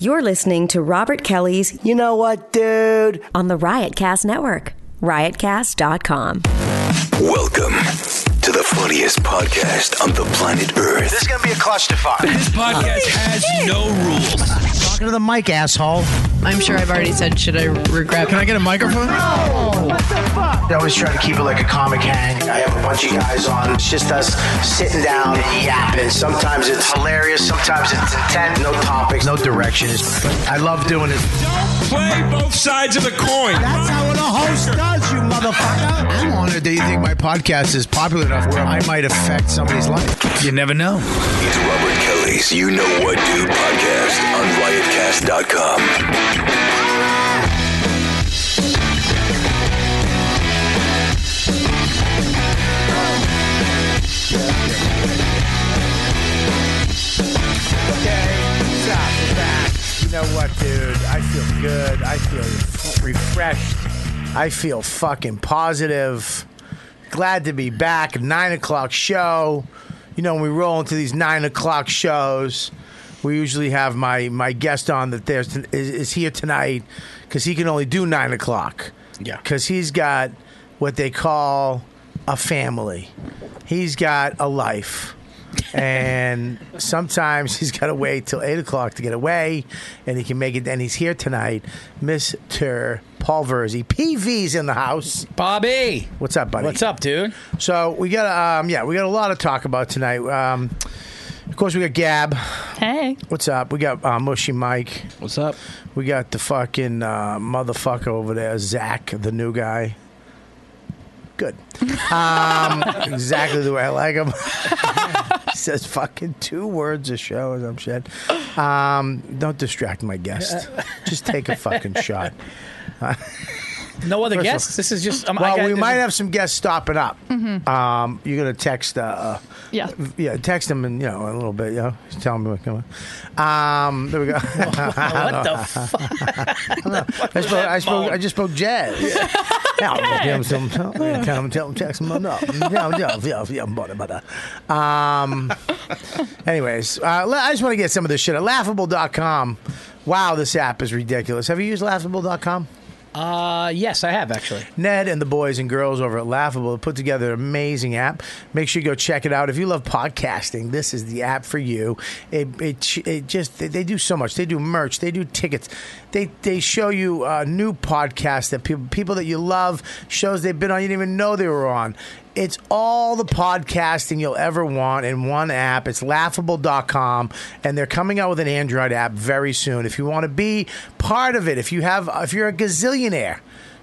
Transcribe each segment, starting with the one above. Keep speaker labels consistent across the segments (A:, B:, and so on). A: You're listening to Robert Kelly's
B: You know what, dude?
A: on the Riotcast Network, riotcast.com.
C: Welcome to the funniest podcast on the planet Earth.
D: This is gonna be a clusterfuck.
E: This podcast has no rules.
F: Talking to the mic, asshole.
G: I'm sure I've already said, should I regret?
E: Can I get a microphone?
D: I always try to keep it like a comic hang. I have a bunch of guys on. It's just us sitting down and yapping. Sometimes it's hilarious. Sometimes it's intent. No topics. No directions. I love doing it.
E: Play both sides of the coin.
F: That's how a host does, you motherfucker.
D: I'm honored that you think my podcast is popular enough where I might affect somebody's life.
E: You never know.
C: It's Robert Kelly's You Know What Do podcast on riotcast.com.
D: You know what, dude? I feel good. I feel refreshed. I feel fucking positive. Glad to be back. Nine o'clock show. You know, when we roll into these nine o'clock shows, we usually have my my guest on that there's is, is here tonight because he can only do nine o'clock.
F: Yeah.
D: because he's got what they call a family. He's got a life and sometimes he's got to wait till eight o'clock to get away, and he can make it. And he's here tonight, Mister Paul Verzi. PV's in the house.
H: Bobby,
D: What's up, buddy?
H: what's up, dude?
D: So we got, um, yeah, we got a lot to talk about tonight. Um, of course, we got Gab.
G: Hey.
D: What's up? We got uh, Mushy Mike.
H: What's up?
D: We got the fucking uh, motherfucker over there, Zach, the new guy. Good. Um, exactly the way I like him. he says fucking two words a show or some shit. Um, don't distract my guest. Just take a fucking shot.
H: No other
D: First of
H: guests. This is just. Um, I
D: Well,
H: got, Mm-hmm.
D: we might have some guests stopping up. Um, you're gonna text. Uh,
G: Yeah.
D: yeah, text them and you know a little bit. Yeah, Just tell them. what- Come on. Um, there we go.
H: What the fuck?
D: I spoke, I, spoke,
H: moan?
D: I just spoke jazz. Yeah. Yeah, I'm gonna tell him- tell him- tell him- tell him Jackson, no, no, yeah, yeah, yeah, yeah, but- but, uh, Um. Anyways, uh, la- I just want to get some of this shit. At laughable.com. Wow, this app is ridiculous. Have you used laughable.com?
H: Uh, yes, I have actually.
D: Ned and the boys and girls over at Laughable have put together an amazing app. Make sure you go check it out. If you love podcasting, this is the app for you. It, it, it just they, they do so much. They do merch. They do tickets. They they show you uh, new podcasts that people people that you love shows they've been on you didn't even know they were on. It's all the podcasting you'll ever want in one app. It's laughable.com, and they're coming out with an Android app very soon. If you want to be part of it, if you have, if you're a gazillionaire,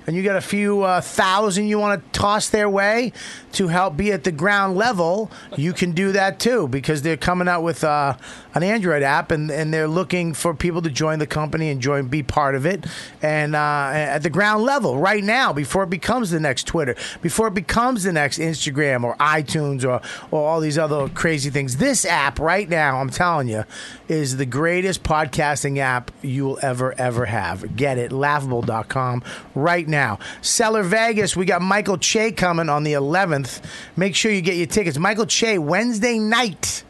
D: and you got a few uh, thousand you want to toss their way to help be at the ground level, you can do that too because they're coming out with uh, an Android app and, and they're looking for people to join the company and join be part of it and uh, at the ground level right now before it becomes the next Twitter, before it becomes the next Instagram or iTunes or or all these other crazy things. This app right now, I'm telling you, is the greatest podcasting app you will ever ever have. Get it laughable.com right now. Seller Vegas, we got Michael Che coming on the 11th. Make sure you get your tickets. Michael Che Wednesday night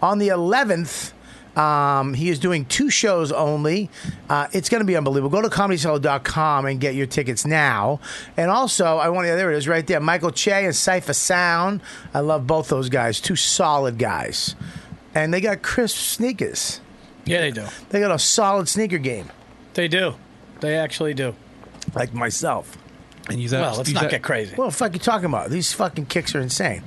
D: on the 11th. Um, he is doing two shows only. Uh, it's going to be unbelievable. Go to comedycellar.com and get your tickets now. And also, I want to, there it is right there. Michael Che and Cypher Sound. I love both those guys. Two solid guys. And they got crisp sneakers.
H: Yeah, they do.
D: They got a solid sneaker game,
H: They do. They actually do.
D: like myself.
I: And use that.
H: well, let's
I: use
H: not
I: that-
H: get crazy.
D: What the fuck you talking about? These fucking kicks are insane.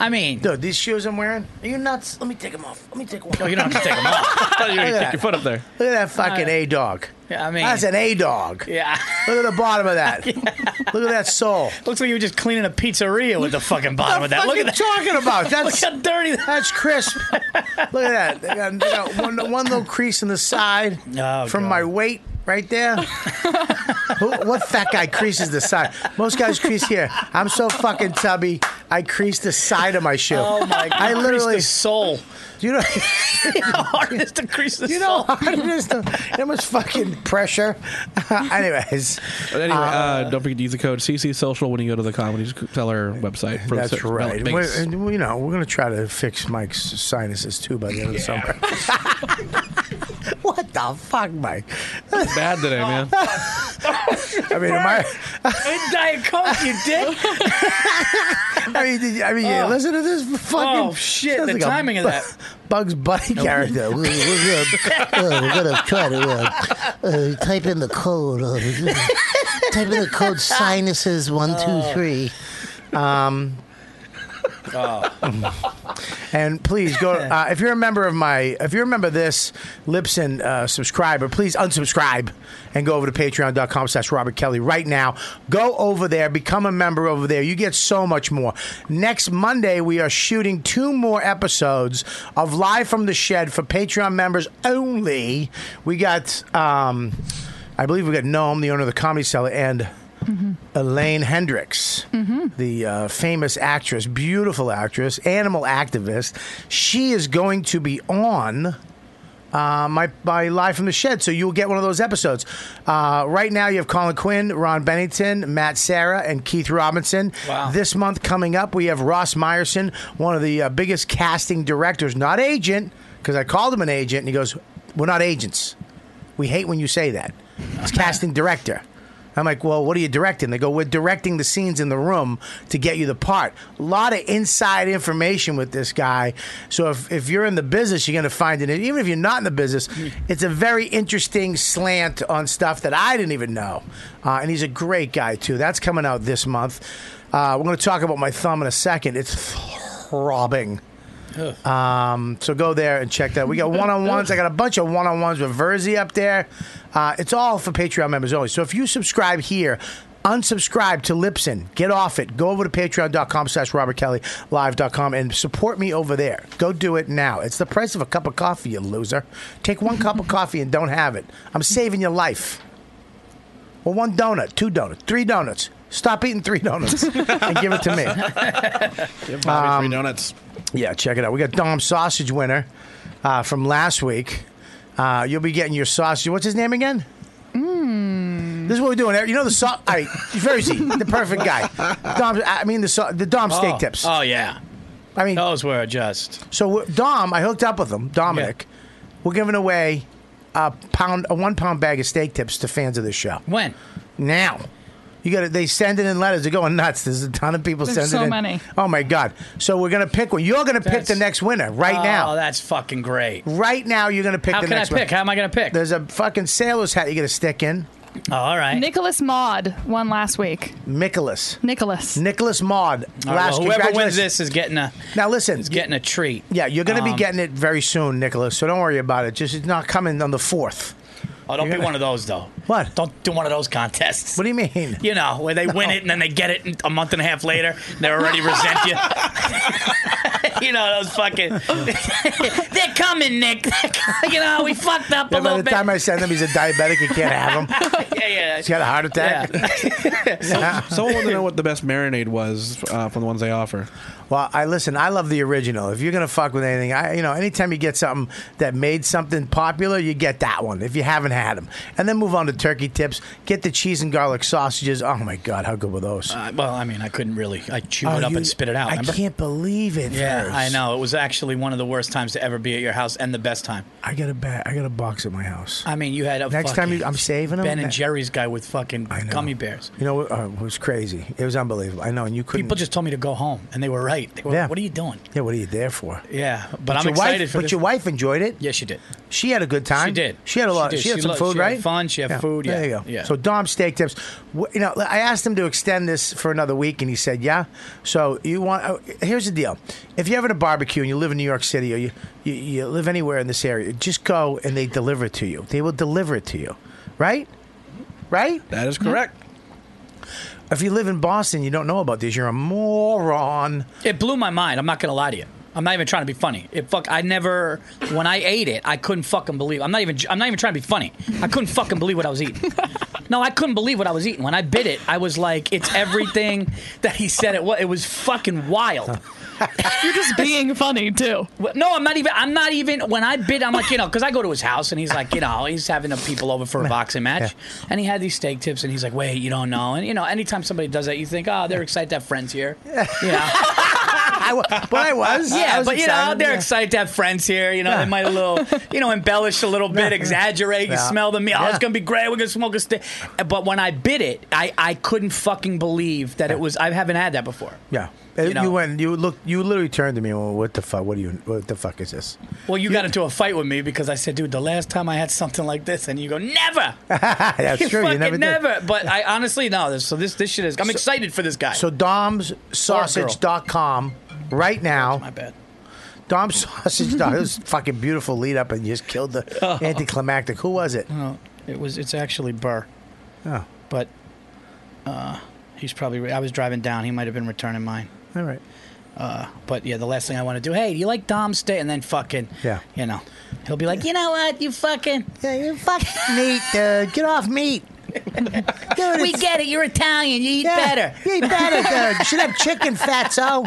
H: I mean,
D: Dude, these shoes I'm wearing, are you nuts? Let me take them off. Let me take one.
H: oh, you don't have to take them off.
I: I thought you were
D: Look
I: gonna
D: at
I: kick
D: that.
I: your foot up there.
D: Look at that fucking A dog.
H: Yeah, I mean-
D: that's an A dog.
H: Yeah,
D: Look at the bottom of that. Look at that soul.
H: looks like you were just cleaning a pizzeria with the fucking bottom of that.
D: What
H: Look
D: are you
H: at that.
D: talking about?
H: Look
D: That's
H: how dirty that.
D: that's crisp. Look at that. They got, they got one, one little crease in the side
H: Oh,
D: from
H: God.
D: my weight right there. Who, what fat guy creases the side? Most guys crease here. I'm so fucking tubby. I crease the side of my shoe.
H: Oh my god!
D: I literally,
H: crease the soul.
D: you know,
H: How hard it is to crease the
D: you know,
H: soul?
D: how it is to- that much fucking pressure. Anyways.
I: But anyway, uh, don't forget to use the code CC Social when you go to the Comedy Teller website. For
D: That's
I: the
D: right. We're,
I: Vegas.
D: and, well, you know, we're going to try to fix Mike's sinuses too by the end of the summer. what the fuck, Mike?
I: Bad today, man.
D: I mean, am I?
H: In Diet Coke, you dick.
D: I mean, did you, I mean, yeah, listen to this fucking
H: Oh, shit,
D: sounds
H: the
D: a
H: timing of
D: Bu-
H: that.
D: Bugs Bunny character.
J: We're, we're gonna, uh, we're gonna try to uh, uh, type in the code. Uh, type in the code sinuses one two three.
D: And please go uh, if you're a member of my if you're a member of this Lipson uh, subscriber, please unsubscribe and go over to patreon.com slash Robert Kelly right now. Go over there, become a member over there. You get so much more. Next Monday we are shooting two more episodes of Live from the Shed for Patreon members only. We got um I believe we got Noam, the owner of the comedy cellar, and Elaine Hendricks, the uh, famous actress, beautiful actress, animal activist. She is going to be on uh, my, my Live from the Shed, so you'll get one of those episodes. Uh, right now, you have Colin Quinn, Ron Bennington, Matt Sarah, and Keith Robinson.
H: Wow.
D: This month coming up, we have Ross Meyerson, one of the uh, biggest casting directors, not agent, because I called him an agent, and he goes, We're not agents. We hate when you say that. It's casting director. I'm like, well, what are you directing? They go, we're directing the scenes in the room to get you the part. A lot of inside information with this guy. So if, if you're in the business, you're going to find it. And Even if you're not in the business, it's a very interesting slant on stuff that I didn't even know. Uh, and he's a great guy, too. That's coming out this month. Uh, we're going to talk about my thumb in a second. It's throbbing. Um, So go there and check that. We got one on ones. I got a bunch of one on ones with Verzi up there. Uh, it's all for Patreon members only. So if you subscribe here, unsubscribe to Lipson. Get off it. Go over to patreon.com slash Robert Kelly live.com and support me over there. Go do it now. It's the price of a cup of coffee, you loser. Take one cup of coffee and don't have it. I'm saving your life. Well, one donut, two donuts, three donuts. Stop eating three donuts and give it to me.
H: Um,
I: Bobby three donuts.
D: Yeah, check it out. We got Dom Sausage winner uh, from last week. Uh, you'll be getting your sausage. What's his name again? This is what we're doing. You know the saw. All right, Verzi, the perfect guy. Dom. I mean the sau- the Dom steak
H: Oh,
D: tips.
H: Oh, yeah.
D: I mean,
H: Those were just.
D: so we're- Dom. I hooked up with him, Dominic. We're giving away a pound, a one pound bag of steak tips to fans of this show.
H: When?
D: Now. You got to They send it in letters. They're going nuts. There's a ton of people
G: There's
D: sending
G: so
D: in.
G: many.
D: Oh my god! So we're gonna pick one. You're gonna pick
H: That's-
D: the next winner right
H: oh,
D: now.
H: that's fucking great.
D: Right now, you're going to pick
H: How
D: the
H: can I
D: next
H: pick?
D: one.
H: How am I going to pick?
D: There's a fucking sailor's hat you got to stick in.
H: oh, all right.
K: Nicholas Maud won last week.
D: Nicholas.
K: Nicholas.
D: Nicholas Maud.
H: All right,
D: Last
H: Oh, well, whoever
D: congratulations.
H: wins this is getting a
D: Now, listen.
H: is getting a treat.
D: yeah, you're going to
H: Um,
D: be getting it very soon, Nicholas, so don't worry about it. Just it's not coming on the 4th.
H: Oh, don't
D: You're
H: be
D: gonna-
H: one of those though.
D: What?
H: Don't do one of those contests.
D: What do you mean?
H: You know, where they win it and then they get it a month and a half later, and they already resent you. you know, those fucking. They're coming, Nick. They're co- you know, we fucked up a
D: Yeah, by
H: little
D: the
H: bit.
D: time I send him, he's a diabetic. You can't have him.
H: yeah, yeah.
D: He's got a heart attack.
I: Someone wanted to know what the best marinade was uh, from the ones they offer.
D: Well, I listen. I love the original. If you're gonna fuck with anything, I you know, anytime you get something that made something popular, you get that one. If you haven't had them, and then move on to turkey tips. Get the cheese and garlic sausages. Oh my god, how good were those?
H: Uh, well, I mean, I couldn't really. I chewed
D: Oh,
H: it up
D: you-
H: and spit it out.
D: I
H: remember?
D: can't believe it.
H: Yeah,
D: Furs.
H: I know. It was actually one of the worst times to ever be at your house, and the best time.
D: I got a ba- I got a box at my house.
H: I mean, you had a
D: Next time
H: fucking
D: you- I'm saving 'em.
H: Ben and
D: Ne-
H: Jerry's guy with fucking
D: I know.
H: gummy bears.
D: You know what? Uh, it was crazy. It was unbelievable. I know, and you couldn't.
H: People just told me to go home, and they were right. They were,
D: Yeah.
H: What are you doing?
D: yeah. What are you there for?
H: Yeah, but, I'm
D: your
H: excited
D: wife,
H: for
D: But
H: this.
D: your wife enjoyed it.
H: Yes, she did.
D: She had a good time.
H: She did.
D: She had a
H: She
D: lot. She,
H: did.
D: had
H: She
D: some
H: lo-
D: food,
H: she had
D: right?
H: fun. She had food, yeah.
D: There you go.
H: Yeah.
D: So Dom steak tips. Wh- You know, I asked him to extend this for another week, and he said, "Yeah." So you want? oh, Here's the deal: if you're ever at a barbecue and you live in New York City or you, you you live anywhere in this area, just go and they deliver it to you. They will deliver it to you, right? Right?
I: That is correct.
D: If you live in Boston, you don't know about this. You're a moron.
H: It blew my mind. I'm not gonna lie to you. I'm not even trying to be funny. It fuck. I never. When I ate it, I couldn't fucking believe. I'm not even. I'm not even trying to be funny. I couldn't fucking believe what I was eating. No, I couldn't believe what I was eating. When I bit it, I was like, "It's everything that he said it was." It was fucking wild.
K: You're just being funny too.
H: Well, No, I'm not even. I'm not even. When I bid, I'm like, you know, because I go to his house and he's like, you know, he's having the people over for a boxing match, and he had these steak tips, and he's like, wait, you don't know, and you know, anytime somebody does that, you think, oh, they're excited to have friends here. Yeah.
D: I, wa- but I was.
H: Yeah,
D: I was
H: but you know,
D: excited,
H: they're
D: yeah.
H: excited to have friends here. You know,
D: Yeah.
H: they might a little, you know, embellish a little bit,
D: Yeah.
H: exaggerate. You
D: Yeah.
H: smell the meat. Oh, it's
D: Yeah.
H: gonna be great. We're gonna smoke a stick. But when I bit it, I I couldn't fucking believe that it was. I haven't had that before.
D: Yeah. Uh,
H: You
D: You,
H: know.
D: went. You looked. You literally turned to me. and went, What the fuck? What do you? What the fuck is this?
H: Well, you got into a fight with me because I said, dude, the last time I had something like this, and you go, never.
D: Ah, That's
H: you
D: true.
H: Fucking
D: you never did.
H: never. But I honestly no. This, so this this shit is. I'm excited for this guy.
D: So domssausage.com right now. My
H: bad.
D: Dom's sausage. dot- it was a fucking beautiful lead up, and you just killed the anticlimactic. Who was it?
H: No, it was. It's actually Burr.
D: Oh,
H: but uh, he's probably. I was driving down. He might have been returning mine.
D: all right.
H: Uh, but yeah, the last thing I want to do. Hey, do you like Dom's steak? And then fucking,
D: Yeah.
H: you know, he'll be like, you know what, you fucking,
D: yeah, you fuck meat, dude. Get off meat. Dude,
H: we
D: it's-
H: get it. You're Italian. You eat better.
D: You eat better, dude. You should have chicken, fatso.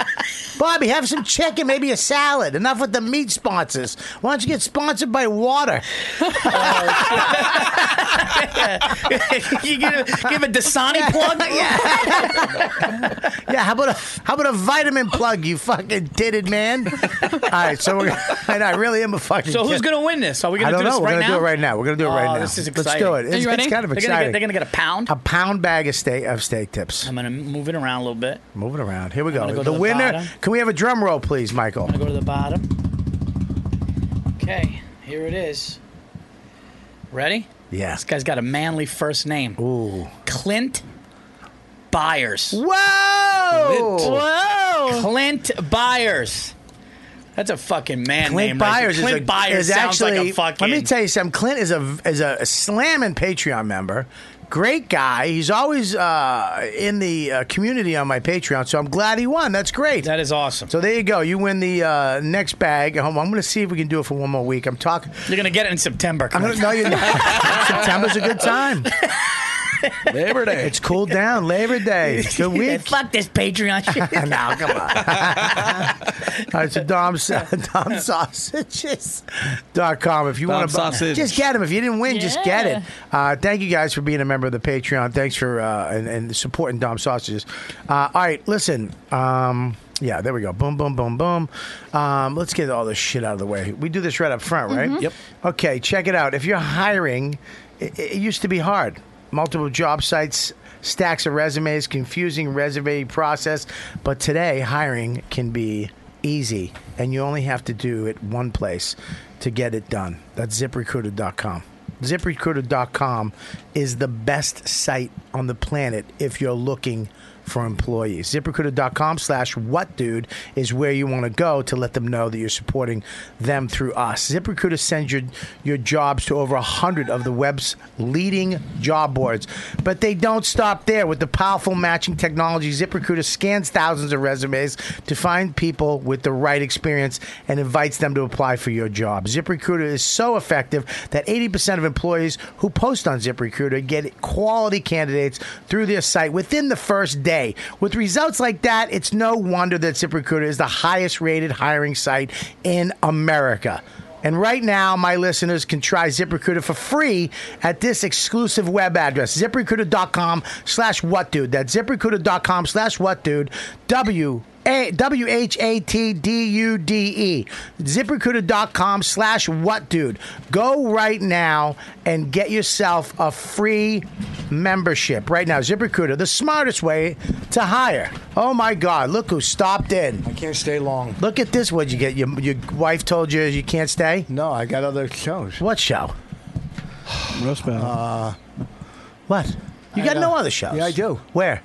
D: Bobby, have some chicken, maybe a salad. Enough with the meat sponsors. Why don't you get sponsored by water?
H: you give a, give a Dasani plug.
D: Yeah, how about a how about a vitamin plug, you fucking titted man? All right, so we're gonna, and I really am a fucking.
H: So who's
D: tit.
H: gonna win this? Are we gonna
D: I don't
H: do
D: know.
H: this
D: we're
H: right
D: gonna do
H: now?
D: it right now. We're gonna do it right
H: Oh,
D: now.
H: this is
D: Let's
H: exciting.
D: do it. It's,
H: you ready?
D: it's kind of
H: They're
D: exciting.
H: gonna get- they're gonna get a pound?
D: A pound bag of steak of steak tips.
H: I'm gonna move it around a little bit.
D: Moving around. Here we go.
H: gonna go to
D: the,
H: the
D: winner.
H: bottom.
D: Can we have a drum roll, please, Michael?
H: Go to the bottom. Okay, here it is. Ready?
D: Yeah.
H: This guy's got a manly first name.
D: Ooh.
H: Clint Byers.
D: Whoa!
H: Whoa! Clint Byers. That's a fucking man
D: Clint
H: name. right there.
D: Byers
H: Clint
D: is a,
H: Byers
D: is
H: sounds
D: actually.
H: like a fucking.
D: Let me tell you something. Clint is a is a slamming Patreon member. Great guy. He's always uh, in the uh, community on my Patreon, so I'm glad he won. That's great.
H: that is awesome.
D: so there you go. You win the uh, next bag. Hold on, I'm going to see if we can do it for one more week. I'm talking.
H: You're gonna get it in September.
D: I'm going to. No, you're not. September's a good time.
I: Labor Day.
D: It's cooled down. Labor Day. Good week.
H: Fuck this Patreon shit.
D: no, come on. All right, so Dom's, DomSausages.com. If you
I: Dom
D: want to
I: sausage.
D: just get them. If you didn't win, just get it.
K: Yeah.
D: Uh, thank you guys for being a member of the Patreon. Thanks for uh, and, and supporting Dom Sausages. Uh, all right, listen. Um, yeah, there we go. Boom, boom, boom, boom. Um, let's get all this shit out of the way. We do this right up front, right?
I: Yep.
D: Okay, check it out. If you're hiring, it, it used to be hard. Multiple job sites, stacks of resumes, confusing resume process. But today, hiring can be easy, and you only have to do it one place to get it done. That's ziprecruiter.com. ZipRecruiter.com is the best site on the planet if you're looking for employees. ZipRecruiter.com slash what dude is where you want to go to let them know that you're supporting them through us. ZipRecruiter sends your, your jobs to over 100 of the web's leading job boards. But they don't stop there. With the powerful matching technology, ZipRecruiter scans thousands of resumes to find people with the right experience and invites them to apply for your job. ZipRecruiter is so effective that 80% of employees who post on ZipRecruiter get quality candidates through their site within the first day. With results like that, it's no wonder that ZipRecruiter is the highest rated hiring site in America. And right now, my listeners can try ZipRecruiter for free at this exclusive web address, ziprecruiter.com slash what dude. That's ziprecruiter.com slash what dude. W A W H A T D U D E. ZipRecruiter.com slash what dude. Go right now and get yourself a free membership. Right now, ZipRecruiter, the smartest way to hire. Oh my God, look who stopped in.
L: I can't stay long.
D: Look at this. What'd you get? Your, your wife told you you can't stay?
L: No, I got other shows.
D: What show?
I: Roast battle.
D: What? You got no other shows?
L: Yeah, I do.
D: Where?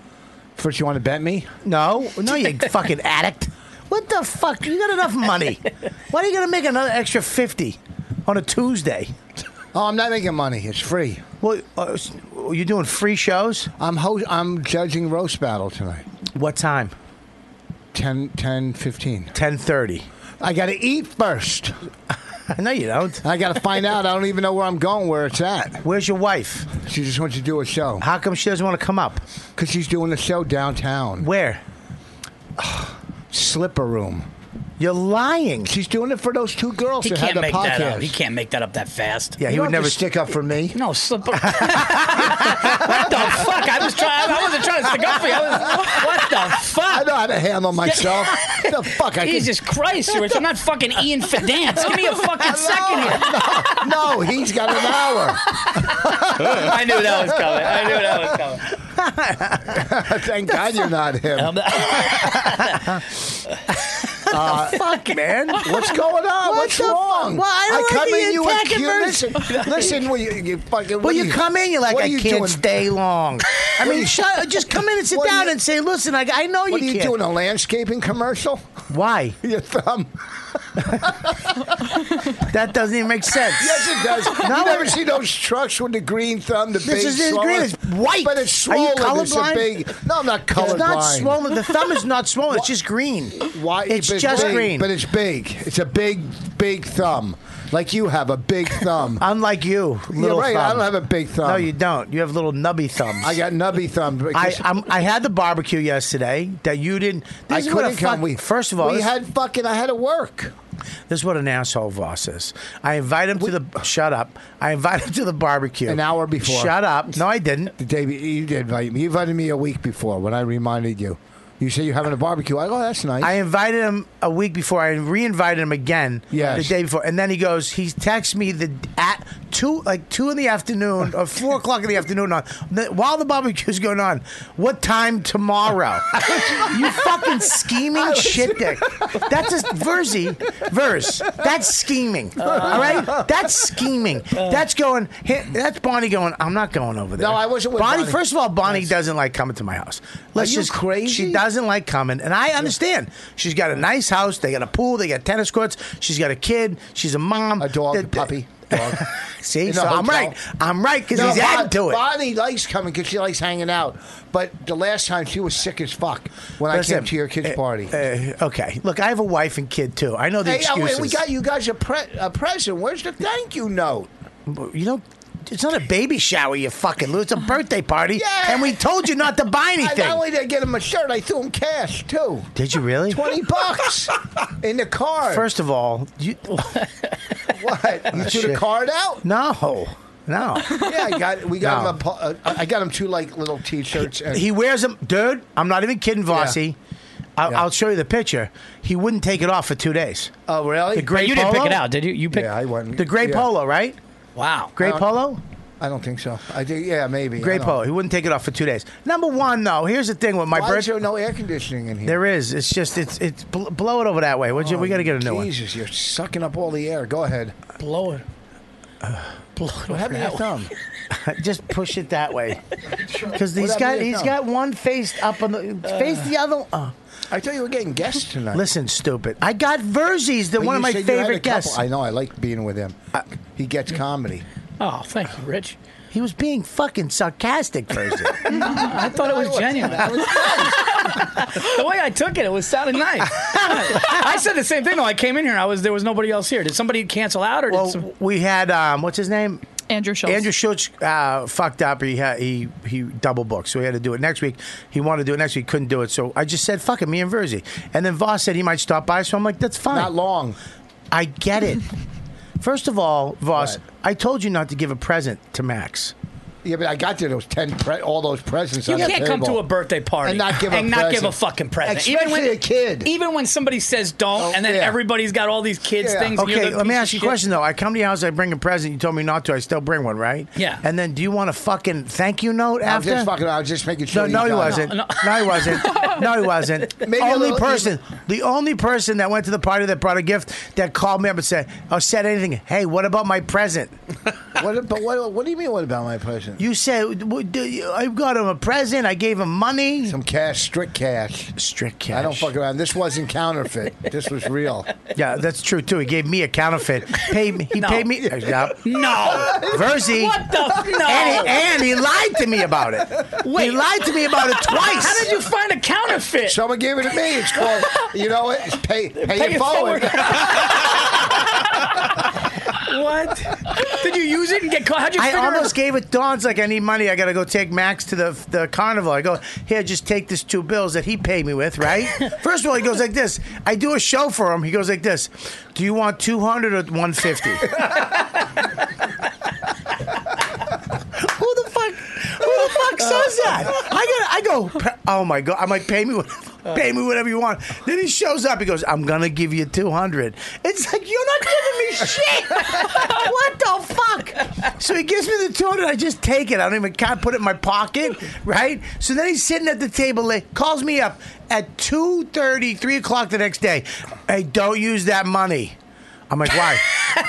L: First, you want to bet me?
D: No, no, you fucking addict. What the fuck? You got enough money. Why are you gonna make another extra fifty on a Tuesday?
L: Oh, I'm not making money. It's free.
D: Well, uh, you doing free shows?
L: I'm ho- I'm judging roast battle tonight.
D: What time?
L: 10, 10, 15.
D: Ten thirty.
L: I got to eat first.
D: No, you don't.
L: I got to find out. I don't even know where I'm going, where it's at.
D: Where's your wife?
L: She just wants to do a show
D: How come she doesn't want to come up?
L: because she's doing a show downtown.
D: Where?
L: Slipper room.
D: You're lying.
L: She's doing it for those two girls
H: He
L: that had
H: can't
L: the
H: make that up. He
L: podcast.
H: can't make that up that fast.
L: Yeah, he You would don't have never- to stick
D: up for me.
H: No, slip up. what the fuck? I was trying. I wasn't trying to stick up for you. I was, what the fuck? I
L: know how to handle myself. the fuck? I can-
H: Jesus Christ, Rich! I'm not fucking Ian Fidance. Give me a fucking second here.
L: No, he's got an hour.
H: I knew that was coming. I knew that was coming.
L: Thank God you're not him. Uh,
D: fuck, man?
L: What's going on?
J: What
L: What's
J: the fuck?
L: wrong?
J: Well, I don't like
L: come
J: that you
L: in, you
J: attack it
L: accuse-
J: first.
L: Listen, listen. Well, you, you fucking.
D: Well,
L: what
D: you,
L: are
D: come in, you're like,
L: what
D: I
L: are you
D: can't
L: doing?
D: stay long. I
L: What are
D: mean,
L: you-
D: shut, just come in and sit
L: What are
D: down
L: you-
D: and say, listen, I, I know
L: What are you
D: you can't.
L: doing? A landscaping commercial?
D: Why?
L: Your thumb.
D: That doesn't even make sense.
L: Yes, it does.
D: No,
L: you never
D: it-
L: see those trucks with the green thumb, the
D: This
L: big
D: is- this is green.
L: swollen-
D: It's white.
L: but it's
D: Are you
L: swollen. It's a
D: colorblind?
L: big. No, I'm not colorblind.
D: It's not swollen. The thumb is not swollen. It's just green.
L: Why?
D: It's
L: but
D: just
L: big,
D: green.
L: but it's big. It's a big, big thumb. Like you have a big thumb.
D: Unlike you, little
L: You're right. I
D: thumb.
L: don't have a big thumb.
D: No, you don't. You have little nubby thumbs.
L: I got nubby thumb.
D: I
L: because-
D: I'm, I had the barbecue yesterday that you didn't.
L: I
D: This is what a
L: couldn't come.
D: fuck-
L: We-
D: first of all,
L: we
D: this,
L: had fucking. I had to work.
D: this is what an asshole Voss is. I invite him to the shut up. I invite him to the barbecue
L: An hour before.
D: Shut up. No, I didn't.
L: The day be- you did invite me. You invited me a week before when I reminded you. You said you're having a barbecue. I go, oh, that's nice.
D: I invited him a week before. I re-invited him again
L: Yes.
D: the day before, and then he goes. He texts me the at two like two in the afternoon or four o'clock in the afternoon on the, while the barbecue's going on. What time tomorrow? you fucking scheming shit dick. That's a versy verse. That's scheming. all right, that's scheming. That's going. hey, That's Bonnie going. I'm not going over there.
L: No, I wasn't with Bonnie.
D: First of all, Bonnie doesn't like coming to my house. Let's
L: you
D: just
L: crazy?
D: She doesn't like coming, and I understand. She's got a nice house. They got a pool. They got tennis courts. She's got a kid. She's a mom.
L: a dog,
D: Th-
L: a puppy, dog.
D: See,
L: In a
D: so I'm
L: hotel.
D: right. I'm right because
L: No,
D: he's
L: Bon-
D: adding to it.
L: Bonnie likes coming because she likes hanging out. But the last time she was sick as fuck when I
D: Listen,
L: came to your kid's
D: eh,
L: party.
D: eh, okay, look, I have a wife and kid too. I know the
L: Hey, oh, wait,
D: excuses.
L: we got you guys a, pre- a present. Where's the thank you note?
D: You don't. It's not a baby shower, you fucking lose. It's a birthday party,
L: Uh-huh. Yeah.
D: and we told you not to buy
L: I not
D: anything.
L: only did I get him a shirt, I threw him cash too.
D: Did you really?
L: Twenty bucks in the card.
D: First of all, you
L: what? You threw the
D: shit.
L: card out?
D: no, no.
L: Yeah, I got we got
D: No.
L: him a pa- uh, I got him two like little t-shirts and
D: He wears them, dude. I'm not even kidding, Vossi. I'll,
L: Yeah.
D: I'll show you the picture. He wouldn't take it off for two days.
L: Oh, really?
D: The gray
H: But you didn't pick
D: polo?
H: it out, did you? You picked.
L: yeah, I wouldn't.
D: The gray
L: yeah.
D: polo, right?
H: Wow.
D: Gray
L: Uh,
D: polo.
L: I don't think so. I think yeah, maybe. I
D: Gray
L: don't-
D: polo. He wouldn't take it off for two days. Number one, though, here's the thing with my
L: Why is
D: birthday.
L: there no air conditioning in here?
D: There is. It's just. It's. It's. bl- Blow it over that way. Would you?
L: Oh,
D: we got to get a new one.
L: Jesus, you're sucking up all the air. Go ahead.
H: Blow it. Blow it.
L: What happened to your thumb?
D: just push it that way. Because he's
L: What
D: got.
L: happened to your
D: He's
L: thumb?
D: got one faced up on the face. The other. Uh.
L: I thought you were getting guests tonight.
D: Listen, stupid. I got Verzies. They're
L: But
D: one
L: you
D: of my
L: said you had a
D: favorite
L: couple.
D: guests.
L: I know. I like being with him. he gets comedy.
H: Oh, thank you, Rich.
D: He was being fucking sarcastic, Verzies.
H: I thought it was genuine. the way I took it, it was sounding nice. I said the same thing though. I came in here. I was there was nobody else here. Did somebody cancel out or did some,
D: well, we had um, what's his name?
K: Andrew Schultz.
D: Andrew Schultz uh, fucked up. He had, he he double booked, so he had to do it next week. He wanted to do it next week, couldn't do it. So I just said, "Fuck it, me and Verzi." And then Voss said he might stop by, so I'm like, "That's fine."
L: Not long.
D: I get it. First of all, Voss,
L: What?
D: I told you not to give a present to Max.
L: Yeah, but I got to those ten pre- all those presents.
H: You
L: on the
H: can't come
L: table.
H: to a birthday party
L: And not give a
H: and not
L: present.
H: give a fucking present,
L: Especially
H: even when,
L: a kid.
H: Even when somebody says don't,
L: Oh,
H: and then
L: yeah.
H: everybody's got all these kids
L: Yeah.
H: things. and you're
D: Okay,
H: the
D: let me
H: piece
D: ask
H: of
D: you a
H: shit.
D: question though. I come to your house, I bring a present. You told me not to. I still bring one, right?
H: Yeah.
D: And then, do you want a fucking thank you note
L: I was
D: after?
L: just fucking. I was just making
D: No,
L: sure.
D: no,
L: got
D: he
L: it.
D: wasn't. No, he wasn't. No, he wasn't.
L: Maybe a
D: only
L: little-
D: person, the only person that went to the party that brought a gift that called me up and said, or said anything. Hey, what about my present?
L: What, but what, what do you mean? What about my present?
D: You said "W- do you- I got him a present. I gave him money.
L: Some cash, strict cash.
D: Strict cash.
L: I don't fuck around. This wasn't counterfeit. this was real.
D: Yeah, that's true too. He gave me a counterfeit. Paid me. He
H: No.
D: paid me. Yeah.
H: No.
D: Verzi.
H: What the? No.
D: And, and he lied to me about it. He
H: Wait.
D: lied to me about it twice.
H: How did you find a counterfeit?
L: Someone gave it to me. It's called. You know what? It's pay pay,
H: Pay
L: it
H: it
L: forward.
D: What? Did you use it and get caught?
H: How'd you
D: I
H: figure it
D: almost gave it. Don's like, I need money. I got to go take Max to the the carnival. I go, here, just take this two bills that he paid me with, right? First of all, he goes like this. I do a show for him. He goes like this. Do you want 200 or 150? Who the fuck? Who the fuck says that? I got. I go. Oh my god! I'm like, pay me, whatever, pay me whatever you want. Then he shows up. He goes, I'm gonna give you 200. It's like you're not giving me shit. what the fuck? So he gives me the 200. I just take it. I don't even can't put it in my pocket, right? So then he's sitting at the table. Like, calls me up at 2:30, 3 o'clock the next day. Hey, don't use that money. I'm like, why?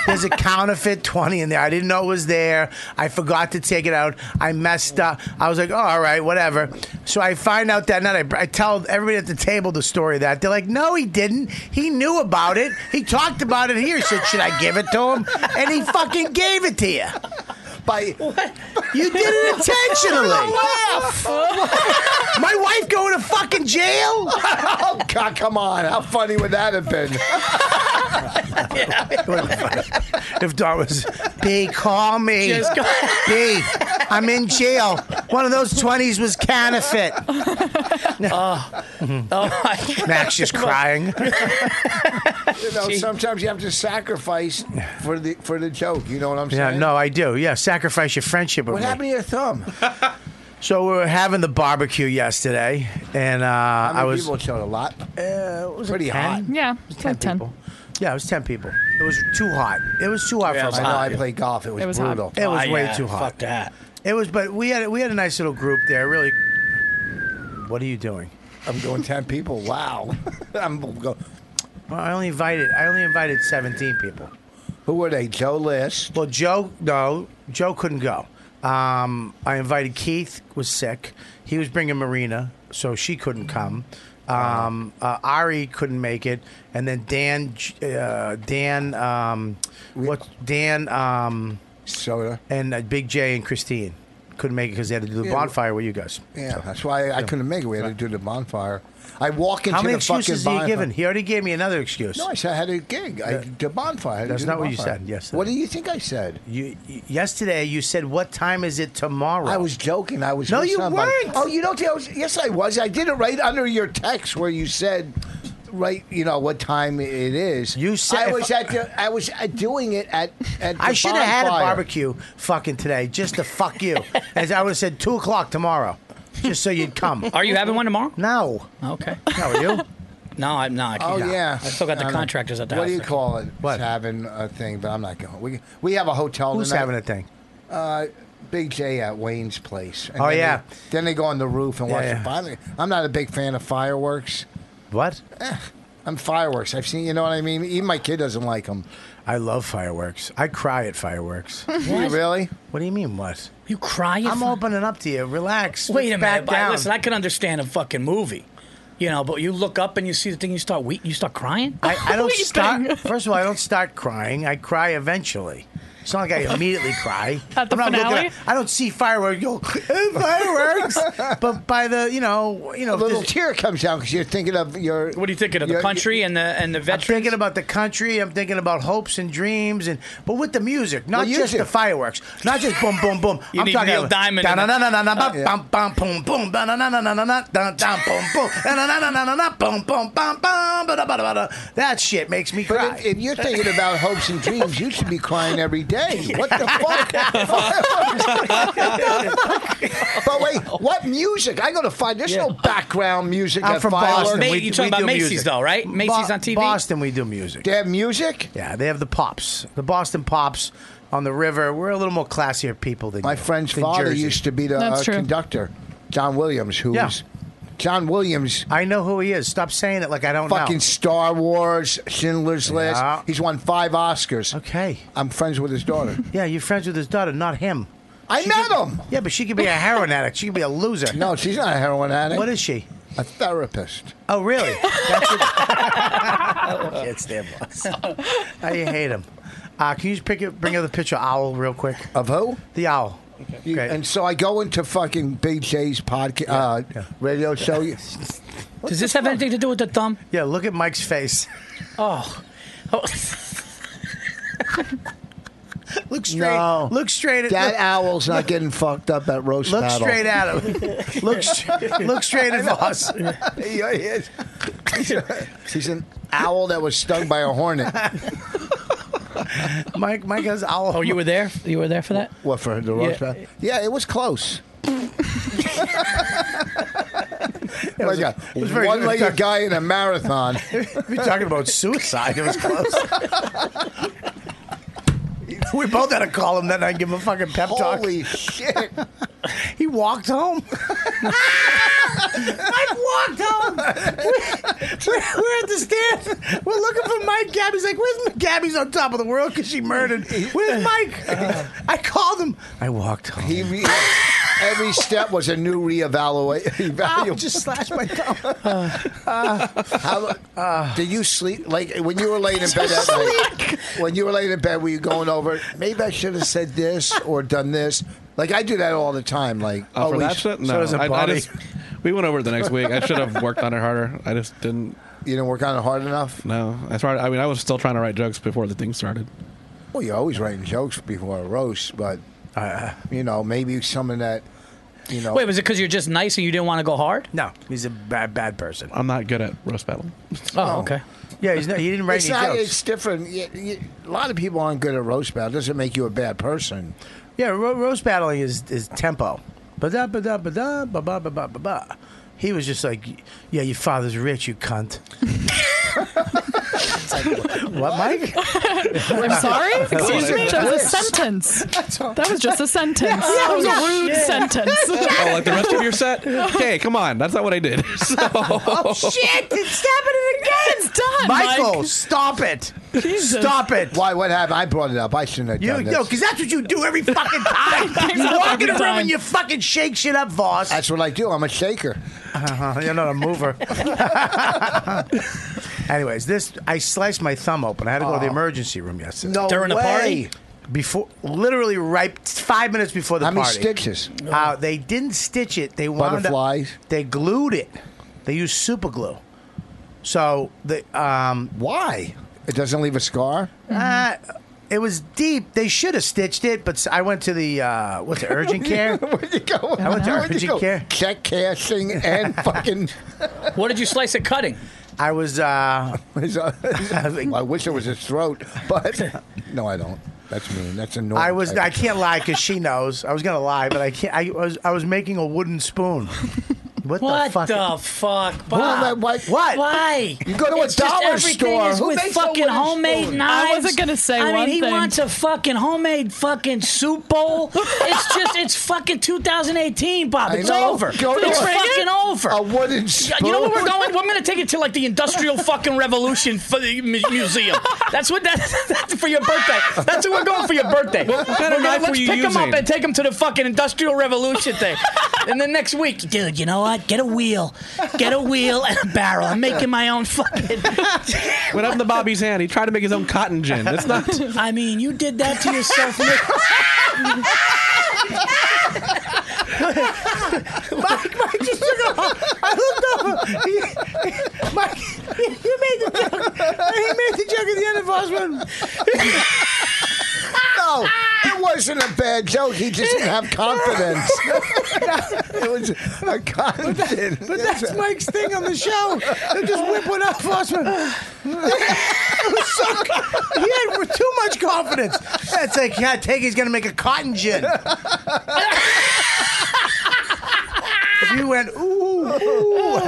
D: There's a counterfeit 20 in there. I didn't know it was there. I forgot to take it out. I messed up. I was like, oh, all right, whatever. So I find out that night. I, I tell everybody at the table the story of that. They're like, no, he didn't. He knew about it. He talked about it here. He said, should I give it to him? And he fucking gave it to you. By, You did it intentionally. My wife going to fucking jail?
L: oh, God, come on. How funny would that have been?
D: if Don was, B, call me.
L: Just go-
D: B, I'm in jail. One of those 20s was counterfeit. oh. Max just crying.
L: you know, sometimes you have to sacrifice for the for the joke. You know what I'm saying?
D: Yeah, no, I do. Yeah, sacrifice your friendship with
L: What happened to
D: me.
L: your thumb?
D: So we were having the barbecue yesterday, and uh,
L: How many
D: I was
L: people showed a lot.
D: Uh, it was
L: pretty hot.
D: Yeah, it was 10 people. Yeah, it was 10 people. It was too hot. It was too hot
L: Yeah, it
D: for us.
L: was I know, hot. I played golf. It was It was hot. brutal.
D: It was
L: Oh,
D: way
L: yeah,
D: too hot.
L: fuck that.
D: It was, but we had we had a nice little group there. Really. What are you doing?
L: I'm going 10 people. Wow. I'm go-
D: Well, I only invited I only invited 17 people.
L: Who were they? Joe List.
D: Well, Joe no, Joe couldn't go. Um, I invited Keith was sick. He was bringing Marina, so she couldn't come. Um, uh, Ari couldn't make it, and then Dan uh, Dan um, what Dan um,
L: soda
D: and uh, Big J and Christine couldn't make it because they had to do the
L: Yeah.
D: bonfire with you guys.
L: Yeah, that's why I, I couldn't make it. We had to do the bonfire. I walk into
D: How many
L: the fucking
D: excuses are you
L: bonfire.
D: giving? He already gave me another excuse.
L: No, I said I had a gig. I, the bonfire. I had to
D: That's
L: do the
D: not what you
L: bonfire.
D: said. Yes.
L: What do you think I said?
D: You, you- yesterday you said, "What time is it tomorrow?" I was
L: joking. I was.
D: No,
L: with
D: you
L: somebody.
D: weren't.
L: Oh, you don't think I was? Yes, I was. I did it right under your text where you said, right, you know what time it is. You
D: said-
L: I was at the, I was uh, doing it at. at
D: I
L: the
D: should have had a
L: bonfire.
D: barbecue fucking today just to fuck you. As I would have said, two o'clock tomorrow, just so you'd come.
H: Are you having one tomorrow?
D: No.
H: Okay.
D: How are you?
H: No, I'm not.
L: Oh
H: No.
L: yeah,
H: I still got the
L: I know.
H: contractors at the
L: What
H: house.
L: do you call it? What having a thing? But I'm not going. We we have a hotel.
D: Who's
L: tonight.
D: having a thing?
L: Uh, Big J at Wayne's place.
D: Oh,
L: then
D: yeah.
L: They, then they go on the roof and
D: Yeah,
L: watch
D: yeah.
L: the fire. I'm not a big fan of fireworks.
D: What?
L: I'm fireworks. I've seen. You know what I mean. Even my kid doesn't like them.
D: I love fireworks. I cry at fireworks.
L: You really?
D: What do you mean, what?
H: You crying?
D: I'm opening up to you. Relax.
H: Wait a
D: Back
H: minute. I,
D: down.
H: listen, I can understand a fucking movie, you know, but you look up and you see the thing, you start weep, you start crying.
D: I, I don't start. First of all, I don't start crying. I cry eventually. It's not like I immediately cry.
K: At the
D: I'm not looking
K: finale?
D: at- I don't see fireworks. Go "Eh, fireworks, but by the you know you
L: A
D: know
L: little
D: this-
L: tear comes down because you're thinking of your.
H: What are you thinking of
L: your-
H: the country and the and the
D: I'm
H: veterans?
D: thinking about the country. I'm thinking about hopes and dreams, and but with the music, not
H: Well, you
D: just
H: do.
D: the fireworks, not just boom, boom, boom.
H: You
D: I'm
H: need
D: talking
H: Neil
D: about
H: Diamond in
D: Da, na,
H: the-
D: na, na, na,
H: Oh,
D: ba,
H: yeah.
D: bum, bum, boom, boom. Da, na, na, na, na, na, na, da, da, boom, boom. Da, na, na, na, na, na, na, boom, boom, bum, bum, ba, da, ba, da, ba, da. That shit makes me
L: But
D: cry.
L: if, if you're thinking about hopes and dreams, you should be crying every day. What the fuck? Fireworks. but wait, what music? I go to find. There's no background music.
D: I'm
L: at
D: from
L: fireworks.
D: Boston.
H: Ma-
D: We-
H: you
D: we
H: talking about
D: do
H: Macy's,
D: music.
H: though, right? Macy's
D: Bo-
H: on TV?
D: Boston, we do music.
L: They have music.
D: Yeah, they have the pops, the Boston pops on the river. We're a little more classier people than
L: My
D: you-
L: friend's
D: than
L: father
D: Jersey.
L: used to be the uh, conductor, John Williams, who's
D: Yeah.
L: John Williams.
D: I know who he is. Stop saying it like I don't know.
L: fucking Star Wars, Schindler's List.
D: Yeah.
L: He's won five Oscars.
D: Okay.
L: I'm friends with his daughter.
D: Yeah, you're friends with his daughter, not him.
L: I met him.
D: Yeah, but she could be a heroin addict. She could be a loser.
L: No, she's not a heroin addict.
D: What is she?
L: A therapist.
D: Oh, really? That's what... Kids, their boss. I hate him. Uh, can you just pick it, bring up the picture of Owl real quick?
L: Of who?
D: The Owl.
L: You- And so I go into fucking Big J's podcast uh, radio show. You-
H: Does this have anything to do with the thumb?
D: Yeah, look at Mike's face.
H: Oh. oh.
D: Look straight.
L: No.
D: Look straight at
L: That
D: look-
L: owl's not getting fucked up at roast
D: Look
L: battle.
D: straight at him. look, st- look straight at Voss.
L: Yeah, he is. He's an owl that was stung by a hornet.
D: Mike, Mike has owl.
H: Oh, you were there? You were there for that?
L: What for the roast battle? Yeah, it was close. like a,
D: it was very-
L: one-legged guy in a marathon.
D: We're talking about suicide. It was close. we both had to call him that night and give him a fucking pep talk.
L: Holy shit!
D: He walked home. Mike walked home. We- We're, at the stand. We're looking for Mike Gabby's like, where's Mike Gabby's on top of the world because she murdered? Where's Mike? I called him. Uh-huh. I walked home.
L: He re- every step was a new reevaluation.
D: Ow, just slashed my thumb.
L: How, Ah. did you sleep like when you were laying in bed at night? When you were laying in bed, were you going over? Maybe I should have said this or done this. Like I do that all the time. Like
I: Uh, for
L: always-
I: that shit? No.
D: so does a
I: I- I
D: body.
I: just- we went over it the next week. I should have worked on it harder. I just didn't.
L: you didn't work on it hard enough.
I: No, I started. I mean, I was still trying to write jokes before the thing started.
L: Well, you're always writing jokes before a roast, but
D: Uh,
L: you know maybe something that you know.
H: Wait, was it because you're just nice and you didn't want to go hard?
D: No, he's a bad, bad person.
I: I'm not good at roast battle.
H: Oh, okay.
D: Yeah, he's not, he didn't write
L: it's,
D: any
L: not,
D: jokes.
L: it's different. Y- y- A lot of people aren't good at roast battle. It doesn't make you a bad person.
D: Yeah, ro- roast battling is is tempo. Ba da ba da ba da ba ba ba ba ba ba. He was just like, "Yeah, your father's rich, you cunt." It's like, what, Mike?
K: I'm sorry? Excuse me? That was a sentence. That was just a sentence. That was a rude sentence.
I: Oh, like the rest of your set? Hey, come on. That's not what I did. So,
D: Shit! It's happening again.
K: It's done,
D: Michael,
K: Mike.
D: stop it!
K: Jesus.
D: Stop it!
L: Why? What happened? I brought it up. I shouldn't have
D: You
L: done this.
D: no, because that's what you do every fucking time. you
K: up
D: walk in
K: every
D: the room
K: time.
D: and you fucking shake shit up, Voss.
L: That's what I do. I'm a shaker.
D: Uh-huh, You're not a mover. Anyways, this I sliced my thumb open. I had to go to the emergency room yesterday.
H: During the party?
D: before literally right five minutes before the
L: How many
D: party.
L: stitches?
D: Uh, they didn't stitch it. They wound up-
L: Butterflies?
D: they glued it. They used super glue. So the um,
L: Why? It doesn't leave a scar.
D: uh, it was deep. They should have stitched it, but s- I went to the uh, what's it, urgent care.
L: Where'd you go?
D: I went to
L: Where'd you
D: urgent
L: go?
D: care.
L: Check cashing and fucking.
H: What did you slice it cutting?
D: I was uh,
L: I wish it was his throat, but no, I don't. That's mean. That's annoying.
D: I was. I can't lie because she knows. I was gonna lie, but I can't. I was. I was making a wooden spoon. What,
H: What
D: the fuck?
H: the fuck,
L: Well,
H: Bob?
L: that- why-
D: Ah. What?
H: Why?
L: You go to a
H: It's just
L: dollar
H: everything
L: store.
H: Is
L: Who
H: with
L: makes a
H: fucking
L: wooden
H: homemade
L: spoon?
H: knives.
K: I wasn't gonna say
H: I mean,
K: one
H: he
K: thing.
H: wants a fucking homemade fucking soup bowl. it's just, it's fucking 2018, Bob.
L: I
H: It's
L: know.
H: over.
L: Go to
H: it's
L: a-
H: fucking over.
L: A wooden
H: Yeah,
L: spoon.
H: You know where we're going? We're going to take it to like the Industrial fucking Revolution fu- mu- museum. That's what that, that's for your birthday. That's what we're going for your birthday.
I: What- what kind of
H: We're gonna-
I: knife
H: let's
I: were you
H: pick them up
I: using?
H: and take them to the fucking Industrial Revolution thing. and then next week, dude, you know what? Get a wheel, get a wheel and a barrel. I'm making my own fucking.
I: what happened to Bobby's hand? He tried to make his own cotton gin. It's not.
H: I mean, you did that to yourself. Nick.
D: Mike, Mike just took off. I looked over. He, he- Mike, you made the joke. He made the joke at the end of Boss
L: No,
D: Ah!
L: it wasn't a bad joke. He just didn't have confidence. it was a confidence.
D: But that's Mike's thing on the show. They just whip one up, Fossman. it was so. He had too much confidence. That's like, yeah, take. He's gonna make a cotton gin. if you went ooh, ooh.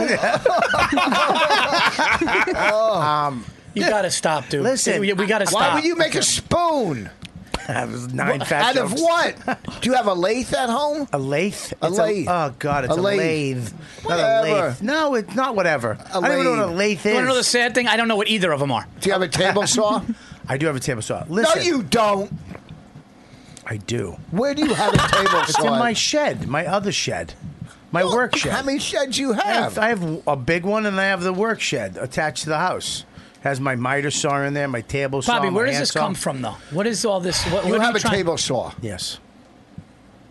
D: um,
H: You gotta stop, dude.
D: Listen,
H: we, we gotta
L: Why
H: stop.
L: would you make a spoon?
D: that was nine fat
L: Out
D: jokes.
L: of what? Do you have a lathe at home?
D: A lathe? It's
L: A lathe.
D: oh God, it's
L: A
D: a,
L: lathe.
D: lathe. Not a
L: Whatever.
D: lathe. No, it's not whatever. I I don't even know what a lathe
H: You wanna know the
D: is.
H: sad thing? I don't know what either of them are.
L: Do you have a table saw?
D: I do have a table saw.
L: no,
D: Listen,
L: you don't.
D: I do.
L: Where do you have a table
D: It's
L: saw?
D: in my shed, my other shed, my
L: Well,
D: work shed.
L: How many sheds you
D: I
L: have?
D: have, I have a big one, and I have the work shed attached to the house. Has my miter saw in there, my table saw.
H: Bobby,
D: my
H: where does
D: hand
H: this
D: saw.
H: come from, though? What is all this? What,
L: you
H: what are
L: have
H: you
L: a
H: trying-
L: table saw.
D: Yes.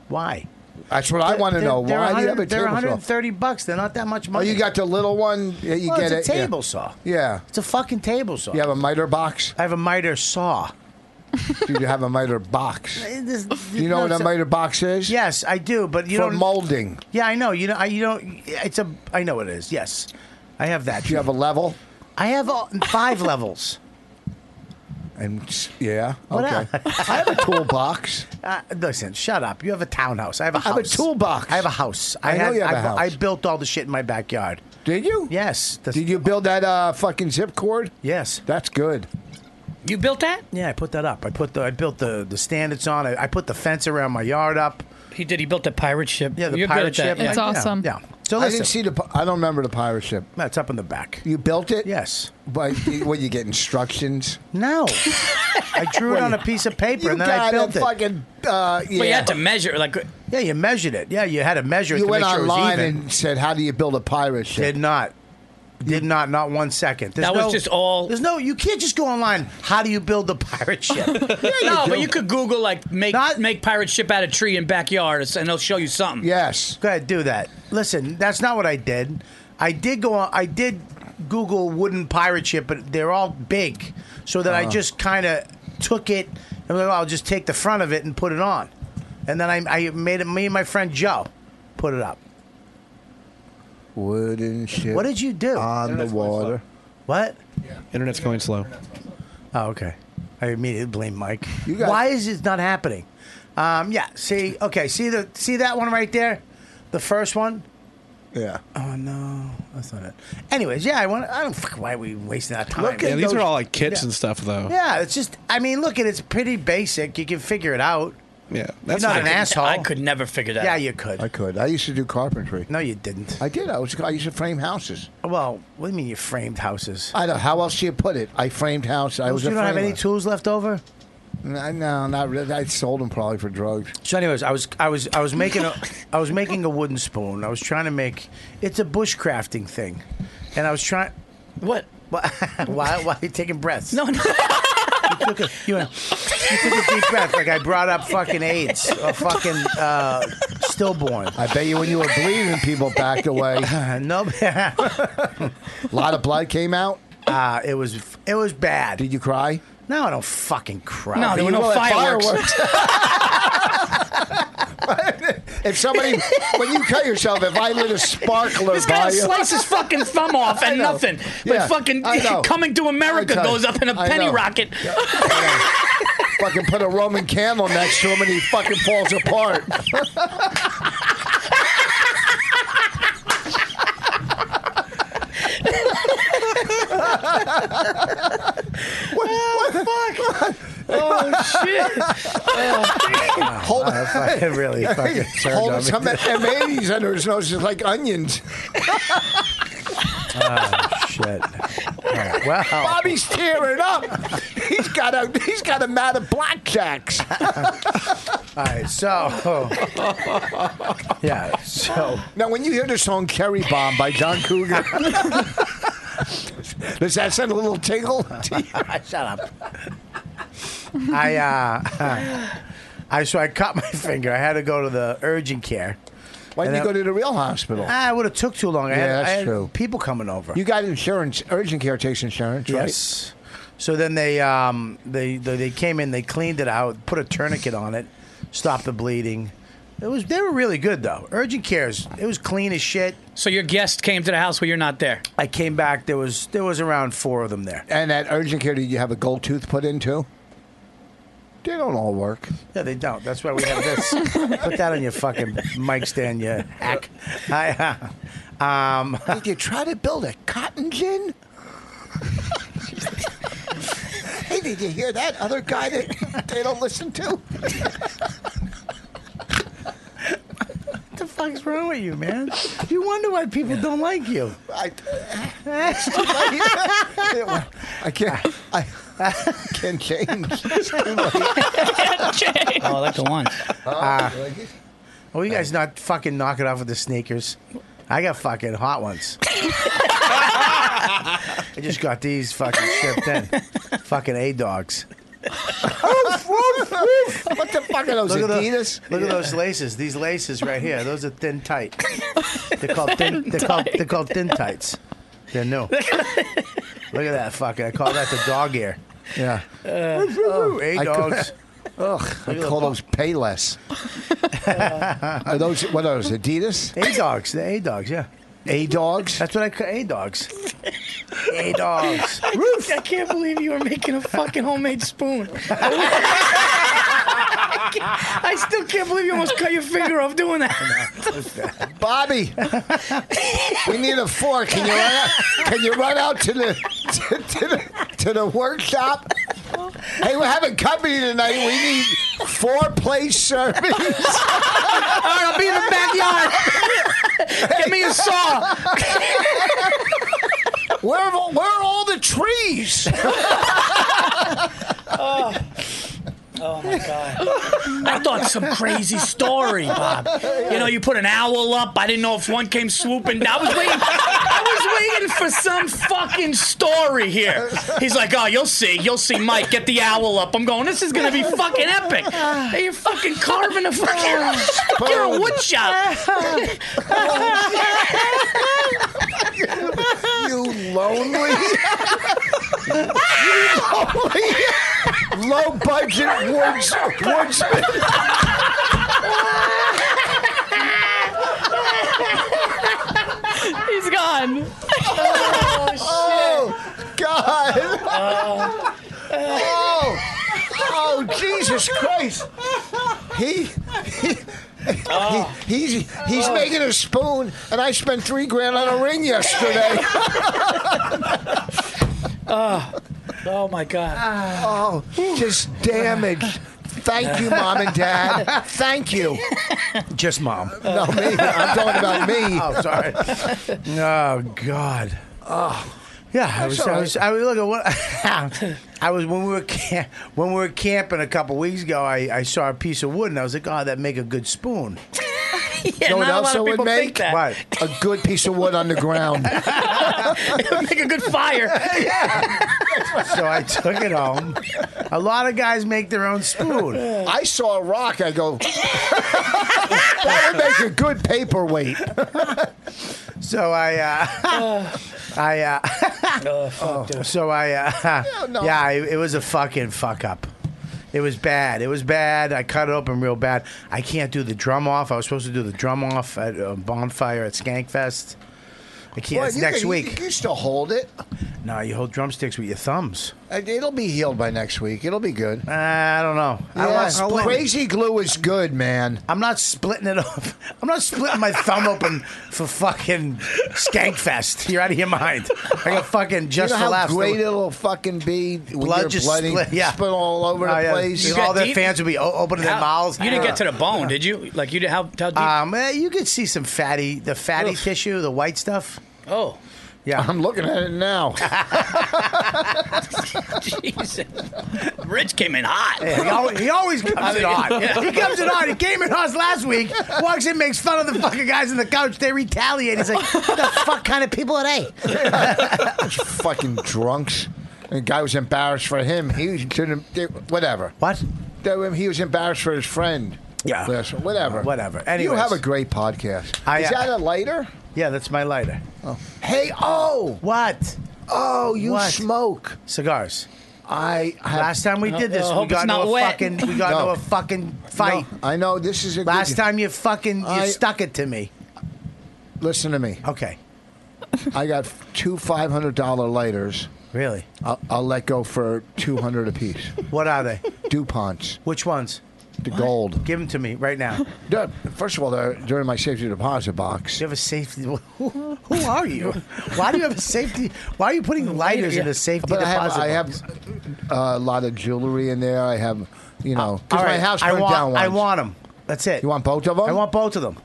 D: Why?
L: That's what I want to
D: They're-
L: know.
D: they're
L: Why do you have a
D: 100 They're
L: table saw?
D: 130 bucks. They're not that much
L: Oh,
D: money.
L: you got the little one. Yeah, you
D: Well,
L: get
D: it's
L: it.
D: a
L: yeah.
D: table saw.
L: Yeah.
D: It's a fucking table saw.
L: You have a miter box.
D: I have a miter saw.
L: Dude, you have a miter box.
D: This-
L: Do you know what
D: it's
L: a miter box is?
D: Yes, I do, but you
L: For
D: don't-
L: molding.
D: Yeah, I know. You know, I you don't. It's a. I know it is. Yes, I have that. You have
L: a level.
D: I have all, five levels.
L: And yeah,
D: What
L: okay. I have a toolbox.
D: Uh, listen, shut up. You have a townhouse. I have a
L: I
D: house.
L: have a toolbox.
D: I have a house.
L: I know you have a
D: I, bu-
L: house.
D: I built all the shit in my backyard.
L: Did you?
D: Yes.
L: Did you build that uh, fucking zip cord?
D: Yes.
L: That's good.
H: You built that?
D: Yeah, I put that up. I put the I built the the stand it's on. I, I put the fence around my yard up.
H: He did. He built a pirate ship.
D: Yeah, the
H: You're good
D: pirate ship.
H: at that, yeah. It's
D: Yeah,
H: awesome.
D: Yeah. So
L: I
D: listen,
L: didn't see the. pi- I don't remember the pirate ship.
D: That's up in the back.
L: You built it?
D: Yes.
L: But you- what you get instructions?
D: No. I drew it on a piece of paper
L: You
D: and then I
L: got a
D: built it.
L: fucking. Uh, yeah.
H: But you had to measure, like,
D: Yeah, you measured it. Yeah, you had to measure it
L: You
D: to
L: went
D: make sure it was
L: online
D: even.
L: and said, "How do you build a pirate ship?"
D: Did not. Did not. Not one second. There's
H: That
D: no,
H: was just all-
D: There's no. You can't just go online. How do you build a pirate ship?
H: no, but you could Google like make make pirate ship out of tree in backyard, and they'll show you something.
L: Yes.
D: Go ahead, do that. Listen, that's not what I did. I did go on. I did Google wooden pirate ship, but they're all big, so that I
L: Uh-huh.
D: just kind of took it and well, I'll just take the front of it and put it on, and then I, I made it. Me and my friend Joe put it up.
L: Wooden ship.
D: What did you do?
L: on the water?
D: What?
I: Internet's going slow.
D: Oh, okay. I immediately blame Mike.
I: got-
D: Why is it not happening? Um, yeah. See. Okay. See the. See that one right there, the first one.
L: Yeah.
D: Oh no, that's not it. Anyways, yeah, I want. I don't. Fuck, why are we wasting our time?
I: yeah, these are all like kits and stuff, though.
D: Yeah, it's just. I mean, look at it's pretty basic. You can figure it out.
I: Yeah,
D: That's not
H: I
D: an
H: could-
D: asshole.
H: I could never figure that.
D: Yeah,
H: out.
D: you could.
L: I could. I used to do carpentry.
D: No, you didn't.
L: I did. I was. I used to frame houses.
D: Well, what do you mean you framed houses?
L: I don't. How else do you put it? I framed houses. I was.
D: you
L: a
D: don't have
L: framer.
D: any tools left over.
L: No, no, not really. I sold them probably for drugs.
D: So, anyways, I was I was I was making a I was making a wooden spoon. I was trying to make it's a bushcrafting thing, and I was trying.
H: What?
D: Why? Why, why are you taking breaths?
H: No, no.
D: You took a you, went, you took a deep breath like I brought up fucking AIDS or fucking uh, stillborn.
L: I bet you when you were bleeding, people backed away.
H: Uh-huh.
D: no,
L: a lot of blood came out.
D: Uh, it was it was bad. Did
L: you cry?
D: No, I don't fucking cry.
H: No, there were
L: You
H: no
L: will have
H: fireworks.
L: if somebody, when you cut yourself, if I lit a sparkler
H: This
L: by
H: guy
L: you,
H: slices his fucking thumb off
L: I
H: and
L: know.
H: nothing.
L: Yeah,
H: But fucking
L: I know.
H: coming to America
L: I tell you,
H: goes up in a
L: I
H: penny
L: know.
H: rocket.
L: fucking put a Roman candle next to him, and he fucking falls apart.
H: Oh shit!
L: Hold
D: I fucking really fucking turned
L: Hold
D: on me.
L: some M80s under his nose, just like onions.
D: Oh, shit. All right, Well,
L: Bobby's tearing up. He's got a he's got a mat of blackjacks.
D: all right. So, yeah. So,
L: Now, when you hear the song "Kerry Bomb" by John Cougar, does that send a little tingle? to you?
D: shut up. I uh, I so I cut my finger. I had to go to the urgent care.
L: Why
D: And
L: didn't you
D: that-
L: go to the real hospital?
D: Ah, it would have took too long.
L: Yeah,
D: I had, I
L: that's
D: had
L: true.
D: people coming over.
L: You got insurance. Urgent care takes insurance, right?
D: yes. So then they um they, they they came in, they cleaned it out, put a tourniquet on it, stopped the bleeding. It was they were really good though. Urgent cares, it was clean as shit.
H: So your guest came to the house where you're not there.
D: I came back, there was there was around four of them there.
L: And at urgent care, did you have a gold tooth put in too? They don't all work.
D: Yeah, they don't. That's why we have this. Put that on your fucking mic stand, you hack. I, uh, um,
L: Did you try to build a cotton gin? hey, did you hear that other guy that they don't listen to?
D: what the fuck's wrong with you, man? You wonder why people don't like you.
L: I, I can't. I can't change. It's too late.
H: Oh, I like the one.
D: Oh, you guys not fucking knock it off with the sneakers. I got fucking hot ones. I just got these fucking shipped in. fucking A dogs.
L: what the fuck are those
D: Look at
L: Adidas?
D: those, look at those laces. These laces right here. Those are thin tight. They're called thin. They're called, they're called thin tights. They're new. Look at that fucking. I call that the dog ear.
L: Yeah.
D: oh, hey,
L: I cou-
D: dogs.
L: Ugh, I
D: Look at
L: call
D: the-
L: those payless. are those what are those? Adidas?
D: A dogs. The A dogs. Yeah.
L: A dogs.
D: That's what I call A dogs. A dogs.
M: Ruth. I can't believe you were making a fucking homemade spoon. I still can't believe you almost cut your finger off doing that.
L: Bobby, we need a fork. Can you run out, can you run out to the to, to the to the workshop? Hey, we're having company tonight. We need four plate service. All right,
M: I'll be in the backyard.
L: Give me a saw. where have all, where are all the trees?
H: Oh. Oh my god! I thought some crazy story, Bob. You know, you put an owl up. I didn't know if one came swooping. down. I was waiting. I was waiting for some fucking story here. He's like, "Oh, you'll see, you'll see, Mike. Get the owl up." I'm going. This is gonna be fucking epic. Hey, you're fucking carving a fucking. You're a wood shop.
L: you lonely, you lonely, low budget woods, woodsman.
K: He's gone.
M: Oh, shit.
L: Oh, God. Oh, oh, Jesus Christ. He, he, he he's, he's making a spoon, and I spent three grand on a ring yesterday.
H: Oh, oh my god!
L: Oh, just damaged. Thank you, mom and dad. Thank you.
D: Just mom.
L: No, me. I'm talking about me.
D: Oh, sorry. Oh God.
L: Oh.
D: Yeah, I
L: That's
D: was,
L: all
D: I was. I was. Look at what I was when we were camp, when we were camping a couple weeks ago. I, I saw a piece of wood and I was like, "Oh, that make a good spoon."
H: Yeah,
L: know what
H: not a
L: else
H: lot
L: I
H: of
L: would
H: people
L: make?
H: think that.
L: A good piece of wood on the ground.
H: It would make a good fire.
D: so I took it home. A lot of guys make their own spoon.
L: I saw a rock. I go, that would make a good paperweight.
D: So I, uh, I, uh, Oh, so I, uh,
L: no.
D: yeah, it, it was a fucking fuck up. It was bad. It was bad. I cut it open real bad. I can't do the drum off. I was supposed to do the drum off at a bonfire at Skankfest. I can't.
L: Well,
D: it's
L: you
D: next
L: can- you
D: week.
L: can- You, still hold it.
D: No, you hold drumsticks with your thumbs.
L: And It'll be healed by next week. It'll be good.
D: Uh, I don't know. I'm
L: Yeah,
D: not splitting.
L: crazy glue is good, man.
D: I'm not splitting it up. I'm not splitting my thumb open for fucking Skankfest. You're out of your mind. I got fucking just
L: you know
D: for
L: how
D: laughs.
L: great it'll fucking be when
D: blood
L: you're
D: just
L: blooding,
D: split, yeah.
L: spit all over
D: Oh,
L: the
D: yeah.
L: place.
D: You all their fans would be o- opening their
H: How-
D: mouths.
H: You didn't get to the bone, did you? Like you did? How, how deep?
L: Uh,
D: Um, eh, you could see some fatty, the fatty tissue, the white stuff. Um,
H: oh,
D: Yeah,
L: I'm looking at it now.
H: Jesus! Rich came in hot.
D: Yeah, he, always, he always
H: I
D: comes
H: mean,
D: in hot.
H: yeah.
D: He comes in hot. He came in hot last week. Walks in, makes fun of the fucking guys on the couch. They retaliate. He's like, "What the fuck kind of people are they?"
L: fucking drunks. The guy was embarrassed for him. He didn't. Whatever.
D: What?
L: That- He was embarrassed for his friend.
D: Yeah.
L: Last- Whatever.
D: Whatever.
L: You
D: Anyways.
L: have a great podcast.
D: I,
L: is
D: uh,
L: that a lighter?
D: Yeah, that's my lighter.
L: Hey, oh,
D: What?
L: oh, you
D: What?
L: smoke.
D: Cigars.
L: I have,
D: Last time we did this,
H: I
D: we
H: Uh, hope it's
D: got into
H: not
D: a
H: wet.
D: fucking we got
L: No.
D: into a fucking
L: No,
D: fight.
L: I know this is a good-
D: Last time you fucking you
L: I-
D: stuck it to me.
L: Listen to me.
D: Okay,
L: I got two five hundred dollar lighters.
D: really?
L: I'll, I'll let go for two hundred apiece.
D: What are they?
L: Duponts,
D: Which ones?
L: the gold.
D: Give them to me right now. Do
L: They're- First of all, they're, they're in my safety deposit box.
D: you have a safety? Who, who are you? Why do you have a safety? Why are you putting lighters in a safety
L: But I have,
D: deposit?
L: I
D: box?
L: have a lot of jewelry in there. I have, you know, because
D: Uh, All
L: my
D: right,
L: house
D: I
L: burned
D: want,
L: down once.
D: I want them. That's it.
L: You want both of them?
D: I want both of them.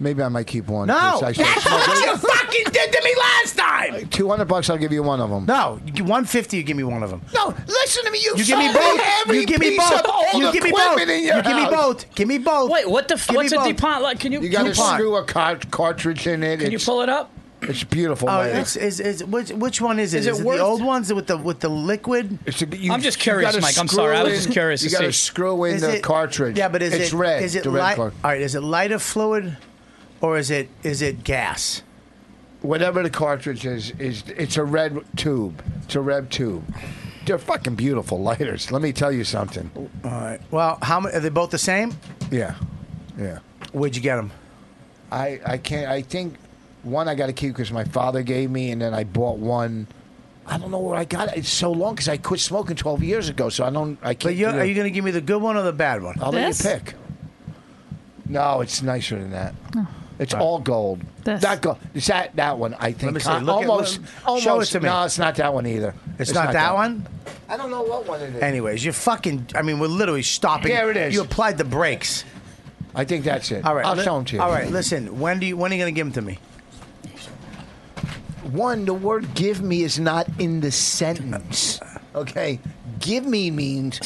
L: Maybe I might keep one.
D: No,
L: Yes, I
D: that's
L: should.
D: what you fucking did to me last time.
L: Two hundred bucks. I'll give you one of them.
D: No, one fifty. You give me one of them.
L: No, listen to me. You,
D: You give me
L: sold
D: both.
L: Every
D: you give me
L: piece
D: both.
L: Of old
D: you give me both.
L: equipment in your
D: You give me
L: house.
D: both. Give me both.
H: Wait, what the? F-
D: Give me
H: what's a
D: both.
H: DuPont like? Can you?
L: You got to
D: DuPont.
L: screw a cart- cartridge in it.
H: Can you
L: it's,
H: pull it up?
L: It's beautiful.
D: Oh,
L: man.
D: it's, is, is, which, which one is it?
H: Is
D: Is
H: it
D: it,
H: worth-
D: the old ones with the with the liquid?
L: It's a- you-
H: I'm just
L: you
H: curious,
L: gotta
H: Mike. I'm
L: screw
H: sorry. I was
L: in-
H: just curious
L: You
H: to
L: got to
H: see.
L: screw in
D: Is
L: the
D: it-
L: cartridge.
D: Yeah, but is
L: it's
D: it
L: red?
D: Is it
L: the red
D: light?
L: card.
D: All right, is it lighter fluid, or is it is it gas?
L: Whatever the cartridge is, is it's a red tube. It's a red tube. they're fucking beautiful lighters. Let me tell you something.
D: All right. Well, how many? Are they both the same?
L: Yeah, yeah.
D: Where'd you get them?
L: I I can't. I think one I got to keep because my father gave me, and then I bought one. I don't know where I got it. It's so long because I quit smoking twelve years ago, so I don't. I can't.
D: But you're, are you going to give me the good one or the bad one?
L: I'll let you pick. No, it's nicer than that. It's all gold. Not gold. It's that that one. I think.
D: me see.
L: Uh,
D: Look at-
L: almost.
D: look-
L: almost.
D: show it to me.
L: No, it's not that one either.
D: It's, not, that one.
L: I don't know what one it is.
D: Anyways, you're fucking. I mean, we're literally stopping.
L: There it is.
D: You applied the brakes.
L: I think that's it.
D: All right,
L: I'll
D: li-
L: show 'em to you.
D: All right, listen. When do you? When are you going to give them to me?
L: One, the word give me is not in the sentence. Okay? Give me means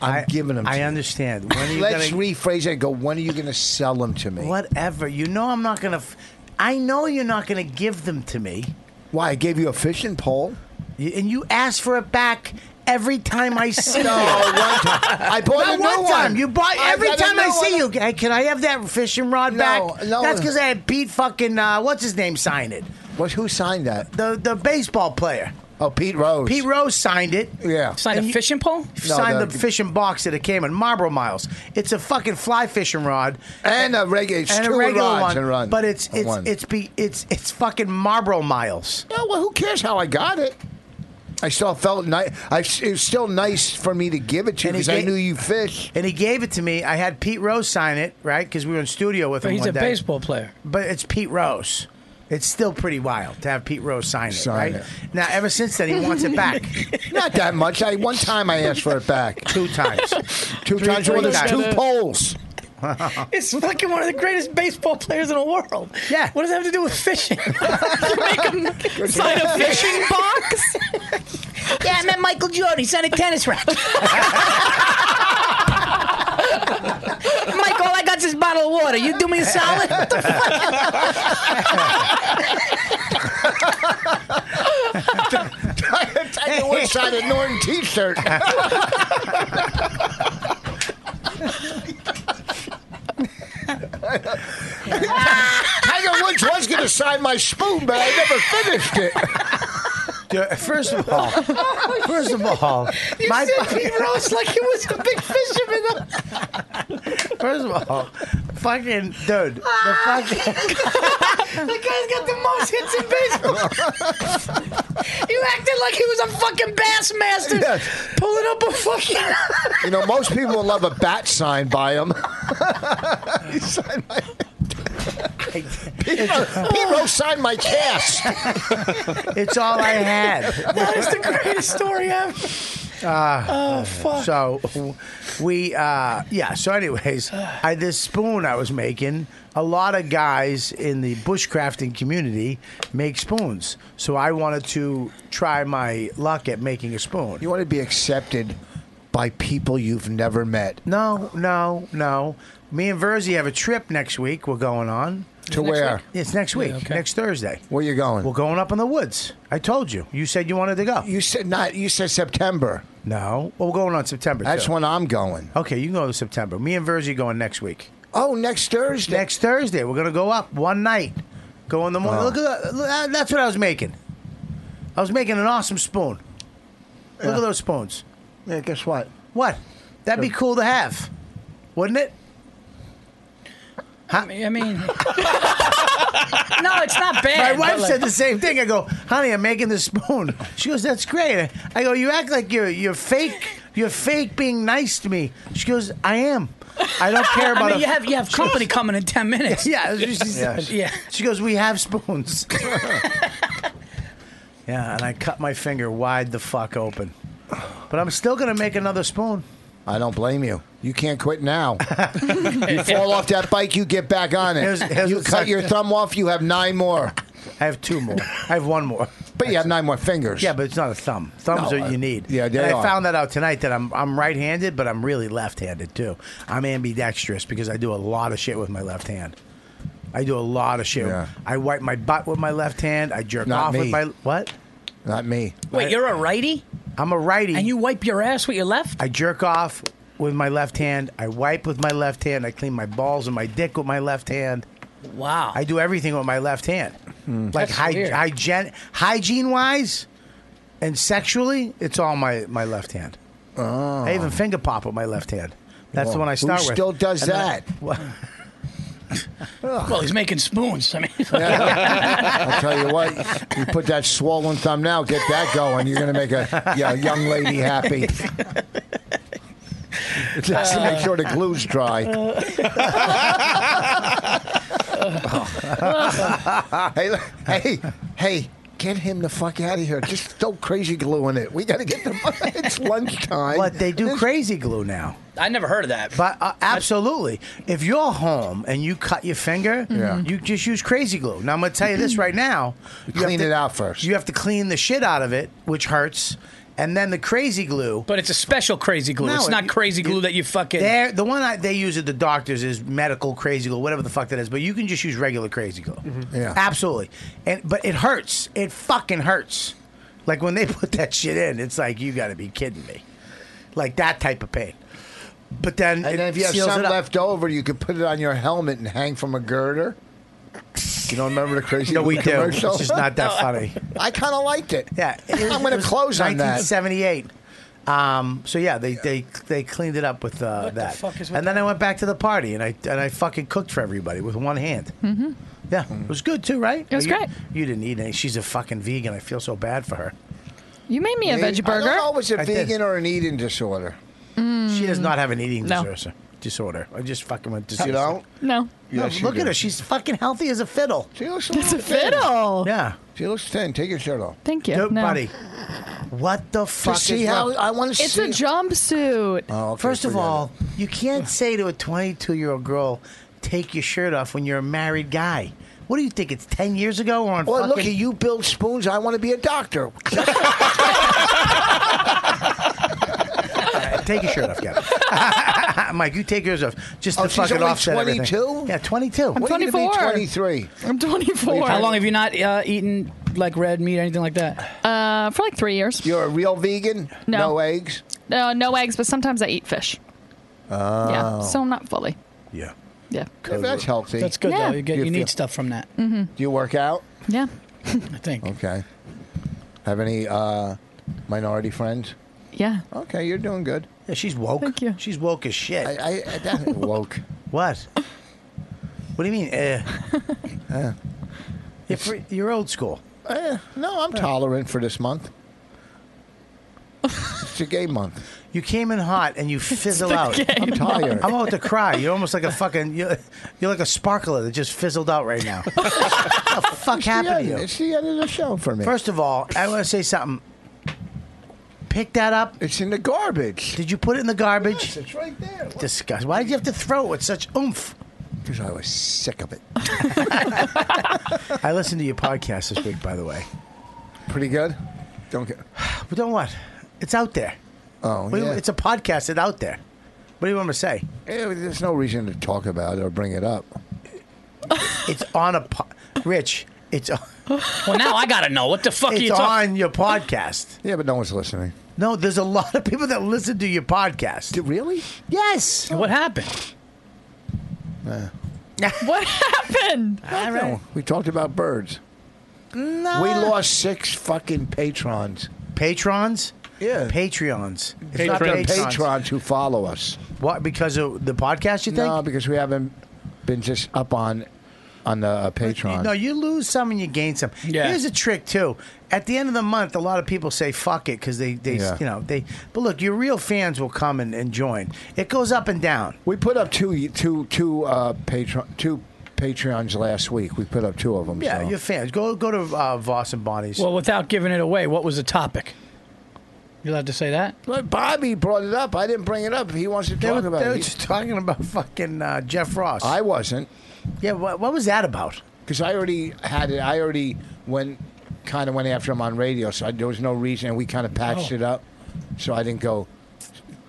L: I'm giving them to
D: I
L: you.
D: understand. When are you
L: Let's
D: gonna-
L: rephrase it and go, when are you going to sell them to me?
D: Whatever. You know, I'm not going to. F- I know you're not going to give them to me.
L: Why? I gave you a fishing pole.
D: And you ask for it back every time I see
L: No,
D: you.
L: one time. I bought
D: Not
L: a new
D: one time.
L: one.
D: You bought
L: I
D: every
L: got a
D: time I
L: new
D: see
L: one.
D: you. Hey, can I have that fishing rod
L: No,
D: back?
L: no.
D: That's because I had Pete fucking uh, what's his name sign it.
L: What? Who signed that?
D: The the baseball player.
L: Oh, Pete Rose.
D: Pete Rose signed it.
L: Yeah.
H: Signed
D: And
H: a
D: you-
H: fishing pole?
D: signed
L: the-
D: the, fishing box that it came in, Marlboro Miles. It's a fucking fly fishing rod
L: And a regular, it's
D: and a
L: two
D: regular
L: rods
D: one,
L: and run.
D: but it's it's
L: One.
D: it's be it's it's fucking Marlboro Miles.
L: No, well, who cares how I got it? I still felt nice. I, it was still nice for me to give it to you
D: And he
L: because I
D: ga-
L: knew you fish.
D: And he gave it to me. I had Pete Rose sign it, right? Because we were in studio with
H: But
D: him.
H: he's
D: one
H: a
D: day.
H: baseball player.
D: but it's Pete Rose. It's still pretty wild to have Pete Rose sign it,
L: Sign
D: right?
L: it.
D: Now, ever since then, he wants it back
L: Not that much. I one time I asked for it back.
D: two times.
L: Two times. Well,
D: three
L: there's two
D: times.
L: poles.
M: It's fucking one of the greatest baseball players in the world.
D: Oh, Yeah.
M: What does that have to do with fishing?
K: Sign a fishing box.
M: yeah, I met Michael Jordan. He signed a tennis racket. Mike, all I got is this bottle of water. You do me a solid? What the
L: I know one side of Norton T-shirt. Tiger Woods was going to sign my spoon, but I never finished it.
D: Dude, uh, First of all, first of all, my fucking,
M: Rose like he was a big fisherman.
D: first of all, fucking dude, the fucking
M: the guy's got the most hits in baseball. you acted like he was a fucking bassmaster
L: Yes.
M: pulling up a fucking.
L: You know, most people love a bat signed by him. he signed my. Pete Rose- Pete Rose signed my cast.
D: it's all I had.
M: that is the greatest story ever. oh fuck!
D: So we, uh, yeah. So, anyways, I had this spoon I was making. A lot of guys in the bushcrafting community make spoons, so I wanted to try my luck at making a spoon.
L: You want to be accepted by people you've never met.
D: No, no, no. Me and Verzi have a trip next week. We're going on.
L: To where?
D: It's next week,
H: okay.
D: next Thursday.
L: Where you going?
D: We're going up in the woods. I told you. You said you wanted to go.
L: You said not. You said September.
D: No. Well, we're going on September.
L: That's
D: too.
L: when I'm going.
D: Okay, you can go to September. Me and Verzi going next week.
L: Oh, next Thursday.
D: Next Thursday, we're gonna go up one night. Go in the morning.
L: Oh.
D: Look at that. Look, uh, That's what I was making. I was making an awesome spoon. Look at those spoons.
L: Yeah, guess what?
D: What? That'd be cool to have, wouldn't it?
H: I mean, I mean- no, it's not
D: My
H: bad.
D: wife
H: but, like,
D: said the same thing. I go, honey, I'm making the spoon. She goes, that's great. I go, you act like you're you're fake. You're fake being nice to me. She goes, I am. I don't care
H: I
D: about
H: mean,
D: a-
H: you have you have company coming in ten minutes.
D: Yeah, she, she said-
H: Yeah.
D: She goes, we have spoons. yeah, and I cut my finger wide the fuck open. But I'm still gonna make another spoon.
L: I don't blame you. You can't quit now. you fall off that bike, you get back on it.
D: Here's- here's
L: you
D: what's
L: cut
D: like-
L: your thumb off, you have nine more.
D: I have two more. I have one more.
L: But you have nine more fingers.
D: Yeah, but it's not a thumb. Thumbs
L: No,
D: are what you need.
L: yeah, they
D: and I
L: are.
D: found that out tonight that I'm I'm right-handed, but I'm really left-handed too. I'm ambidextrous because I do a lot of shit with my left hand. I do a lot of shit.
L: Yeah.
D: I wipe my butt with my left hand. I jerk
L: Not
D: off with
L: me.
D: my what?
L: Not me.
H: Wait, you're a righty,
D: I'm a righty.
H: and you wipe your ass with your left?
D: I jerk off with my left hand. I wipe with my left hand. I clean my balls and my dick with my left hand.
H: Wow.
D: I
L: Hmm.
D: do everything with my left hand. Like
H: That's
D: hy-
H: weird.
D: hygiene hygiene wise, And sexually, it's all my, my left hand. I even finger pop with my left hand. That's the
L: Whoa.
D: one I
L: Oh. Who
D: start with.
L: still does
D: And then I-
L: that?
H: Well, he's making spoons. I mean,
L: I'll tell you what, you put that swollen thumb now, get that going. You're going to make a yeah, young lady happy. Just to make sure the glue's dry. hey, hey, hey, get him the fuck out of here. Just throw crazy glue in it. We got to get the. It's lunchtime.
D: But they do crazy glue now.
H: I never heard of that.
D: But uh, absolutely, if you're home and you cut your finger,
H: Yeah.
L: Mm-hmm.
D: you just use crazy glue. Now I'm going to tell you this right now: you
L: Clean it out first.
D: You have to clean the shit out of it, which hurts, and then the crazy glue.
H: But it's a special crazy glue.
D: No,
H: it's not
D: it-
H: crazy glue that you fucking.
D: They're, the one I, they use at the doctors is medical crazy glue, whatever the fuck that is. But you can just use regular crazy glue.
L: Yeah.
D: absolutely. And but it hurts. It fucking hurts. Like when they put that shit in, it's like you got to be kidding me. Like that type of pain. But then, it
L: And then if you have
D: seals
L: some
D: it up.
L: left over, you could put it on your helmet and hang from a girder. You don't remember the crazy
D: No, we do.
L: commercial?
D: It's just not that funny.
L: I kind of liked it.
D: Yeah,
L: I'm going to close on that.
D: 1978. Um, so yeah, they, they they cleaned it up with uh,
H: What the
D: that.
H: fuck is with
D: and then I went back to the party and I and I fucking cooked for everybody with one hand.
K: Mm-hmm.
D: Yeah, it was good too, right?
K: It was
D: You-
K: great.
D: You didn't eat any. She's a fucking vegan. I feel so bad for her.
K: You made me a
L: Hey,
K: veggie
L: I
K: burger.
L: don't know if it's a
D: I did.
L: vegan or an eating disorder.
D: She does not have an eating
K: No.
D: disorder. Disorder. I just fucking went to
L: You don't?
K: No.
D: No,
L: Yes, you
D: look
L: do.
D: at her. She's fucking healthy as a fiddle.
L: She looks
K: It's a
L: little thin.
K: fiddle.
D: Yeah.
L: She looks thin. Take your shirt off.
K: Thank you.
D: Dude,
K: No.
D: buddy. What the fuck?
L: see
D: is
L: how-
D: wrong-
L: I wanna
K: It's
L: see-
K: a jumpsuit.
L: Oh, okay,
D: First of
L: forget
D: all, you can't say to a 22 year old girl, take your shirt off when you're a married guy. What do you think? It's 10 years ago or on
L: it. Well, look
D: fucking.
L: at you build spoons. I want to be a doctor.
D: Uh, take your shirt off, Gavin. Mike, you take yours off. Just
L: Oh,
D: to
L: she's
D: fucking
L: only
D: offset everything.
L: 22?
D: Yeah, 22.
K: I'm
L: What are you gonna be
K: 24.
L: 23?
K: I'm 24.
H: How long have you not uh, eaten like red meat or anything like that?
K: Uh, for like three years.
L: You're a real vegan?
K: No.
L: eggs?
K: No, no eggs, but sometimes I eat fish.
L: Oh.
K: Yeah, so I'm not fully.
D: yeah.
K: Yeah.
L: Yeah, that's healthy.
H: That's good
K: Yeah.
H: though. You get
L: You
H: you,
L: feel-
H: need stuff from that.
L: Do you work out?
K: Yeah.
H: I think.
L: Okay. Have any uh, minority friends?
K: Yeah.
L: Okay, you're doing good.
D: Yeah, she's woke.
K: Thank you.
D: She's woke as shit.
L: I, I, I that woke.
D: what? What do you mean? Eh. You're, fr- you're old school.
L: Eh, no, I'm tolerant for this month. it's a gay month.
D: You came in hot and you fizzle out.
L: I'm tired.
D: I'm about to cry. You're almost like a fucking. You're, you're like a sparkler that just fizzled out right now. what the fuck
L: Yeah,
D: happened to you?
L: it's the end of the show for me.
D: First of all, I want to say something. Pick that up.
L: it's in the garbage.
D: Did you put it in the garbage?
L: Yes, it's right there. Look.
D: Disgust. Why did you have to throw it with such oomph?
L: Because I was sick of it.
D: I listened to your podcast this week, by the way.
L: Pretty good. Don't get.
D: But don't what? It's out there.
L: Oh
D: What do you-
L: yeah.
D: It's a podcast. It's out there. What do you want me to say?
L: Eh, there's no reason to talk about it or bring it up.
D: It's on a po- Rich. It's on,
H: Well, now I gotta know what the fuck are you
D: it's
H: talking.
D: on your podcast.
L: Yeah, but no one's listening.
D: No, there's a lot of people that listen to your podcast.
L: Did, really?
D: Yes.
H: What happened?
K: What happened?
D: All right.
L: No, we talked about birds.
D: No.
L: We lost six fucking patrons.
D: patrons.
L: Yeah.
D: Patreons. It's not
L: Patrons.
D: patrons.
L: patrons who follow us.
D: What? Because of the podcast? You think?
L: No, because we haven't been just up on on the uh, Patreon.
D: No, you lose some and you gain some.
H: Yeah.
D: Here's a trick too. At the end of the month, a lot of people say "fuck it" because they, they,
L: Yeah.
D: you know, they. But look, your real fans will come and, and join. It goes up and down.
L: we put up two two two uh, Patreon two Patreons last week. We put up two of them.
D: Yeah,
L: so.
D: your fans go go to uh, Voss and Bonnie's.
H: Well, without giving it away, what was the topic? You allowed to say that?
L: But Bobby brought it up. I didn't bring it up. He wants to
D: they
L: talk
D: were,
L: about
D: they were
L: it.
D: just talking about fucking uh, Jeff Ross.
L: I wasn't
D: yeah, what, what was that about?
L: because I already had it. I already went kind
D: Oh.
L: of went after him on radio, so I, there was no reason. And we kind of patched it up, so I didn't go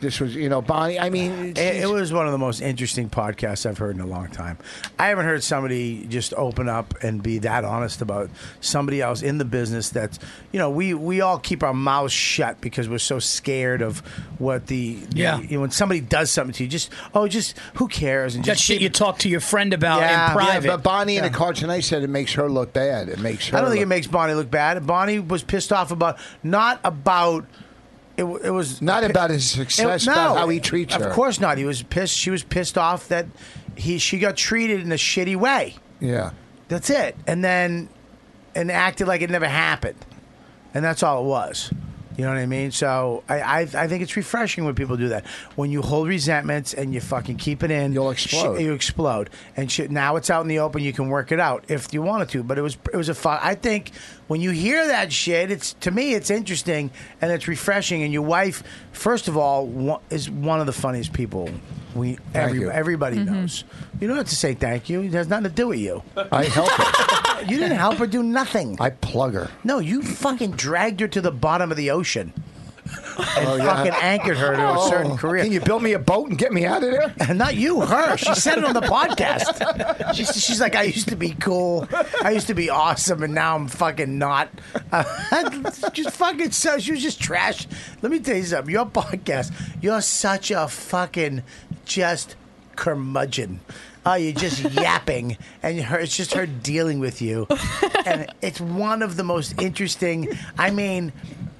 L: This was, you know, Bonnie. I mean,
D: It, it was one of the most interesting podcasts I've heard in a long time. I haven't heard somebody just open up and be that honest about somebody else in the business. That's you know we we all keep our mouths shut because we're so scared of what the
H: Yeah.
D: the- you know, when somebody does something to you, just oh just who cares and
H: That
D: just
H: shit you talk to your friend about
D: Yeah.
H: in private.
L: but Bonnie in
D: Yeah.
L: the car tonight said it makes her look bad. It makes her.
D: I don't think it
L: look-
D: makes Bonnie look bad. Bonnie was pissed off about not about it. w- It was
L: Not about his success, about how he treats
D: of
L: her.
D: Of course not. He was pissed. She was pissed off that he she got treated in a shitty way.
L: Yeah.
D: That's it. And then and acted like it never happened. And that's all it was. You know what I mean? So I, I, I think it's refreshing when people do that. When you hold resentments and you fucking keep it in, you'll
L: explode.
D: you explode. And shit, now it's out in the open. You can work it out if you wanted to. But it was it was a fun. I think when you hear that shit, it's to me it's interesting and it's refreshing. And your wife, first of all, wa- is one of the funniest people we every,
L: you.
D: everybody knows. You don't have to say thank you. It has nothing to do with you.
L: I help
D: her. you didn't help her do nothing.
L: I plug her.
D: No, you fucking dragged her to the bottom of the ocean. And
L: Oh, yeah.
D: fucking anchored her to a certain
L: Oh.
D: career.
L: Can you build me a boat and get me out of there?
D: Not you, her. She said it on the podcast. She's, she's like, I used to be cool. I used to be awesome, and now I'm fucking not. Uh, just fucking so she was just trash. Let me tell you something. Your podcast, you're such a fucking just curmudgeon. Oh, you're just yapping, and her, it's just her dealing with you, and it's one of the most interesting. I mean,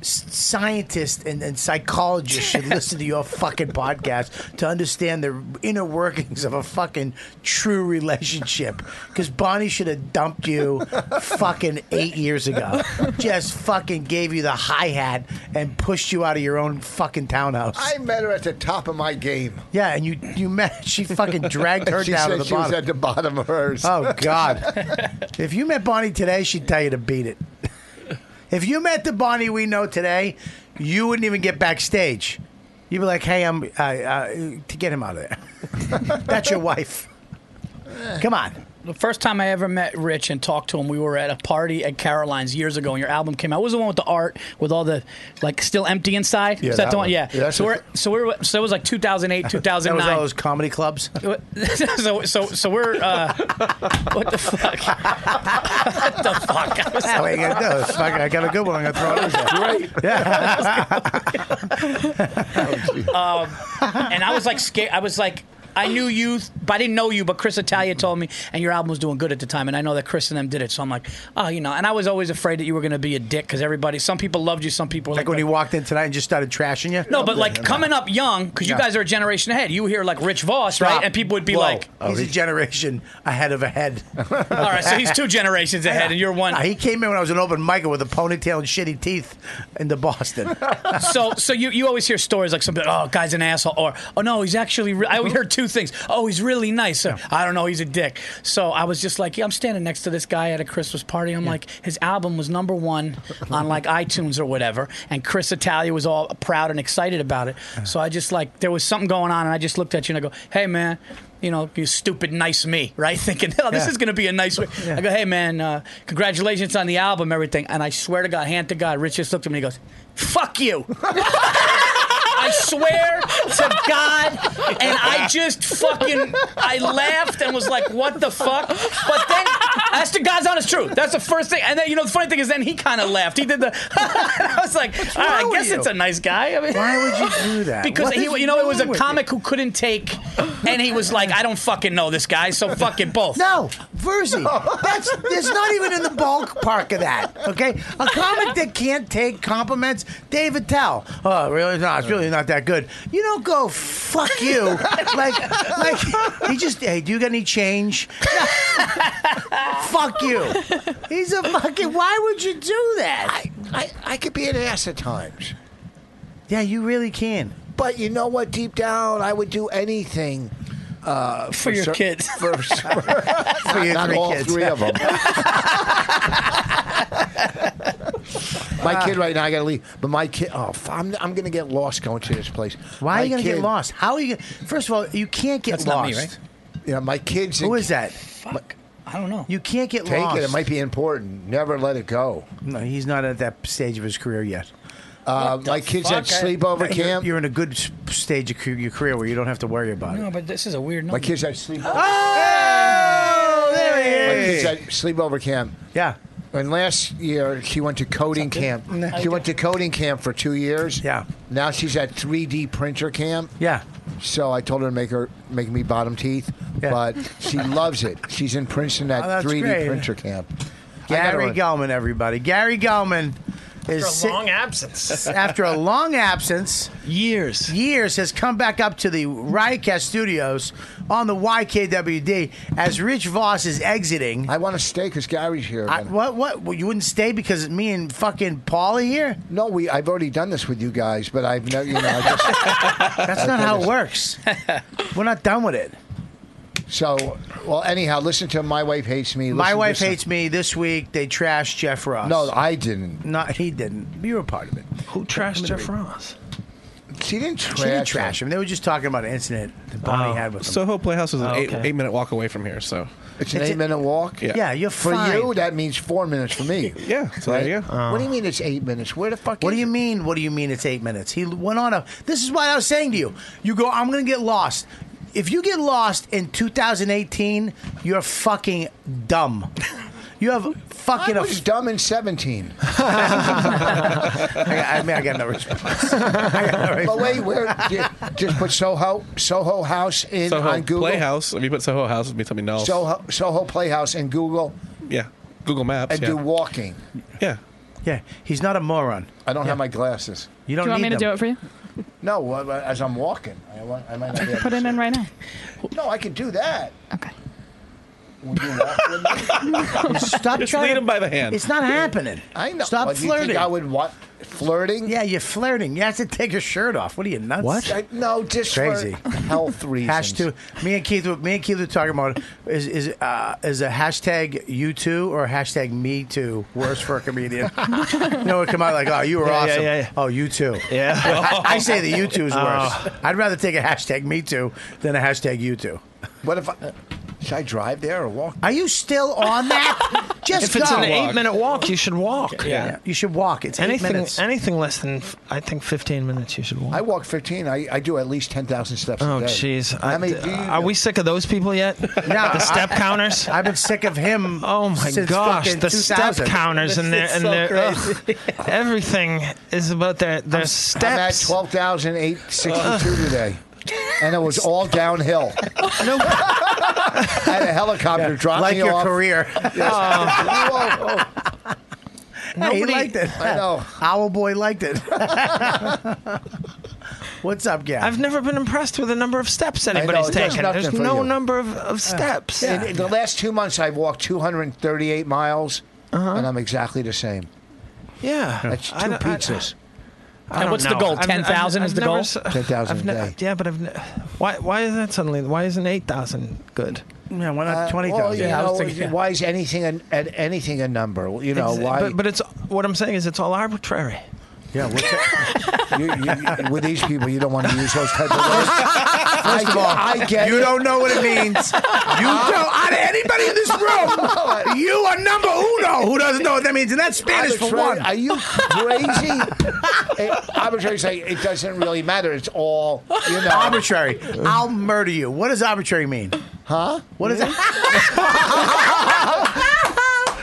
D: s- scientists and, and psychologists should listen to your fucking podcast to understand the inner workings of a fucking true relationship. Because Bonnie should have dumped you fucking eight years ago. Just fucking gave you the hi hat and pushed you out of your own fucking townhouse.
L: I met her at the top of my game.
D: Yeah, and you you met she fucking dragged her
L: she
D: down
L: said
D: to the
L: she
D: bottom.
L: was at the bottom of hers.
D: Oh God! if you met Bonnie today, she'd tell you to beat it. If you met the Bonnie we know today, you wouldn't even get backstage. You'd be like, "Hey, I'm uh, uh, to get him out of there." That's your wife. Come on.
H: The first time I ever met Rich and talked to him, we were at a party at Caroline's years ago, and your album came out. It was the one with the art with all the like still empty inside.
D: Yeah,
H: Is that,
D: that
H: the one?
D: one.
H: Yeah.
D: Yeah, that's
H: so
D: a-
H: we're so we're so it was like 2008,
D: That was
H: 2009.
D: all those comedy clubs.
H: so so so we're uh, what the fuck? what the fuck? I was-
D: That's what you gotta do. Fuck, I got a good one. I'm gonna throw it out there. Yeah.
H: um, and I was like scared. I was like, I knew you, but I didn't know you. But Chris Italia told me, and your album was doing good at the time. And I know that Chris and them did it, so I'm like, oh, you know. And I was always afraid that you were going to be a dick because everybody, some people loved you, some people were
D: like when he walked in tonight and just started trashing you.
H: No, but like coming up young, because you
D: Yeah.
H: guys are a generation ahead. You hear like Rich Voss,
D: Stop.
H: right? And people would be
D: Whoa.
H: like,
D: he's a generation ahead of a head. All
H: all right, so he's two generations ahead, and you're one.
D: He came in when I was an open micer with a ponytail and shitty teeth into Boston.
H: so so you, you always hear stories like something oh guy's an asshole or oh no he's actually re-. I always heard two things oh he's really nice or, I don't know he's a dick so I was just like yeah I'm standing next to this guy at a Christmas party I'm like his album was number one on like iTunes or whatever and Chris Italia was all proud and excited about it so I just like there was something going on and I just looked at you and I go hey man. You know, you stupid nice me, right? Thinking, oh, this
D: Yeah.
H: is going to be a nice way. I go, hey, man, uh, congratulations on the album, everything. And I swear to God, hand to God, Rich just looked at me and he goes, fuck you. I swear to God. And I just fucking, I laughed and was like, what the fuck? But then, that's the God's honest truth. That's the first thing. And then, you know, the funny thing is then he kind of laughed. He did the, I was like, all right, I
D: wrong with
H: guess
D: you?
H: it's a nice guy. I mean,
D: Why would you do that?
H: because
D: What
H: he,
D: is
H: you know, it was a
D: wrong with
H: comic who couldn't take, and he was like, I don't fucking know this guy, so fuck it both.
D: No, Verzi. That's it's not even in the ballpark of that. Okay, a comic that can't take compliments, Dave Attell. Oh, really? No, it's really not that good. You don't go fuck you. Like, like he just. Hey, do you got any change? fuck you. He's a fucking. Why would you do that?
L: I, I could be an ass at times.
D: Yeah, you really can.
L: But you know what? Deep down, I would do anything uh,
H: For your kids.
L: For, for,
D: your
L: not
D: three
L: all
D: kids.
L: three of them. my kid right now, I got to leave. But my kid, oh, f- I'm, I'm going to get lost going to this place.
D: Why
L: My
D: are you gonna
L: kid-
D: get lost? How are you? Gonna, first of all, you can't get
H: That's not
D: lost.
H: me, right?
L: Yeah, my kids.
D: Who is that?
H: Fuck. I don't know.
D: You can't get
L: Take
D: lost.
L: it. It might be important. Never let it go.
D: No, he's not at that stage of his career yet.
L: Uh, my kids had sleepover
D: You're-
L: camp.
D: You're in a good s- stage of your career where you don't have to worry about it.
H: No, but this is a weird
L: My
H: number.
L: kids had sleepover.
D: Oh, there
L: My
D: he
L: kids
D: is.
L: had sleepover camp.
D: Yeah.
L: And last year she went to coding camp. She went to coding camp for two years. Yeah. Now she's at 3D printer camp.
D: Yeah.
L: So I told her to make her make me bottom teeth, but she loves it. She's in Princeton at
D: Oh, that's
L: 3D
D: great.
L: printer camp.
D: Gary
L: I gotta-
D: Gelman, everybody. Gary Gelman is
L: a
D: sit-
L: long
M: absence.
D: after a long absence,
H: years,
D: years has come back up to the Riotcast Studios on the YKWd as Rich Voss is exiting.
L: I want to stay because Gary's here.
D: what? What? Well, you wouldn't stay because me and fucking Paul are here?
L: No, we. I've already done this with you guys, but I've never. You know, I just,
D: That's not how it works. We're not done with it.
L: So, well, anyhow, listen to "My Wife Hates Me."
D: My
L: listen to
D: wife
L: some-
D: hates me. This week they trashed Jeff Ross.
L: No, I didn't.
D: No, he didn't. You were a part of it. Who
I: trashed Jeff Ross?
L: She didn't trash,
D: she didn't trash him. They were just talking about an incident that
L: Oh,
D: Bonnie had with him.
I: Soho Playhouse is an
D: Oh,
I: eight,
D: okay.
I: eight minute walk away from here, so
L: It's an eight-minute walk.
I: Yeah.
D: Yeah, you're
L: for
D: fine.
L: you. That means four minutes for me.
I: yeah. So
L: Right?
I: there you go.
L: What do you mean it's eight minutes? Where the fuck?
D: What do you mean? What do you mean it's eight minutes? He went on a. This is what I was saying to you. You go, I'm going to get lost. If you get lost in 2018, you're fucking dumb. You have fucking.
L: I was dumb in seventeen.
D: I, I mean, I got no response. I got no
L: But
D: response.
L: wait, where? ju- Just put Soho Soho House in
I: Soho
L: on Google.
I: Playhouse. If you put Soho House, it'd be something else.
L: Soho Soho Playhouse in Google
I: yeah. Google Maps.
L: and
I: yeah.
L: do walking.
I: yeah.
D: Yeah, he's not a moron.
L: I don't have my glasses.
D: You don't
K: do you want
D: need
K: me to do
D: them.
K: it for you?
L: No, uh, uh, as I'm walking, I, wa- I might not be able
K: Put
L: to
K: it
L: see
K: in right now.
L: No, I can do that.
K: Okay.
L: Would you walk with me?
D: Stop
I: Just
D: trying
I: lead
D: to-
I: him by the hand.
D: It's not happening.
L: I know.
D: Stop
L: Well, you think
D: flirting.
L: I would want flirting.
D: Yeah, you're flirting. You have to take your shirt off. What are you nuts?
L: I- no, just
D: Crazy.
L: for health reasons.
D: Hash two. Me and Keith. were- Me and Keith were talking about is is uh, is a hashtag you too or hashtag me too worse for a comedian? you know, it come out like, oh, you were
N: Yeah, yeah,
D: awesome.
N: yeah, yeah.
D: Oh, you too.
N: Yeah.
D: I, I say the you too is worse.
N: Oh.
D: I'd rather take a hashtag me too than a hashtag you too.
L: What if I, should I drive there or walk?
D: Are you still on that? Just
N: if it's
M: Oh,
D: go.
N: an eight-minute walk, you should walk.
D: Yeah, you should walk. It's eight
N: Anything,
D: minutes.
N: anything less than f- I think fifteen minutes, you should walk.
L: I walk 15. I, I do at least 10,000 steps
N: Oh
L: a day.
N: jeez!
L: I,
N: I-
L: mean, do you-
N: Are we sick of those people yet?
D: No,
N: the step
D: I-
N: counters.
D: I've been sick of him.
N: Oh my
D: since
N: gosh,
D: fucking
N: the step
D: 2000.
N: counters and their
D: This is
N: and
D: so
N: their
D: crazy.
N: ugh. everything is about their their
L: I'm at
N: steps.
L: 12,862 today. And it was all downhill. no. I had a helicopter drop
D: like
L: me
D: your
L: off.
D: career.
L: Yes. Whoa, whoa.
D: Hey, he
N: Nobody-
D: liked it.
L: I know.
D: Owl boy liked it. What's up, Gary?
N: I've never been impressed with the number of steps
L: know,
N: anybody's
L: it does
N: taken.
L: nothing
N: There's
L: for
N: no
L: you. Uh,
N: number of, of steps.
L: In, in the last two months, I've walked 238 miles,
D: Uh-huh.
L: and I'm exactly the same.
N: Yeah,
L: That's two
N: I don't- I-
L: pizzas.
N: I
H: And
N: don't
H: what's the
N: know.
H: goal?
N: I've- I've-
H: 10,000 is
N: I've
H: the
N: never
H: goal?
N: s-
L: 10,000
N: I've
L: a
N: ne-
L: day.
N: Yeah, but I've ne- why why is that suddenly? Why isn't eight thousand good?
D: Yeah, why
L: Uh,
D: not twenty
L: well,
D: thousand?
L: you
D: oh, yeah, I
L: know,
D: was thinking.
L: why is anything an, an, anything a number? You know
N: It's-
L: why?
N: But, but it's what I'm saying is it's all arbitrary.
D: Yeah, what's up?
L: you, you, with these people, you don't want to use those type of words.
D: First of all,
L: I get
D: you
L: it.
D: don't know what it means. You don't. Out of anybody in this room, you are number uno who doesn't know what that means, and that's Spanish for
L: Arbitrary-
D: one.
L: Are you crazy? it, arbitrary say it doesn't really matter. It's all you know.
D: arbitrary. I'll murder you. What does arbitrary mean?
L: huh?
D: What is that?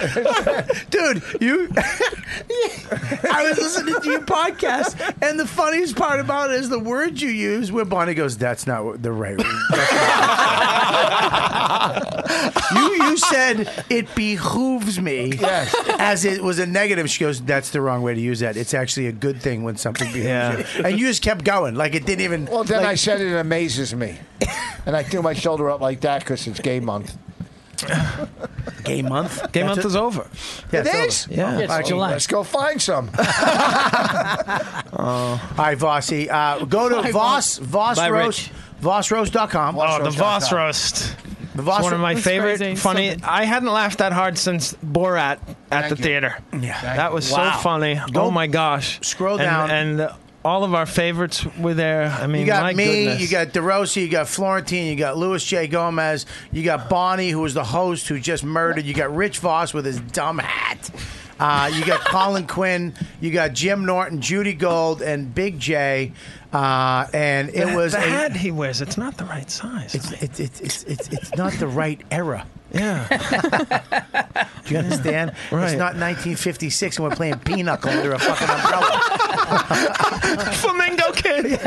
D: Dude, you. I was listening to your podcast, and the funniest part about it is the words you use. Where Bonnie goes, "That's not what- the right." word." That's not- you you said it behooves me,
L: Yes.
D: as it was a negative. She goes, "That's the wrong way to use that. It's actually a good thing when something behooves
N: Yeah.
D: you." And you just kept going, like it didn't even.
L: Well, then
D: like-
L: I said it amazes me, and I threw my shoulder up like that because it's gay month.
D: gay month.
N: Game
D: That's
N: month
D: it?
N: is over.
D: Yeah,
L: It
D: it's over.
L: is?
N: Yeah.
H: Yeah, it's July.
L: Let's go find some.
D: All right, Vossy. Uh, go to Voss, Voss
N: Bye,
D: Roast, VossRoast.com.
N: Oh, the Voss roast.
D: The Voss
N: It's one of my
K: That's
N: favorite
K: crazy.
N: funny.
K: So good.
N: I hadn't laughed that hard since Borat at the
L: you.
N: theater.
D: Yeah. Thank
N: that was
D: Wow.
N: so funny.
D: Go
N: oh my gosh!
D: scroll
N: And-
D: down.
N: and. all of our favorites were there. I mean,
D: You got
N: my
D: me,
N: goodness.
D: you got DeRosa, you got Florentine, you got Louis J. Gomez, you got Bonnie, who was the host who just murdered, you got Rich Voss with his dumb hat. Uh, you got Colin Quinn, you got Jim Norton, Judy Gold, and Big J. Uh, and it
N: The-
D: was
N: the
D: a-
N: hat he wears. It's not the right size.
D: It's it's it's it's it's, it's not the right era.
N: Yeah.
D: Do you understand? It's
N: Right.
D: not 1956 and we're playing pinochle under a fucking umbrella.
N: Flamingo kid.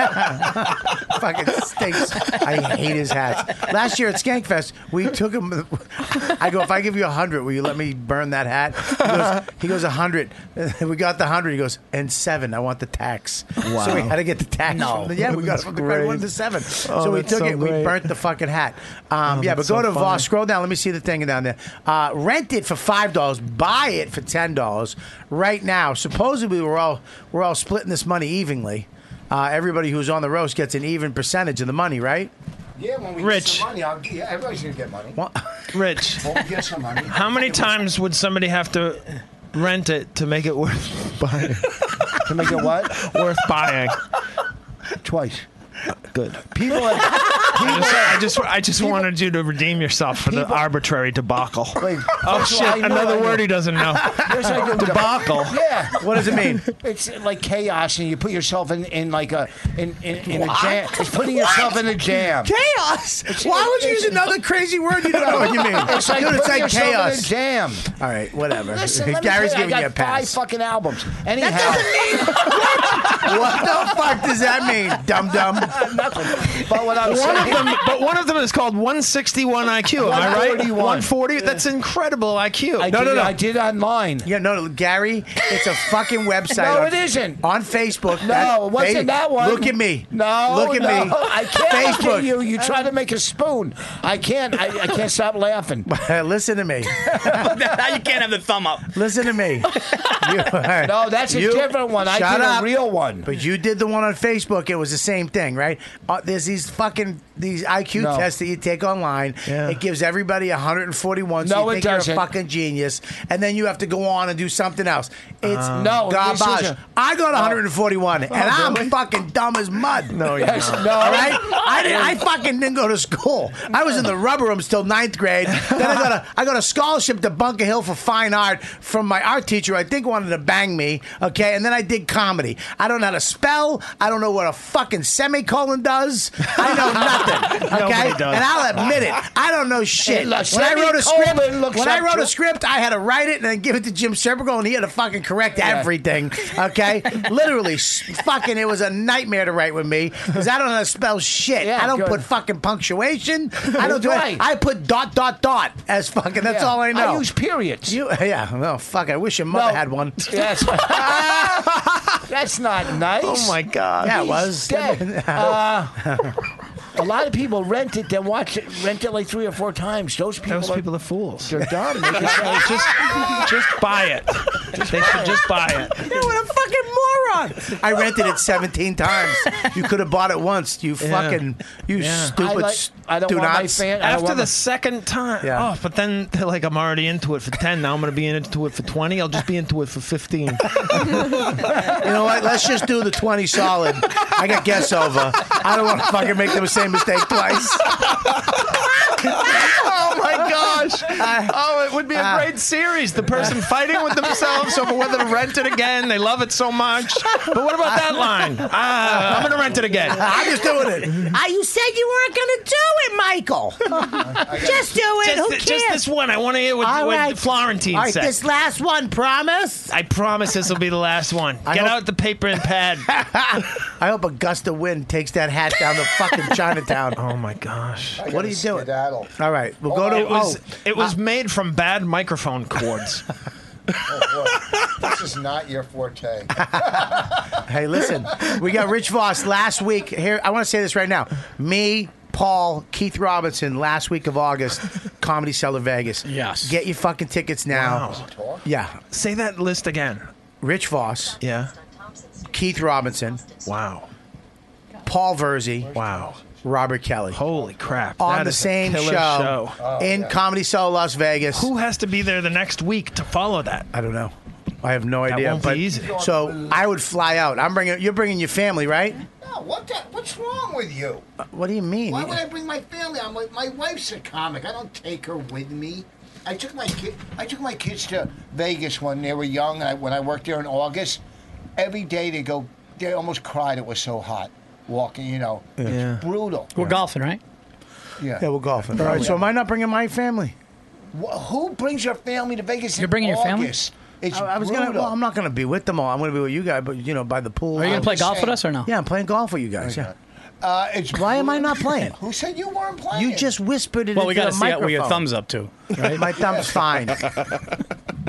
D: fucking stinks. I hate his hats. Last year at Skankfest, we took him. I go, if I give you a hundred, will you let me burn that hat? He goes, he goes a hundred. We got the hundred. He goes, and seven. I want the tax.
M: Wow.
D: So we had to get the tax.
M: No.
D: From the, yeah, we got it
M: That's
D: from the great one
M: great.
D: to seven.
M: Oh,
D: so we
M: that's
D: took
M: so
D: it. We
M: great.
D: burnt the fucking hat. Um,
M: Oh,
D: yeah, but
M: that's
D: go
M: so
D: to
M: funny.
D: Voss. Scroll down. Let me see the thing down there. Uh, rent it for five dollars. Buy it for ten dollars right now. Supposedly we're all we're all splitting this money evenly. Uh, everybody who's on the roast gets an even percentage of the money, right?
L: Yeah, when we
N: Rich.
L: get some money, I'll, yeah, everybody's gonna get money.
N: Rich.
L: When we get some money.
N: How many times would somebody have to rent it to make it worth buying?
L: to make it what?
N: worth buying.
L: Twice.
N: Good.
L: People. Have,
N: I just, I just, I just wanted you to redeem yourself for the arbitrary debacle. oh
L: first of all, I
N: shit!
L: know I
N: Another
L: know.
N: word he doesn't know.
L: There's like a
N: debacle.
L: Yeah.
D: What does it mean?
L: It's like chaos, and you put yourself in, in like a in, in, in a
D: What?
L: jam. It's putting yourself in a jam.
D: Chaos.
L: It's-
D: Why would you
L: it's-
D: use another crazy word you don't know what you mean?
L: It's like
D: Dude, it's
L: putting
D: like
L: yourself in a
D: chaos.
L: jam.
D: All right, whatever.
L: Listen, let me
D: Gary's
L: tell you,
D: giving
L: I got
D: you a pass.
L: Five fucking albums. Anyhow, that
D: what the fuck does that mean, dum dum?
L: Nothing. But what I'm
N: One of
L: saying,
N: them, but one of them is called 161 IQ. Am I right?
L: 141.
N: 140. That's incredible IQ.
L: I
N: no,
L: did,
N: no, no.
L: I did online.
D: Yeah, no, no, Gary, it's a fucking website.
L: No,
D: on-
L: it isn't.
D: On Facebook.
L: No, it wasn't
D: they-
L: that one.
D: Look at me.
L: No,
D: Look at
L: no,
D: me.
L: I can't
D: Facebook.
L: look at you. You try to make a spoon. I can't. I, I can't stop laughing.
D: Listen to me.
H: now you can't have the thumb up.
D: Listen to me. You-
L: No, that's a different one. I
D: shut
L: did a
D: up.
L: real one.
D: But you did the one on Facebook. It was the same thing, right? Uh, there's these fucking these IQ
L: No.
D: tests that you take online.
L: Yeah.
D: It gives everybody 141. so
L: No,
D: you
L: it
D: think
L: doesn't.
D: You're a fucking genius, and then you have to go on and do something else. It's
L: Uh, No, this is
D: garbage.
L: a-
D: I got
L: No.
D: 141, and
L: Oh,
D: I'm
L: really?
D: fucking dumb as mud. No,
L: you're Yes, not. no.
D: All right, I didn't. I fucking didn't go to school. I was in the rubber rooms till ninth grade. Then I got a I got a scholarship to Bunker Hill for fine art from my art teacher. I think wanted to bang me. Okay, and then I did comedy. I don't know how to spell. I don't know what a fucking semicolon does. I know nothing. Okay,
M: Nobody does.
D: and I'll admit it. I don't know shit.
M: And
D: When
M: a
D: I wrote a
L: semicolon
D: script,
L: looks
D: when I
L: up
D: wrote a
L: to-
D: script, I had to write it and then give it to Jim Serpico, and he had to fucking correct everything. Okay, literally, s- fucking, it was a nightmare to write with me because I don't know how to spell shit. I don't
L: good.
D: put fucking punctuation. I don't do
L: Right.
D: it. I put dot dot dot as fucking. That's
L: Yeah.
D: all I know.
L: I use periods.
D: you, yeah, no, fuck. I wish your mother
L: No.
D: had one.
L: Yes. That's not nice.
N: Oh my god.
D: Yeah, it
L: He's
D: was.
L: dead. Uh, a lot of people rent it, then watch it, rent it like three or four times. Those people,
N: Those
L: are,
N: people are fools.
L: they're dumb. They can say,
N: just, just buy it. they should just buy it.
D: Yeah, what a fucking moron! I rented it 17 times. You could have bought it once. You fucking, you
N: Yeah.
L: I,
D: stupid.
L: like, I don't
D: do
L: want my
D: nots.
L: fan. I don't
N: After
L: want
N: the
L: my-
N: second time,
D: Yeah.
N: oh! But then they're like, I'm already into it for ten. Now I'm going to be into it for twenty. I'll just be into it for fifteen.
D: You know what? Let's just do the 20 solid. I got guess over. I don't want to fucking make the same mistake twice.
N: Oh my gosh!
D: Uh,
N: oh, it would be a
D: uh,
N: great series. The person fighting with themselves over whether to rent it again. They love it so much. But what about that line? Ah, I'm going to rent it again.
D: I'm just doing it.
M: Ah, you said you weren't going to do it, Michael. Just do it. Who
N: Just,
M: cares?
N: just this one. I want to hear what,
M: All
N: what
M: right.
N: Florentine
M: All right,
N: said.
M: this last one, promise?
N: I promise this will be the last one. Get
D: hope-
N: out the paper and pad.
D: I hope a gust of wind takes that hat down to fucking Chinatown.
N: oh my gosh!
D: What are you doing?
L: Skedaddle.
D: All right, we'll go to.
N: It was
D: oh,
N: it was made from bad microphone cords.
L: Oh, boy. this is not your forte.
D: oh, hey, listen, we got Rich Voss last week. Here, I want to say this right now. Me, Paul, Keith Robinson, last week of August, Comedy Cellar Vegas.
N: Yes.
D: Get your fucking tickets now.
L: Talk.
D: Yeah,
N: Say that list again.
D: Rich Voss,
N: Yeah.
D: Keith Robinson,
N: Wow.
D: Paul Verzi,
N: Wow.
D: Robert Kelly.
N: Holy crap!
D: on
N: That
D: the
N: is a
D: same show,
N: killer show.
D: in Comedy Cell Las Vegas.
N: Who has to be there the next week to follow that?
D: I don't know. I have no idea.
N: won't be
D: but-
N: easy.
D: So I would fly out. I'm bringing. You're bringing your family, right?
L: No, what the, what's wrong with you?
D: What do you mean?
L: Why would I bring my family? I'm like, my wife's a comic. I don't take her with me. I took my kid. I took my kids to Vegas when they were young. I, when I worked there in August, every day they go. They almost cried. It was so hot. Walking, you know,
D: Yeah.
L: it's brutal.
H: We're golfing, right?
L: Yeah.
D: Yeah, we're golfing. All right, so am I not bringing my family?
L: Wh- Who brings your family to Vegas?
D: You're
L: in
D: bringing your family?
L: August? It's
D: I, I was gonna.
L: brutal.
D: Well, I'm not gonna be with them all. I'm gonna be with you guys, but you know, by the pool.
L: Are you gonna play golf with us
D: or no? Yeah, I'm playing golf with you guys. Yeah.
L: Uh, it's
D: Why am I not playing?
L: Who said you weren't playing?
D: You just whispered it
H: Well, we
D: into
H: got to
D: the
H: see it with your
D: microphone.
H: thumbs up too. Right?
D: My thumb's fine.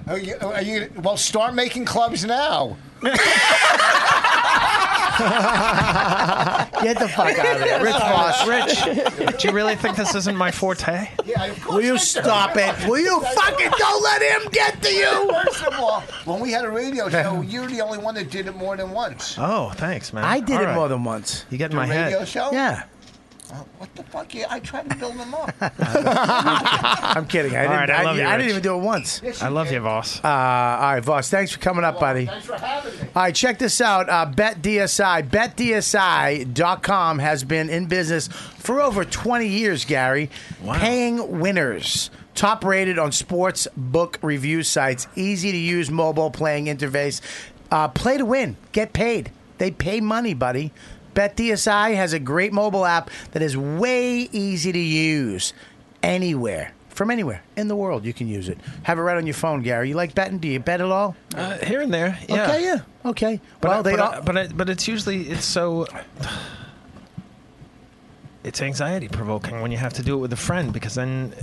L: Are you, are you? Well, start making clubs now.
D: Get the fuck out of here, Rich Voss.
N: Rich, do you really think this isn't my forte?
D: Will you stop it? Will you fucking don't let him get to you?
L: First of all, when we had a radio show, you're the only one that did it more than once.
N: Oh, thanks, man.
D: I did
N: All
D: it
N: right.
D: more than once.
N: You get in
L: The
N: my
L: radio
N: head.
L: show?
D: Yeah.
L: What the fuck? Yeah, I tried to build them up.
D: I'm kidding. I
N: All
D: didn't.
N: right, I love you,
D: didn't
N: Rich.
D: even do it once.
N: I love you, boss.
D: Uh, all right, Voss. Thanks for coming up, buddy.
L: Thanks for having me.
D: All right, check this out. Uh, BetDSI. BetDSI.com has been in business for over 20 years, Gary, paying winners. Top rated on sports book review sites. Easy to use mobile playing interface. Uh, play to win. Get paid. They pay money, buddy. BetDSI has a great mobile app that is way easy to use anywhere. From anywhere in the world, you can use it. Have it right on your phone, Gary. You like betting? Do you bet at all?
N: Uh, here and there. Yeah.
D: Okay, yeah. Okay.
N: But
D: well,
N: I-
D: they
N: but,
D: all,
N: I- but, I- but it's usually it's so it's anxiety provoking when you have to do it with a friend because then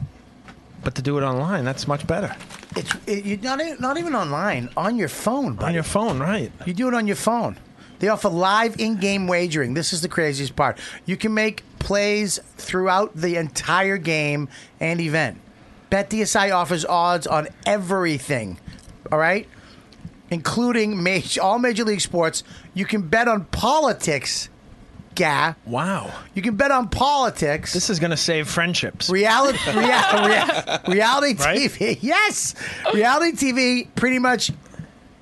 N: but to do it online that's much better
D: it's it, you not even, not even online on your phone, buddy.
N: on your phone right
D: You do it on your phone. They offer live in-game wagering. This is the craziest part. You can make plays throughout the entire game and event. BetDSI offers odds on everything. All right? Including major, all major league sports. You can bet on politics. Gah.
N: Wow.
D: You can bet on politics.
N: this is going to save friendships
D: Reality, rea- rea- reality
N: Right?
D: TV. Yes, reality TV. Pretty much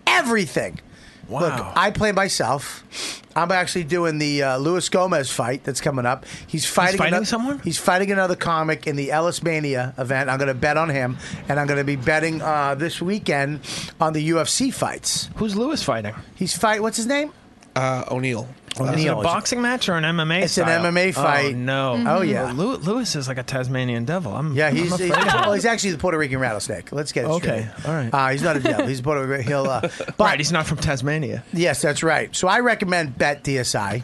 D: everything.
N: Wow.
D: Look, I play myself. I'm actually doing the uh, Luis Gomez fight that's coming up. He's fighting,
N: fighting
D: ano-
N: someone?
D: He's fighting another comic in the Ellis Mania event. I'm going to bet on him, and I'm going to be betting uh, this weekend on the UFC fights.
N: who's lewis fighting
D: He's fight. What's his name?
I: Uh, O'Neill.
N: is it a
D: O'Neal.
N: boxing match or an MMA?
D: It's an
N: style?
D: MMA fight.
N: Oh no!
D: Mhm. Oh, yeah.
N: Well, Lew- Lewis is like a Tasmanian devil. I'm
D: Yeah, he's,
N: I'm
D: he's,
N: afraid of him.
D: well, he's actually the Puerto Rican rattlesnake. Let's get it
N: Okay,
D: straight.
N: all right.
D: Uh, he's not a devil. He's Puerto Rican. He'll, uh, but
N: right. He's not from Tasmania.
D: Yes, that's right. So I recommend Bet DSI.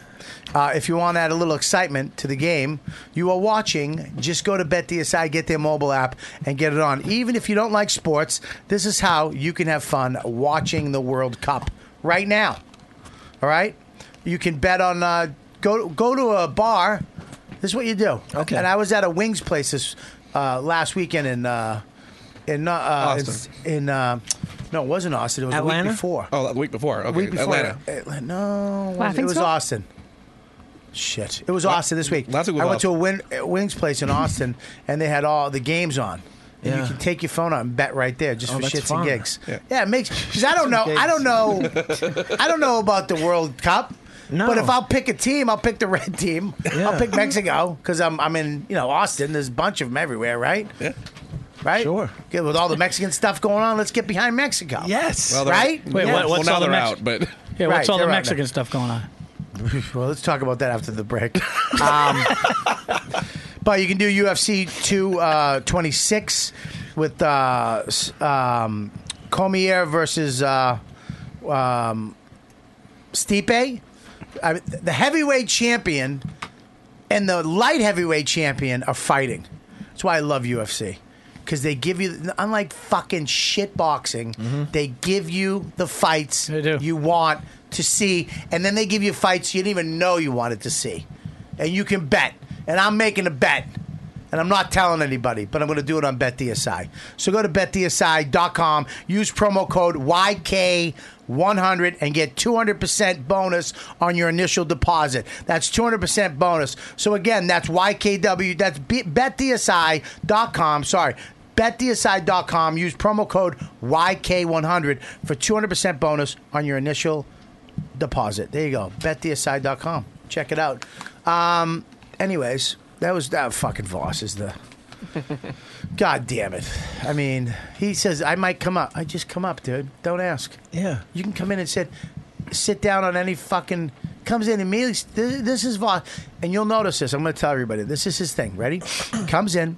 D: Uh, if you want to add a little excitement to the game you are watching, just go to BetDSI, get their mobile app, and get it on. Even if you don't like sports, this is how you can have fun watching the World Cup right now. All right, you can bet on uh, go go to a bar. This is what you do.
N: Okay.
D: And I was at a wings place this uh, last weekend in uh, in uh, uh,
I: Austin.
D: in, in uh, no, it wasn't Austin. It was the
N: Atlanta?
D: week before.
I: Oh, the week before. Okay.
D: Week before,
I: Atlanta.
D: Atla- no, it was- it
K: Laughing
D: was
K: Stock?
D: Austin. Shit, it was Austin this week.
I: Last week was
D: I went to a win, uh, wings place in Austin, and they had all the games on. And
N: Yeah.
D: you can take your phone out and bet right there, just
N: Oh,
D: for
N: that's
D: shits
N: fun.
D: and gigs.
I: Yeah.
D: it makes because I don't know, I don't know, I don't know about the World Cup.
N: No.
D: But if I'll pick a team, I'll pick the red team.
N: Yeah.
D: I'll pick Mexico because I'm I'm in you know Austin. There's a bunch of them everywhere, right?
I: Yeah.
D: Right.
N: Sure.
D: Good with all the Mexican stuff going on. Let's get behind Mexico.
N: Yes.
I: Well, they're-
D: Right?
H: Wait,
I: Yeah.
H: what, what's all
I: well, now
H: the
I: they're
H: Mex-
I: out, but
H: Yeah, what's
D: Right,
H: all the
D: they're out
H: Mexican
D: now.
H: stuff going on?
D: Well, let's talk about that after the break. Um, but you can do UFC 2 uh, 26 with uh, s- um, Cormier versus uh, um, Stipe. I, the heavyweight champion and the light heavyweight champion are fighting. That's why I love UFC. Because they give you, unlike fucking shit boxing, they give you the fights
H: They do.
D: you want to see, and then they give you fights you didn't even know you wanted to see. And you can bet. And I'm making a bet. And I'm not telling anybody, but I'm going to do it on BetDSI. So go to betdsi.com, use promo code YK100, and get 200% bonus on your initial deposit. That's 200% bonus. So again, that's YKW, that's B- betdsi.com, sorry, betdsi.com, use promo code YK100 for 200% bonus on your initial deposit. There you go, betdsi.com. Check it out. Um, anyways, that was that fucking Voss is the God damn it. I mean, he says, I might come up. I just come up, dude. Don't ask. Yeah. You can come in and sit sit down on any fucking comes in immediately. This, this is Voss. And you'll notice this. I'm gonna tell everybody. This is his thing. Ready? comes in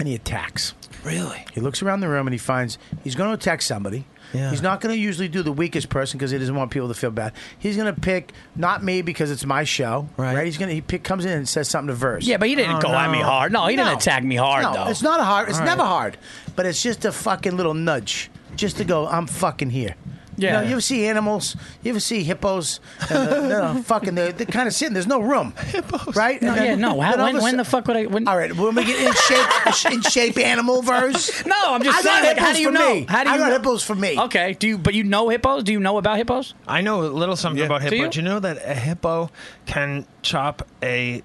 D: and he attacks. Really? He looks around the room and he finds he's gonna attack somebody.
N: Yeah.
D: He's not going to usually do the weakest person because he doesn't want people to feel bad. He's going to pick not me because it's my show, right? He's going to he pick, comes in and says something to verse.
H: Yeah, but he didn't Oh, go at no. me hard. No, he didn't attack me hard,
D: No,
H: though.
D: it's not a hard. It's
H: All right.
D: never hard, but it's just a fucking little nudge, just to go. I'm fucking here.
H: Yeah.
D: You, know, you ever see animals? You ever see hippos? And the, they're not fucking, they're, they're kind of sitting. There's no room, hippos. right?
H: No,
D: And then-
H: yeah, no.
D: then
H: How,
D: all of
H: when,
D: a
H: when
D: sudden-
H: the fuck would I? When,
D: all right, when we get in shape, in shape animal verse.
H: No, I'm just
D: I got
H: saying. Like, how
D: hippos
H: do you
D: for
H: know?
D: me.
H: How do
D: I
H: you
D: got
H: know?
D: hippos for me?
H: Okay. Do you? But you know hippos? Do you know about hippos?
N: I know a little something about
H: Do
N: hippo.
H: you?
N: Do you know that a hippo can chop a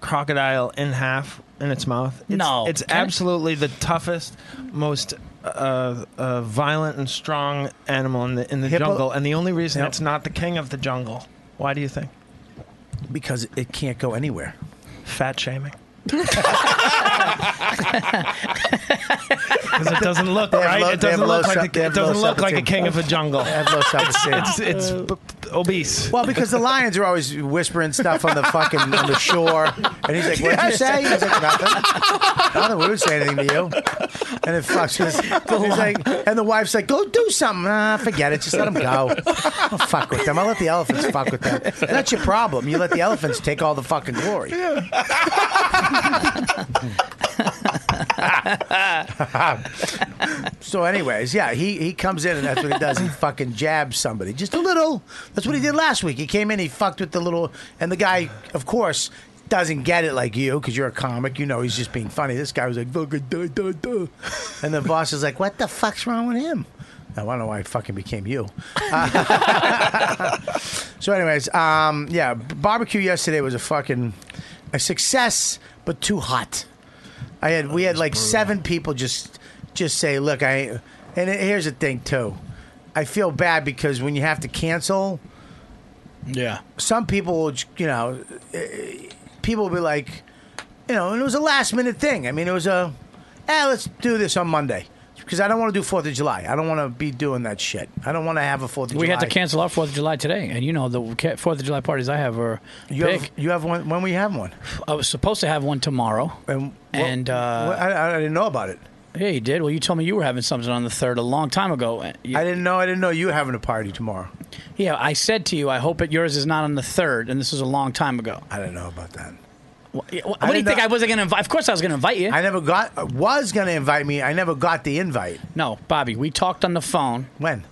N: crocodile in half in its mouth? It's,
H: No.
N: it's
H: Can it?
N: absolutely the toughest, most uh, uh, violent and strong animal in the in the
D: Hippo-
N: jungle, and the only reason
D: Yep.
N: it's not the king of the jungle. Why do you think?
D: Because it can't go anywhere.
N: Fat shaming. Because it doesn't look
D: They have
N: right.
D: low-
N: it
D: they have
N: doesn't
D: low
N: look
D: self-
N: like
D: they
N: the,
D: have
N: it doesn't
D: low
N: look like a
D: self-esteem.
N: king of a jungle.
D: They have low self-esteem.
N: It's, it's b- b- obese.
D: Well, because the lions are always whispering stuff on the fucking on the shore, and he's like, "What'd you
N: Yes.
D: say?" He's like, "Nothing. Nothing. We would say anything to you." And it fucks us. He's like, and the wife's like, "Go do something." Ah, forget it. Just let them go. I'll fuck with them. I'll let the elephants fuck with them. That's your problem. You let the elephants take all the fucking glory. so, anyways, yeah, he, he comes in and that's what he does. He fucking jabs somebody just a little. That's what he did last week. He came in, he fucked with the little, and the guy, of course, doesn't get it like you because you're a comic. You know, he's just being funny. This guy was like, fucking duh, duh, duh. And the boss is like, what the fuck's wrong with him? I don't know why I fucking became you. So, anyways, um, yeah, b- barbecue yesterday was a fucking a success, but too hot. I had we had like seven people just just say, "Look, I." And it- here's the thing too, I feel bad because when you have to cancel,
H: Yeah.
D: some people will, j- you know, eh, people will be like, you know, and it was a last minute thing. I mean, it was a, eh, let's do this on Monday. Because I don't want to do Fourth of July. I don't want to be doing that shit. I don't want to have a Fourth of
H: We
D: July.
H: had to cancel our Fourth of July today, and you know the ca- Fourth of July parties I have are
D: You
H: big.
D: have, you have one. When will you have one?
H: I was supposed to have one tomorrow,
D: and
H: and uh,
D: Well, I, I didn't know about it.
H: yeah, you did. Well, you told me you were having something on the third a long time ago. You-
D: I didn't know. I didn't know you were having a party tomorrow.
H: yeah, I said to you, I hope it yours is not on the third, and this was a long time ago.
D: I didn't know about that.
H: What, what do you think? I wasn't going to invite. Of course, I was going to invite you.
D: I never got. Was going to invite me. I never got the invite.
H: No, Bobby, we talked on the phone.
D: When?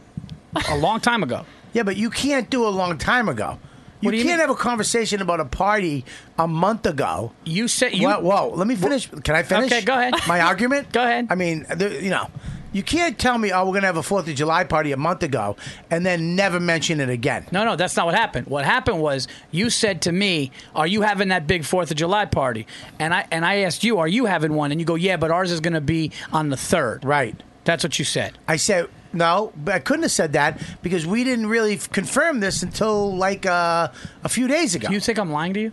H: A long time ago.
D: Yeah, but you can't do a long time ago. You,
H: do you
D: can't
H: mean?
D: have a conversation about a party a month ago.
H: You said you.
D: Whoa, whoa, let me finish. Can I finish?
H: Okay, go ahead.
D: My argument.
H: Go ahead.
D: I mean, the, you know, you can't tell me, oh, we're gonna have a Fourth of July party a month ago, and then never mention it again.
H: No, no, that's not what happened. What happened was you said to me, "Are you having that big Fourth of July party?" And I and I asked you, "Are you having one?" And you go, "Yeah, but ours is going to be on the 3rd.
D: Right.
H: That's what you said.
D: I said no, but I couldn't have said that because we didn't really f- confirm this until like uh, a few days ago.
H: You think I'm lying to you?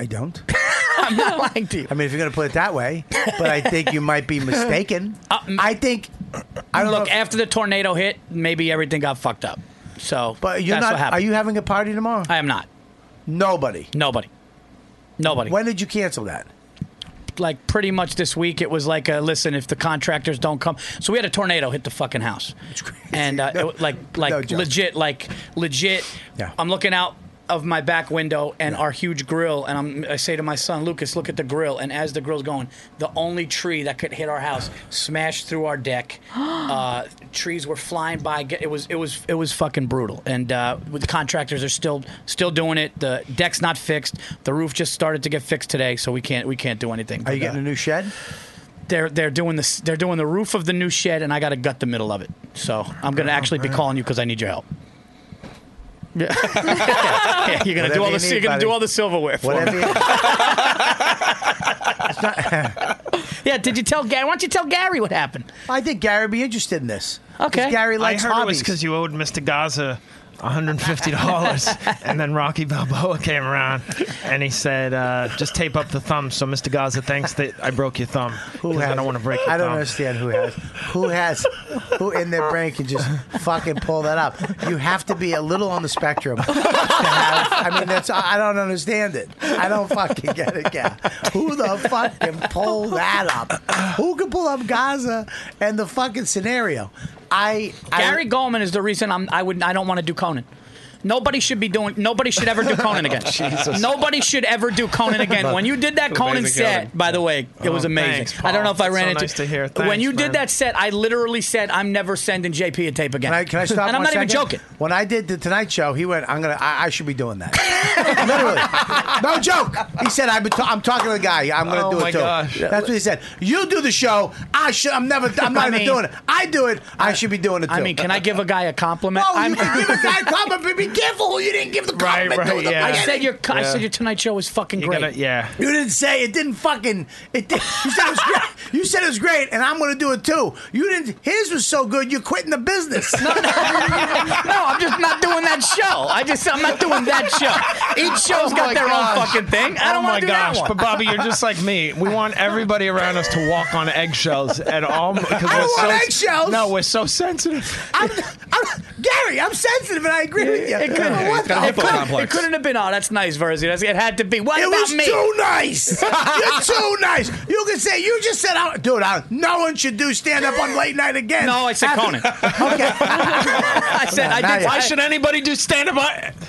D: I don't.
H: I'm not lying to you.
D: I mean, if you're going to put it that way, but I think you might be mistaken. I think I don't
H: Um, Look, after the tornado hit, maybe everything got fucked up. So,
D: But you're
H: that's
D: not.
H: what happened.
D: Are you having a party tomorrow?
H: I am not.
D: Nobody.
H: Nobody. Nobody.
D: When did you cancel that?
H: like pretty much this week it was like uh listen if the contractors don't come so we had a tornado hit the fucking house and uh, it, like like
D: no joke.
H: legit like legit
D: Yeah.
H: i'm looking out of my back window and our huge grill, and I'm, I say to my son Lucas, "Look at the grill." And as the grill's going, the only tree that could hit our house smashed through our deck. uh, trees were flying by. Get- It was it was it was fucking brutal. And uh, with the contractors are still still doing it. The deck's not fixed. The roof just started to get fixed today, so we can't we can't do anything.
D: Are you getting a new shed?
H: They're they're doing this. They're doing the roof of the new shed, and I got to gut the middle of it. So I'm
D: Uh-huh.
H: gonna actually be calling you because I need your help. Yeah, you're gonna
D: Whatever
H: do all
D: you
H: the
D: need,
H: you're gonna do
D: buddy.
H: all the silverware. For
D: Whatever
H: me. yeah, did you tell Gary? Why don't you tell Gary what happened?
D: I think Gary would be interested in this.
N: 'Cause
D: Gary likes
N: I heard it was
D: hobbies.
N: because you owed Mr. Gaza $150, and then Rocky Balboa came around, and he said, uh, "Just tape up the thumb." So Mr. Gaza thinks that I broke your thumb. Who I
D: has
N: don't
D: it?
N: want to break. Your
D: I don't
N: thumb.
D: understand who has who has who in their brain can just fucking pull that up. You have to be a little on the spectrum. to have- I mean, that's I don't understand it. I don't fucking get it, Gal. Who the fuck can pull that up? Who can pull up Gaza and the fucking scenario? I
H: Gary Goldman is the reason I'm, I would I don't want to do Conan. Nobody should be doing. Nobody should ever do Conan again.
N: Jesus.
H: Nobody should ever do Conan again. When you did that
N: Amazing
H: Conan set,
N: Conan.
H: by the way, it was
N: Oh,
H: amazing.
N: thanks,
H: I don't
N: Paul.
H: know if I
N: That's
H: ran
N: so
H: into
N: nice to hear.
H: when
N: Thanks,
H: you
N: man.
H: did that set, I literally said I'm never sending JP a tape again.
D: Can I, can I stop?
H: And I'm
D: one
H: not even
D: second?
H: joking.
D: When I did the Tonight Show, he went, "I'm gonna, I, I should be doing that." Literally, no joke. He said, "I've been, ta- I'm talking to the guy. I'm gonna
N: Oh
D: do it
N: my
D: too."
N: gosh.
D: That's what he said. You do the show. I should. I'm never. I'm not
H: I
D: even
H: mean-
D: doing it. I do it. I, should be doing it too.
H: I mean, can I give a guy a compliment?
D: No,
H: I'm,
D: you can give a guy a compliment, but be careful who you didn't give the
N: Right,
D: compliment to.
N: right,
D: in the
N: yeah.
H: I
D: beginning.
H: said your co- I
N: Yeah.
H: said your Tonight Show was fucking
N: You
H: great.
N: gotta- yeah.
D: You didn't say it didn't fucking it. Did, you said it was great. You said it was great, and I'm going to do it too. You didn't. His was so good, you're quitting the business. no,
H: I'm just not doing that show. I just I'm not doing that show. Each show's
N: Oh
H: got
N: my
H: their own
N: gosh.
H: fucking thing. I don't want
N: oh my
H: to do
N: gosh!
H: that one.
N: But Bobby, you're just like me. We want everybody around us to walk on eggshells at all. Because
D: I don't
N: we're
D: want
N: so,
D: eggshells.
N: No, we're so sensitive.
D: I'm, I'm, Gary, I'm sensitive, and I agree with you.
H: It
D: I
H: couldn't,
D: don't know what
H: it,
D: the-
H: couldn't- it
D: I couldn't-
H: couldn't, it couldn't have been. Oh, that's nice, Verzi. That's- It had to be. What
D: It
H: about
D: was
H: me?
D: too nice. You're too nice. You can say you just said, "I- "Dude, I, no one should do stand up on late night again."
H: No, I said
D: After-
H: Conan.
D: Okay.
H: I said I did.
N: Why should anybody do stand up?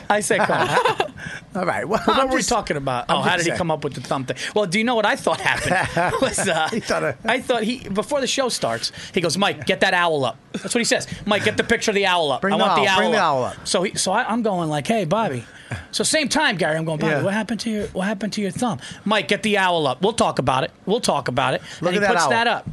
H: I said Conan.
D: All right. Well,
H: What
D: I'm
H: were we
D: just-
H: talking about?
D: I'm
H: Oh, how
D: just
H: did he
D: saying.
H: come up with the thumb thing? Well, do you know what I thought happened? Was, uh, I thought he before the show starts, he goes, "Mike, get that owl up." That's what he says. Mike, get the picture of the owl up.
D: Bring
H: I
D: the
H: want the
D: owl-
H: owl.
D: bring
H: up.
D: the owl up.
H: So, he, so I, I'm going like, "Hey, Bobby." So same time, Gary, I'm going, "Bobby,
D: Yeah.
H: what happened to your what happened to your thumb?" Mike, get the owl up. We'll talk about it. We'll talk about it.
D: Look
H: and
D: at
H: he
D: that
H: puts
D: owl.
H: that up.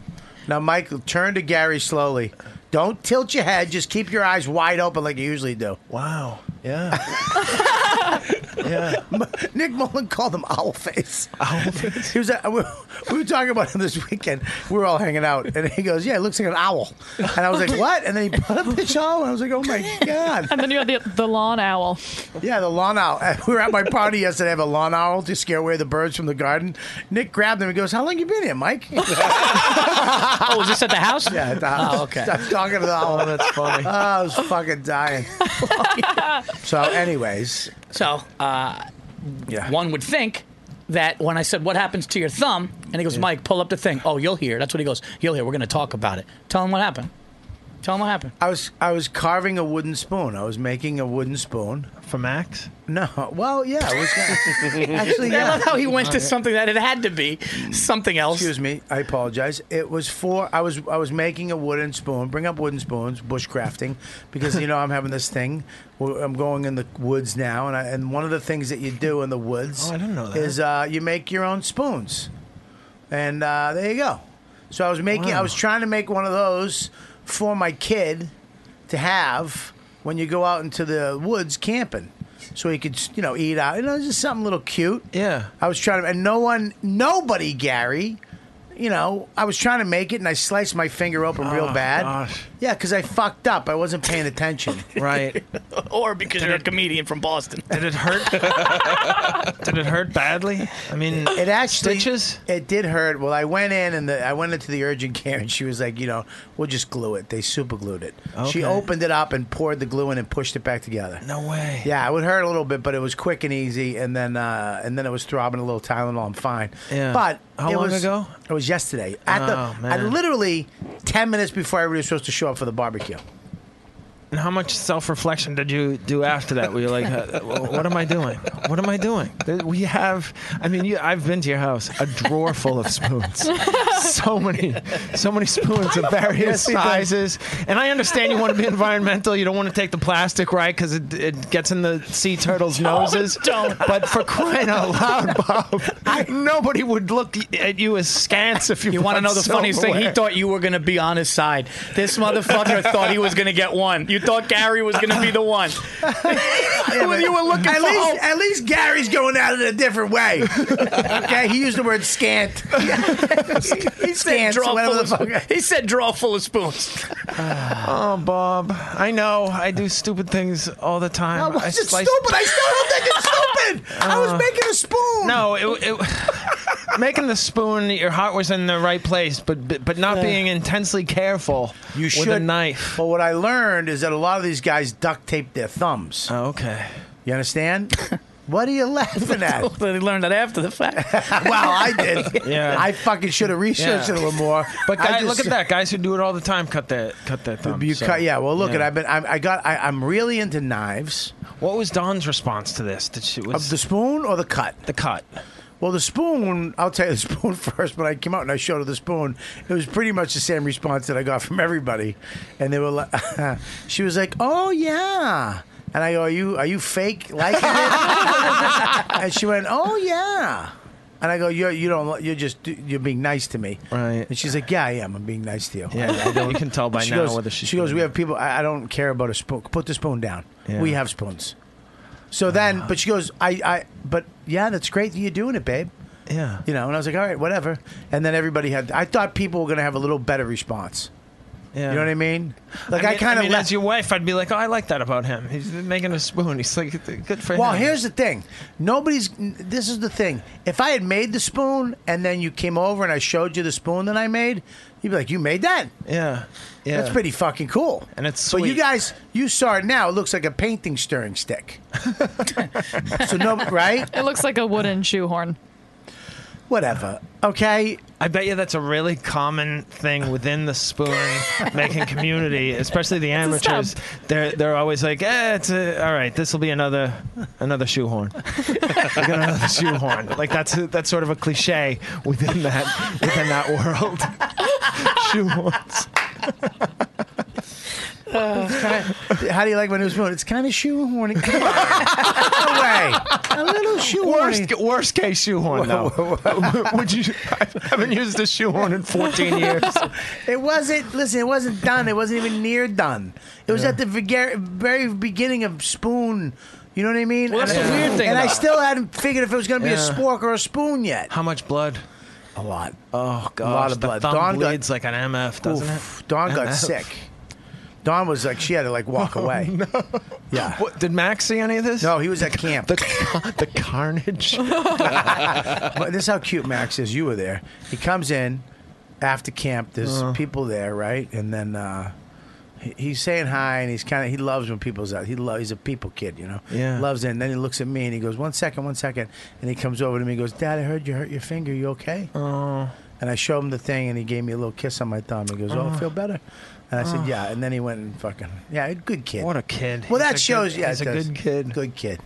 D: Now, Michael, turn to Gary slowly. Don't tilt your head. Just keep your eyes wide open like you usually do. Wow. Yeah. yeah. Nick Mullen called him Owl Face. Owl Face. He was at, we, we were talking about him this weekend. We were all hanging out, and he goes, "Yeah, it looks like an owl." And I was like, "What?" And then he put up the show, and I was like, "Oh my god!"
K: And then you had the, the lawn owl.
D: Yeah, the lawn owl. We were at my party yesterday. I have a lawn owl to scare away the birds from the garden. Nick grabbed him and goes, "How long you been here, Mike?"
H: oh, was this at the house?
D: Yeah, at the house.
H: Oh, okay.
D: I'm talking to the owl.
N: that's funny.
D: Oh, I was fucking dying. so, anyways,
H: So, uh, one would think that when I said, What happens to your thumb? And he goes, Mike, pull up the thing. Oh, you'll hear. That's what he goes, You'll hear. We're going to talk about it. Tell him what happened. Tell him what happened.
D: I was I was carving a wooden spoon. I was making a wooden spoon
N: for Max.
D: No, well, yeah, it was actually.
H: I
D: yeah. Mm.
H: love how he went to something that it had to be something else.
D: Excuse me, I apologize. It was for I was I was making a wooden spoon. Bring up wooden spoons, bushcrafting, because you know I'm having this thing. where I'm going in the woods now, and I, and one of the things that you do in the woods
N: Oh, I didn't know that.
D: is uh, you make your own spoons, and uh, there you go. So I was making I
N: Wow.
D: was trying to make one of those for my kid to have when you go out into the woods camping. So he could, you know, eat out. You know, just something little cute.
N: Yeah.
D: I was trying to, and no one, nobody, Gary, you know, I was trying to make it and I sliced my finger open real
N: Oh,
D: bad.
N: gosh.
D: Yeah, because I fucked up. I wasn't paying attention.
N: Right.
H: or because you're a comedian from Boston.
N: Did it hurt? Did it hurt badly? I mean,
D: It actually stitches. It did hurt. Well, I went in and the, I went into the urgent care and she was like, you know, we'll just glue it. They super glued it.
N: Okay.
D: She opened it up and poured the glue in and pushed it back together.
N: no way.
D: Yeah, it would hurt a little bit, but it was quick and easy. And then uh, and then it was throbbing a little Tylenol. I'm fine.
N: Yeah.
D: But
N: How
D: it
N: long
D: was,
N: ago?
D: It was yesterday. At the,
N: Oh,
D: I
N: man.
D: literally ten minutes before everybody was supposed to show up for the barbecue.
N: And how much self-reflection did you do after that? Were you like, uh, what am I doing? What am I doing? There- We have, I mean, you, I've been to your house, a drawer full of spoons, so many, so many spoons of various
M: Yes, he does.
N: sizes. And I understand you want to be environmental. You don't want to take the plastic, right? Because it, it gets in the sea turtles' noses. Don't. But for crying out loud, Bob, nobody would look at you askance if you.
H: You want to
N: brought
H: know the funniest thing? He
N: silverware.
H: thought you were going to be on his side. This motherfucker thought he was going to get one. You thought Gary was going to be the one.
D: when you were
H: looking
D: at
H: for
D: least,
H: hope.
D: At least Gary's going at it a different way. okay, he used the word scant.
H: He said,
D: Scans,
H: draw
D: whatever the
H: full of, he said draw full of spoons.
N: oh, Bob, I know I do stupid things all the time.
L: I wasn't
N: slice-
L: stupid. I still don't think it's stupid. I was
N: Uh,
L: making a spoon.
N: No, it, it, making the spoon. Your heart was in the right place, but but, but not
D: Yeah.
N: being intensely careful.
D: You should
N: with a knife.
D: But what I learned is that a lot of these guys duct tape their thumbs.
N: Oh, okay.
D: You understand? what are you laughing at?
H: they learned that after the fact.
D: well, I did.
N: Yeah.
D: I fucking should have researched
N: Yeah.
D: it a little more.
N: But
D: I
N: guys,
D: just-
N: look at that. Guys who do it all the time cut their cut their thumb.
D: You cut, yeah. Well, look, at I've been. I'm, I got. I, I'm really into knives.
N: What was Don's response to this? Did she was
D: of the spoon or the cut?
N: The cut.
D: Well, the spoon. I'll tell you the spoon first. When I came out and I showed her the spoon, it was pretty much the same response that I got from everybody, and they were like, she was like, "Oh yeah." And I go, are you are you fake liking it? and she went, oh yeah. And I go, you you don't li- you're just you're being nice to me. Right. And she's like, yeah, I am. I'm being nice to you.
N: Yeah, I know. You can tell by
D: she
N: now
D: goes,
N: whether she's
D: She goes,
N: doing
D: we have people. I, I don't care about a spoon. Put the spoon down.
N: Yeah.
D: We have spoons. So then, but she goes, I, I, but yeah, that's great that you're doing it, babe.
N: Yeah.
D: You know, and I was like, all right, whatever. And then everybody had. I thought people were gonna have a little better response.
N: Yeah.
D: You know what I mean? Like I,
N: mean-
D: kind of
N: mean,
D: left.
N: as your wife, I'd be like, oh, I like that about him. He's making a spoon. He's like, good for
D: Well,
N: him.
D: here's the thing. Nobody's. This is the thing. If I had made the spoon and then you came over and I showed you the spoon that I made, you'd be like, "You made that?
N: Yeah, yeah.
D: That's pretty fucking cool."
N: And it's
D: But you
N: sweet.
D: guys, you saw it now. It looks like a painting stirring stick. so no, right?
K: It looks like a wooden shoehorn.
D: Whatever. Okay.
N: I bet you that's a really common thing within the spoon making community, especially the
K: It's a stub.
N: amateurs. They're they're always like, eh, it's a, all right. This will be another another shoehorn. we got another shoehorn. Like that's that's sort of a cliche within that within that world. shoehorns.
D: How do you like my new spoon? It's kind of shoehorny. Come on. No way. A little shoehorny.
N: Worst, worst case shoehorn though. Would you? I haven't used a shoehorn in 14 years.
D: It wasn't. Listen, it wasn't done. It wasn't even near done. It was at the vega- very beginning of spoon. You know what I mean?
H: Well, that's
D: and
H: the
D: I-
H: weird thing
D: And I
H: about it.
D: still hadn't figured if it was going to be
N: Yeah.
D: a spork or a spoon yet.
N: How much blood?
D: A lot.
N: Oh gosh,
D: of
N: the
D: blood.
N: thumb
D: Don got-
N: bleeds like an MF, doesn't
D: Oof,
N: it?
D: Dawn got
N: MF.
D: sick. Dawn was like she had to like walk away. Yeah.
N: What, did Max see any of this?
D: No, he was at camp.
N: The, the carnage.
D: But this is how cute Max is. You were there. He comes in after camp. There's
N: Uh.
D: people there, right? And then uh, he, he's saying hi, and he's kind of he loves when people's out. He lo- he's a people kid, you know.
N: Yeah.
D: Loves it. And then he looks at me and he goes, "One second, one second. And he comes over to me and goes, "Dad, I heard you hurt your finger. You okay?"
N: Oh.
D: And I showed him the thing, and he gave me a little kiss on my thumb. He goes, "Oh,
N: Oh.
D: I feel better." And I
N: Oh.
D: said, "Yeah." And then he went and fucking yeah, good kid.
N: What a kid.
D: Well,
N: He's a
D: that
N: good-
D: shows. yeah,
N: he's
D: it
N: a
D: does.
N: good kid.
D: Good kid.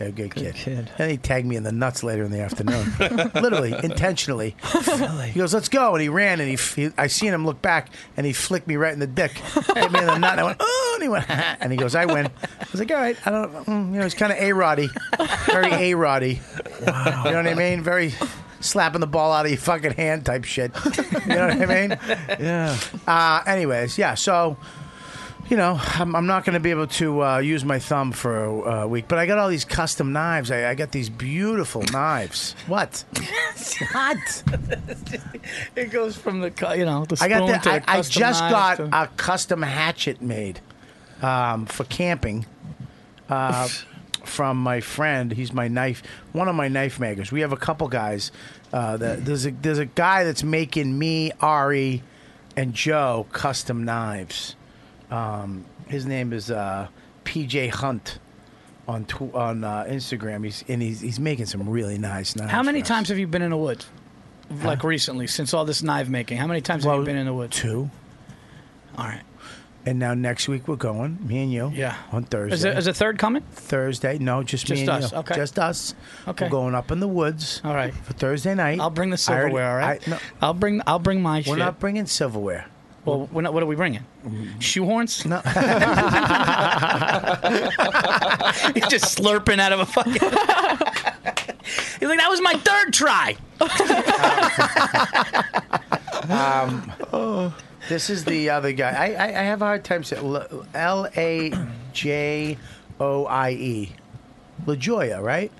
D: Yeah, good, kid.
N: kid.
D: And he tagged me in the nuts later in the afternoon, literally, intentionally. He goes, "Let's go!" And he ran, and he, he, I seen him look back, and he flicked me right in the dick, hit me in the nut, and I went, "Oh!" And he went, and he goes, "I win." I was like, "All right, I don't, mm, you know, he's kind of a roddy, very a roddy. You know what I mean? Very." Slapping the ball out of your fucking hand type shit. You know what I mean?
N: Yeah.
D: Uh, anyways, yeah. So, you know, I'm, I'm not going to be able to uh, use my thumb for a uh, week, but I got all these custom knives. I, I got these beautiful knives. What? What?
H: it goes from the cu- you know the
D: I
H: spoon
D: got the,
H: to the
D: I, I
H: custom
D: just
H: knife
D: got
H: to-
D: a custom hatchet made um, for camping uh, from my friend. He's my knife, one of my knife makers. We have a couple guys. Uh, that, there's a there's a guy that's making me Ari and Joe custom knives. Um, his name is uh, PJ Hunt on tw- on uh, Instagram. He's and he's he's making some really nice knives.
H: How many
D: for us.
H: times have you been in the woods? Like recently, since all this knife making, how many times have you been in the woods?
D: Two.
H: All right.
D: And now next week we're going, me and you. Yeah. On Thursday.
H: Is there- is a third coming?
D: Thursday? No, just, me
H: Just
D: and
H: us,
D: you.
H: okay.
D: Just us.
H: Okay.
D: We're going up in the woods. All right. For Thursday night. I'll bring the
H: silverware, all right?
D: I'll bring. I'll bring my. We're
H: shit.
D: not bringing silverware.
H: Well, we're Mm-hmm. not, what are we bringing? Shoehorns?
D: No.
H: He's just slurping out of a fucking. He's like, that was my third try.
D: Um, This is the other guy. I, I, I have a hard time saying L A J O I E, LaJoya, right?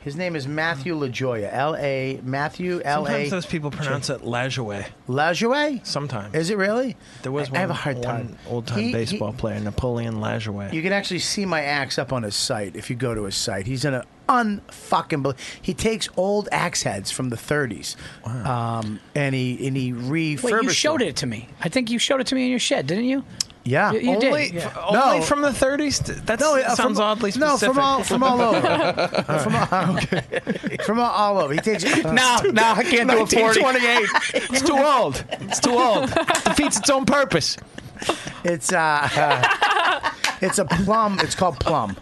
D: His name is Matthew LaJoya. L A Matthew L A.
N: Sometimes those people pronounce it Lajoie.
D: Lajoie?
N: Sometimes.
D: Is it really?
N: There was
D: I-
N: one,
D: I have a hard time.
N: old time
D: He- he-
N: baseball player, Napoleon Lajoie.
D: You can actually see my axe up on his site if you go to his site. He's in a unfucking. bel- He takes old axe heads from the 30s, um, and he and he refurbishes.
H: Wait, you showed it to me. I think you showed it to me in your shed, didn't you?
D: Yeah,
H: You, you
N: Only-
H: did. Yeah.
N: f- only from the 30s? That's,
D: No,
N: that
D: uh,
N: sounds
D: from-
N: oddly
D: no,
N: specific.
D: from all- from all over. From all, from all, all over. He takes
H: Uh,
N: No, no, I can't do a 40.
D: 1928.
N: It's too old. It's too old.
D: defeats its own purpose. It's uh, uh, it's a plum. It's called plum.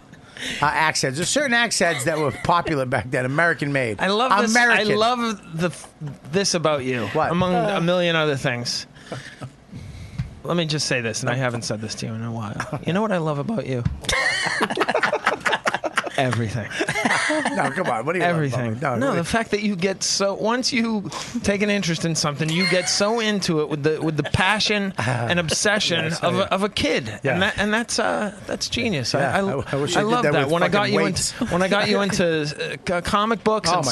D: Uh, axe heads. There's certain axe heads that were popular back then, American made.
N: I love this.
D: American.
N: I love the f- this about you.
D: What? Uh.
N: Among a million other things. Let me just say this, and I haven't said this to you in a while. You know what I love about you? Everything.
D: No, come on. What do you love about
N: Everything.
D: me? No,
N: no,
D: what do
N: the fact that you get so once you take an interest in something, you get so into it with the with the passion and obsession
D: Yes, I
N: of,
D: am.
N: a, of a kid,
D: Yeah.
N: and that and that's uh that's genius. I,
D: Yeah,
N: I,
D: I- I wish I did
N: love
D: that
N: that,
D: with
N: when I got
D: fucking
N: you
D: weights.
N: into when I got you into uh, c- comic books
D: Oh
N: and
D: my God.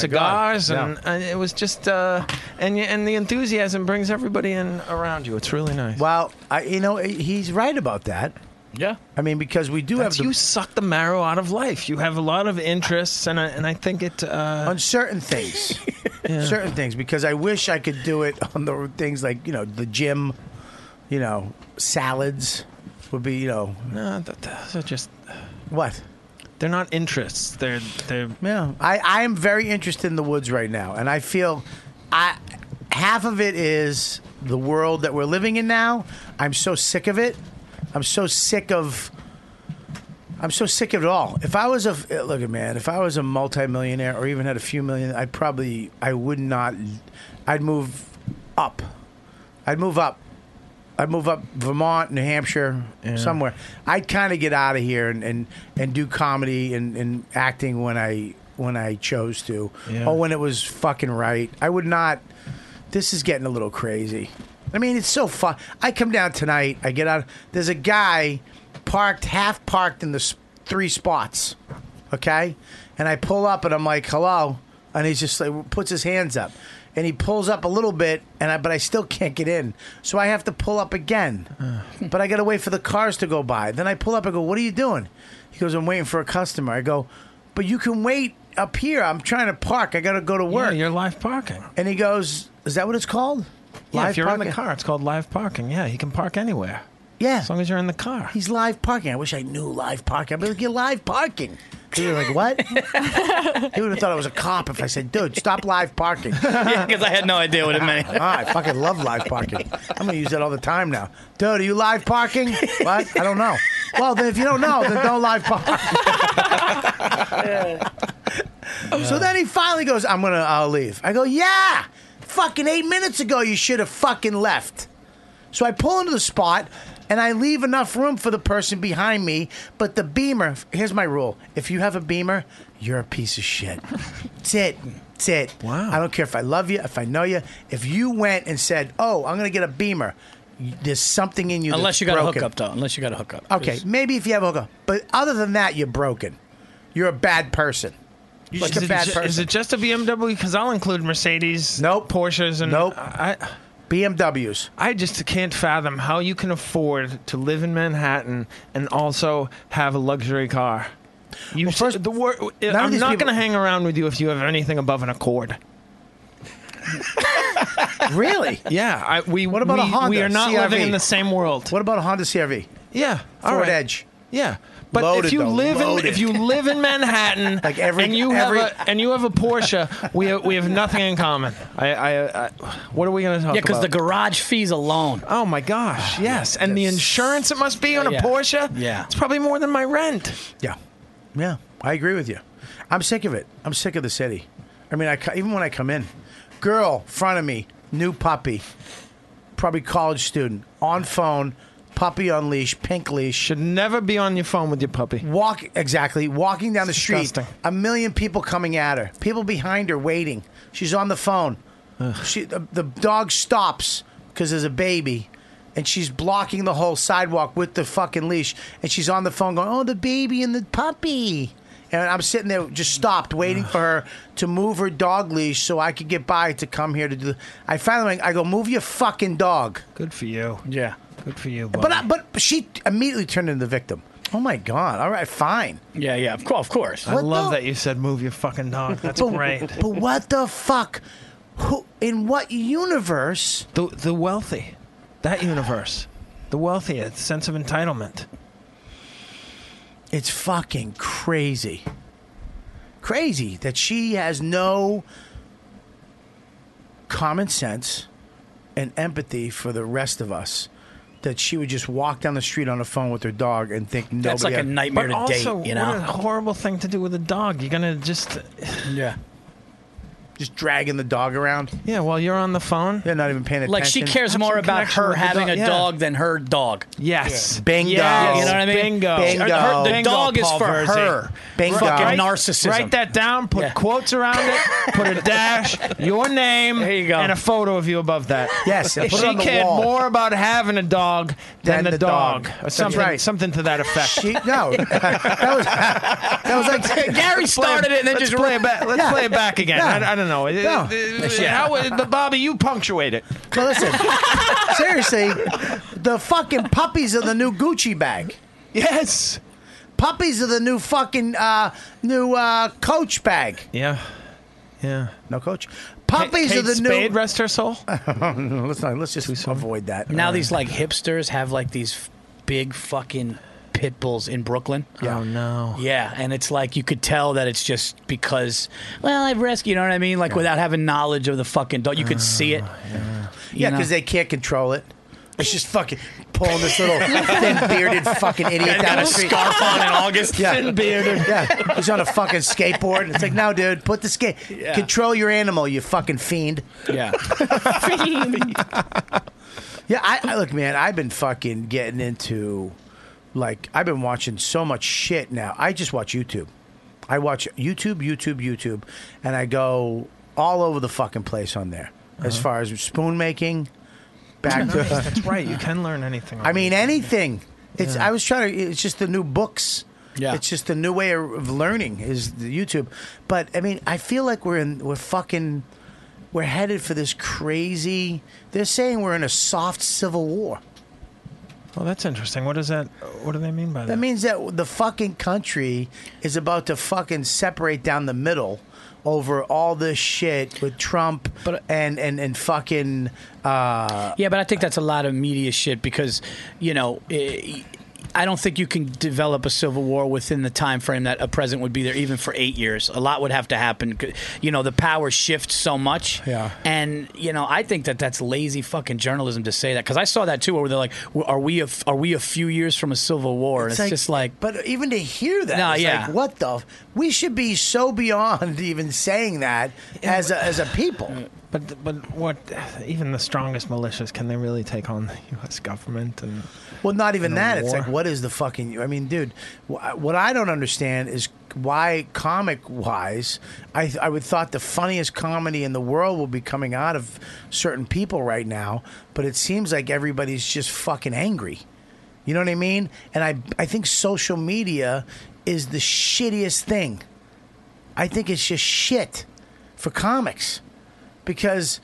N: cigars,
D: Yeah.
N: and, and it was just uh and y- and the enthusiasm brings everybody in around you. It's really nice.
D: Well, I, you know, he's right about that.
N: Yeah.
D: I mean, because we do
N: That's,
D: have the,
N: you suck the marrow out of life. You have a lot of interests, and I, and I think it uh,
D: on certain things, certain things. Because I wish I could do it on the things like you know the gym, you know salads would be you know
N: No, th- those are just
D: what.
N: They're not interests. They're they're
D: yeah. I I am very interested in the woods right now, and I feel I half of it is the world that we're living in now. I'm so sick of it. I'm so sick of. I'm so sick of it all. If I was a look at man, if I was a multimillionaire or even had a few million, I probably I would not. I'd move up. I'd move up. I'd move up Vermont, New Hampshire, somewhere. I'd kind of get out of here and, and, and do comedy and, and acting when I when I chose to,
N: Yeah.
D: or when it was fucking right. I would not. This is getting a little crazy. I mean, it's so fun. I come down tonight. I get out. There's a guy parked, half parked in the s- three spots. Okay, and I pull up and I'm like, "Hello," and he's just like puts his hands up, and he pulls up a little bit, and I but I still can't get in, so I have to pull up again. but I gotta wait for the cars to go by. Then I pull up. I go, "What are you doing?" He goes, "I'm waiting for a customer." I go, "But you can wait up here. I'm trying to park. I gotta go to work."
N: you're live parking.
D: And he goes, "Is that what it's called?"
N: Yeah,
D: Live
N: if you're in the
D: parking?
N: car, it's called live parking. Yeah, you can park anywhere.
D: Yeah.
N: As long as you're in the car.
D: He's live parking. I wish I knew live parking. I'd be like, you're live parking. He would like, what? he would have thought I was a cop if I said, dude, stop live parking.
H: Yeah, 'cause I had no idea what it meant.
D: Ah, I fucking love live parking. I'm going to use that all the time now. Dude, are you live parking? What? I don't know. Well, then if you don't know, then don't live park. So then he finally goes, I'm gonna I'll leave. I go, Yeah. Fucking eight minutes ago you should have fucking left. So I pull into the spot and I leave enough room for the person behind me, but the beamer here's my rule. If you have a beamer, you're a piece of shit. That's it. That's it. Wow. I don't care if I love you, if I know you. If you went and said, Oh, I'm gonna get a beamer, y- there's something in you.
H: Unless
D: that's
H: you got
D: broken.
H: a hookup, though. Unless you got a hookup.
D: Okay, maybe if you have a hookup. But other than that, you're broken. You're a bad person. You're
N: is,
D: just a
N: it
D: bad
N: ju-
D: person.
N: is it just a BMW? Because I'll include Mercedes.
D: Nope.
N: Porsches and
D: Nope.
N: I,
D: BMWs.
N: I just can't fathom how you can afford to live in Manhattan and also have a luxury car. You first, the wor- uh,
D: none of
N: I'm
D: these
N: not
D: people-
N: going to hang around with you if you have anything above an Accord.
D: Really?
N: Yeah. I, we.
D: What about
N: we,
D: a Honda?
N: We are not living
D: CRV?
N: in the same world.
D: What about a Honda CRV?
N: Yeah. all
D: Ford
N: right.
D: Edge.
N: Yeah, But
D: Loaded,
N: if you
D: though.
N: live
D: Loaded.
N: in if you live in Manhattan, like
D: every-
N: and you
D: every-
N: have a and you have a Porsche, we have, we have nothing in common. I, I, I what are we going to talk
H: Yeah,
N: about?
H: because the garage fees alone.
N: Oh my gosh, yes, and the insurance it must be on a
H: Yeah.
N: Porsche.
H: Yeah.
N: it's probably more than my rent.
D: Yeah, yeah, I agree with you. I'm sick of it. I'm sick of the city. I mean, I co- even when I come in, girl, front of me, new puppy, probably college student, on phone, puppy on leash, pink leash. Should
N: never be on your phone with your puppy.
D: Walk exactly. Walking down the street, a million people coming at her. People behind her waiting. She's on the phone. She the, the dog stops because there's a baby. And she's blocking the whole sidewalk with the fucking leash. And she's on the phone going, Oh, the baby and the puppy. And I'm sitting there just stopped waiting for her to move her dog leash so I could get by to come here to do. I finally, went, I go, Move your fucking dog.
N: Good for you.
H: Yeah.
N: Good for you.
D: But I, but she immediately turned into the victim. Oh my god! All right, fine.
H: Yeah, yeah, of course, of course.
N: I love that you said move your fucking dog. That's
D: but,
N: great.
D: But what the fuck? Who in what universe?
N: The the wealthy, that universe, the wealthy, a sense of entitlement.
D: It's fucking crazy. Crazy that she has no common sense and empathy for the rest of us. That she would just walk down the street on a phone with her dog and think nobody. else-
N: but also, What a horrible thing to do with a dog. You're gonna just
H: yeah,
D: just dragging the dog around.
N: Yeah, while you're on the phone,
D: they're not even paying attention.
H: Like she cares
N: Have
H: more
N: some
H: about
N: connection
H: her
N: with the
H: having
N: dog,
H: a
N: yeah.
H: dog than her dog.
N: Yes.
H: Yeah.
N: Bingo.
H: You know what I mean?
N: Bingo.
H: Her- her- the
N: Oh. Bingo,
H: dog is
N: Paul
H: for
N: Verzi.
H: her.
N: Bingo.
H: Fucking
N: Write-
H: narcissism.
N: Write that down. Put quotes around it. Put a dash. Your name. There you go. And a photo of you above that.
D: Yes, and put it
N: she
D: on the
N: cared
D: wall.
N: more about having a dog than,
D: Than
N: the,
D: the
N: dog.
D: dog.
N: or
D: That's
N: something.
D: right.
N: Something to that effect.
D: She, no, that was that was like
N: Let's play- let's play it back. Let's
D: Yeah.
N: play it back again.
D: Yeah.
N: I, I don't know. It-
D: No.
N: it-
D: Yeah.
N: How would the Bobby? You punctuate it.
D: But listen, seriously, the fucking puppies are the new Gucci bag.
N: Yes.
D: Puppies are the new fucking uh, new uh, coach bag.
N: Yeah. Yeah.
D: No coach. Puppies
H: Kate
D: are the
H: Spade,
D: new.
N: rest her soul.
D: let's not. Let's just avoid that.
H: Now these like hipsters have like these f- big fucking pit bulls in Brooklyn.
N: Oh no.
H: Yeah, and it's like you could tell that it's just because, well, I've rescued. You know what I mean? Like without having knowledge of the fucking dog, you
N: Uh,
H: could see it. You
D: Yeah,
H: know?
D: because they can't control it. It's just fucking pulling this little thin bearded fucking idiot
H: Got
D: down
H: a
D: the street.
H: scarf on in August.
D: Yeah.
H: Thin bearded.
D: Yeah. He's on a fucking skateboard. And it's like, no, dude, put the skate.
H: Yeah.
D: Control your animal, you fucking fiend.
H: Yeah.
D: Yeah, I, I look, man. I've been fucking getting into, like, I've been watching so much shit now. I just watch YouTube. I watch YouTube, YouTube, YouTube, and I go all over the fucking place on there. As far as spoon making, back to
N: That's right. You can learn anything.
D: I mean anything. It's
N: Yeah.
D: I was trying to. It's just the new books.
N: Yeah.
D: It's just the new way of- of learning is the YouTube. But I mean, I feel like we're in we're fucking we're headed for this crazy. They're saying we're in a soft civil war.
N: Well, that's interesting. What does that? What do they mean by that?
D: That means that the fucking country is about to fucking separate down the middle over all this shit with Trump and and and fucking uh,
H: Yeah, but I think that's a lot of media shit because, you know, i I don't think you can develop a civil war within the time frame that a president would be there, even for eight years. A lot would have to happen. C- You know, the power shifts so much.
D: Yeah.
H: And you know, I think that that's lazy fucking journalism to say that because I saw that too, where they're like, "W- "Are we a f- are we a few years from a civil war?" And it's, just like,
D: but even to hear that,
H: No,
D: it's
H: yeah.
D: like, what the? F- we should be so beyond even saying that as a, as a people.
N: But but what? Even the strongest militias can they really take on the U.S. government? And
D: Well, not even
N: In a
D: that. It's
N: war.
D: like, what is the fucking? I mean, dude, wh- what I don't understand is why, comic wise, I I would thought the funniest comedy in the world would be coming out of certain people right now, but it seems like everybody's just fucking angry. You know what I mean? And I I think social media is the shittiest thing. I think it's just shit for comics because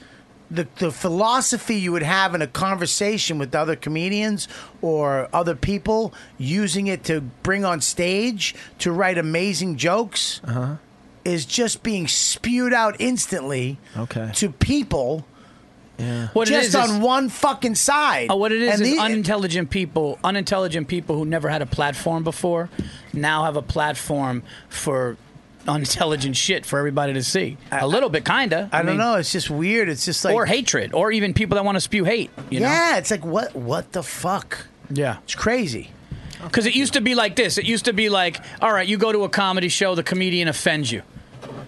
D: the the philosophy you would have in a conversation with other comedians or other people using it to bring on stage to write amazing jokes is just being spewed out instantly
N: Okay.
D: to people
N: Yeah.
H: What it
D: just
H: is is-
D: on one fucking side.
H: Oh, what it is
D: And
H: is
D: the-
H: unintelligent people, unintelligent people who never had a platform before, now have a platform for unintelligent shit for everybody to see. A little bit, kinda.
D: I don't know. It's just weird. It's just like
H: or hatred, or even people that want to spew hate. You know?
D: yeah, it's like what what the fuck?
H: Yeah.
D: It's crazy.
H: Because it used to be like this. It used to be like, all right, you go to a comedy show, the comedian offends you.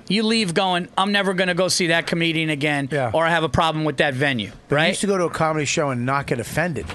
H: You leave going, I'm never going to go see that comedian again, or I have a problem with that venue.
D: But I used to go to a comedy show and not get offended.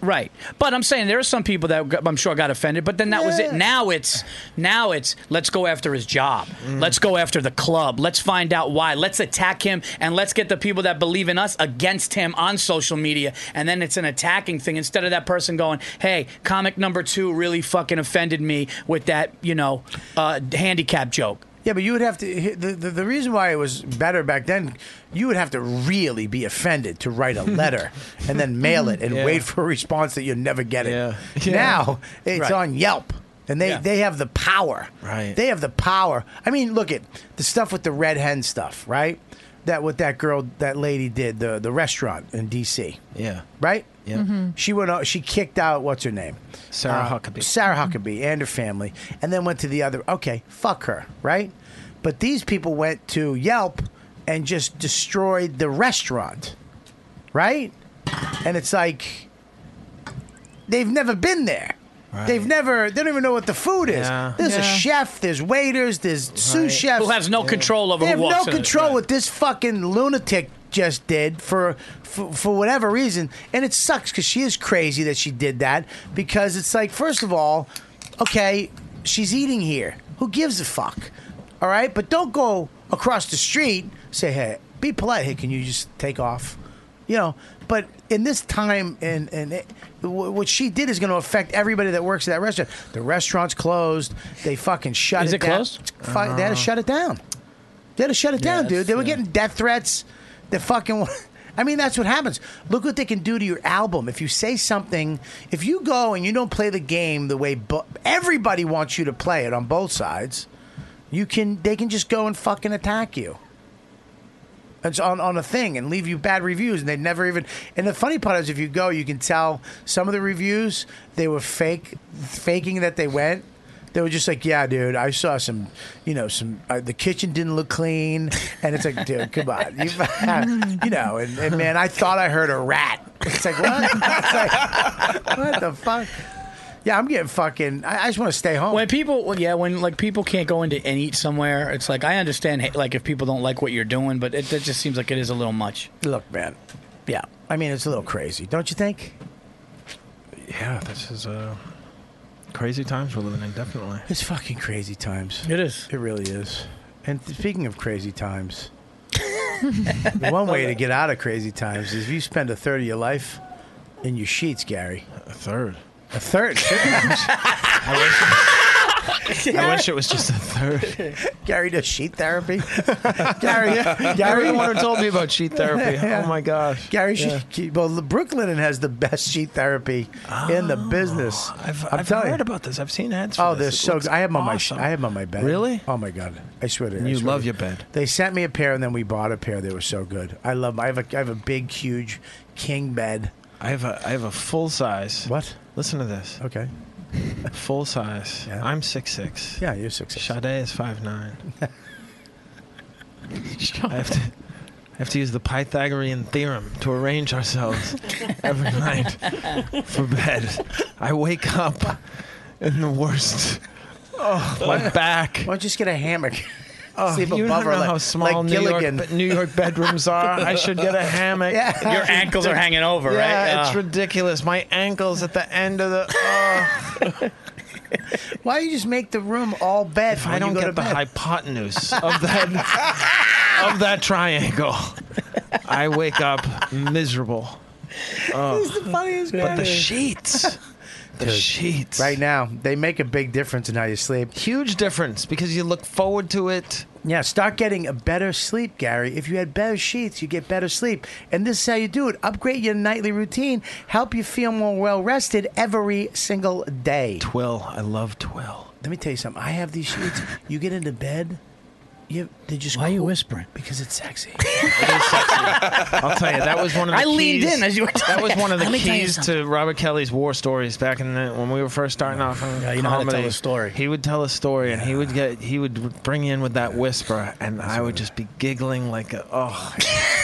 H: Right. But I'm saying there are some people that got- I'm sure got offended, but then that was it. Now it's now it's let's go after his job. Let's go after the club. Let's find out why. Let's attack him and let's get the people that believe in us against him on social media. And then it's an attacking thing instead of that person going, "Hey, comic number 2 really fucking offended me with that, you know, uh handicap joke."
D: Yeah, but you would have to. The, the, the reason why it was better back then, you would have to really be offended to write a letter and then mail it and
N: Yeah.
D: wait for a response that you're never getting.
N: Yeah.
D: Now it's
N: Right.
D: on Yelp, and they,
N: Yeah.
D: they have the power. Right. They have the power. I mean, look at the stuff with the red hen stuff, right? That what that girl, that lady did the the restaurant in D.C.
N: Yeah.
D: Right.
N: Yeah. Mhm.
D: She went. out- She kicked out. What's her name?
N: Sarah
D: Uh,
N: Huckabee.
D: Sarah Huckabee and her family, and then went to the other. Okay, fuck her, right? But these people went to Yelp and just destroyed the restaurant, right? And it's like they've never been there.
M: Right.
D: They've never. They don't even know what the food is.
M: Yeah.
D: There's
M: Yeah.
D: a chef. There's waiters. There's sous chefs
H: Who has no control over
D: They
H: who
D: have
H: walks
D: no
H: in.
D: control what this fucking lunatic just did for for, for whatever reason, and it sucks because she is crazy that she did that. Because it's like, first of all, okay, she's eating here. Who gives a fuck? All right, but don't go across the street. Say, hey, be polite. Hey, can you just take off? You know, but in this time, and and it, wh- what she did is going to affect everybody that works at that restaurant. The restaurant's closed. They fucking shut
H: Is
D: it,
H: it
D: down.
H: closed?
D: It's fu- they had to
H: Uh.
D: shut it down. They had to shut it down, dude. They were getting death threats. They fucking. I mean, that's what happens. Look what they can do to your album. If you say something, if you go and you don't play the game the way bo- everybody wants you to play it on both sides, you can. They can just go and fucking attack you. It's on, on a thing and leave you bad reviews, and they never even. And the funny part is, if you go, you can tell some of the reviews they were fake, faking that they went. They were just like, "Yeah, dude, I saw some, you know, some uh, the kitchen didn't look clean," and it's like, "Dude, come on, you, you know." And, and man, I thought I heard a rat. It's like what? It's like, what the fuck? Yeah, I'm getting fucking. I, I just want to stay home.
H: When people, well, yeah, when like people can't go into and eat somewhere, it's like I understand ha- like if people don't like what you're doing, but it, it just seems like it is a little much.
D: Look, man, yeah, I mean, it's a little crazy, don't you think?
N: Yeah, this is uh, crazy times we're living in, definitely.
D: It's fucking crazy times.
H: It is.
D: It really is. And th- speaking of crazy times, the one way to get out of crazy times is if you spend a third of your life in your sheets, Gary.
N: A third.
D: A third.
N: I wish it was just a third.
D: Gary does sheet therapy. Gary, Gary,
N: Everyone who told me about sheet therapy. Oh my gosh,
D: Gary.
N: Yeah.
D: She, well, the Brooklyn has the best sheet therapy in the business.
N: Oh, I've,
D: I'm
N: I've
D: telling
N: heard
D: you.
N: about this. I've seen ads. For
D: Oh,
N: this.
D: they're
N: It
D: so.
N: looks
D: Good. I have 'em on my. sh-
N: awesome.
D: I have 'em on my bed.
N: Really?
D: Oh my god! I swear to you. I
N: You
D: swear
N: love
D: to
N: your bed.
D: They sent me a pair, and then we bought a pair. They were so good. I love. 'em. I have a. I have a big, huge king bed.
N: I have a I have a full size.
D: What?
N: Listen to this.
D: Okay.
N: Full size. I'm six six.
D: Yeah, you're six six.
N: Sade is five nine. I have to I have to use the Pythagorean theorem to arrange ourselves every night for bed. I wake up in the worst. Oh, my back. Why
D: don't you just get a hammock?
N: Oh,
D: Sleep
N: you
D: above her
N: don't know
D: like-
N: how small
D: like
N: New York,
D: Gilligan.
N: but New York bedrooms are. I should get a hammock.
D: Yeah.
H: Your ankles are hanging over,
N: yeah,
H: right? Ah.
N: it's
H: Yeah.
N: ridiculous. My ankles at the end of the. Oh.
D: Why you just make the room all bed?
N: If
D: when
N: I
D: you
N: don't
D: go
N: get
D: to
N: the
D: bed?
N: hypotenuse of that of that triangle, I wake up miserable. Oh.
D: He's the funniest guy.
N: But the sheets. The
D: Dude,
N: sheets.
D: Right now, they make a big difference in how you sleep.
N: Huge difference because you look forward to it.
D: Yeah, start getting a better sleep, Gary. If you had better sheets, you get better sleep. And this is how you do it. Upgrade your nightly routine, help you feel more well rested every single day.
N: Twill. I love twill.
D: Let me tell you something. I have these sheets. You get into bed, you, they just
H: Why are you whispering?
D: Because it's sexy.
N: I'll tell you, that was one of the
H: I leaned
N: keys-
H: in as you were
N: That was one of the
H: Let me tell you
N: keys to
H: something.
N: Robert Kelly's war stories back in the, when we were first starting off in
D: Yeah,
N: comedy.
D: you know how to tell a story.
N: He would tell a story, and he would get he would bring in with that whisper, and I would just be giggling like, a, oh.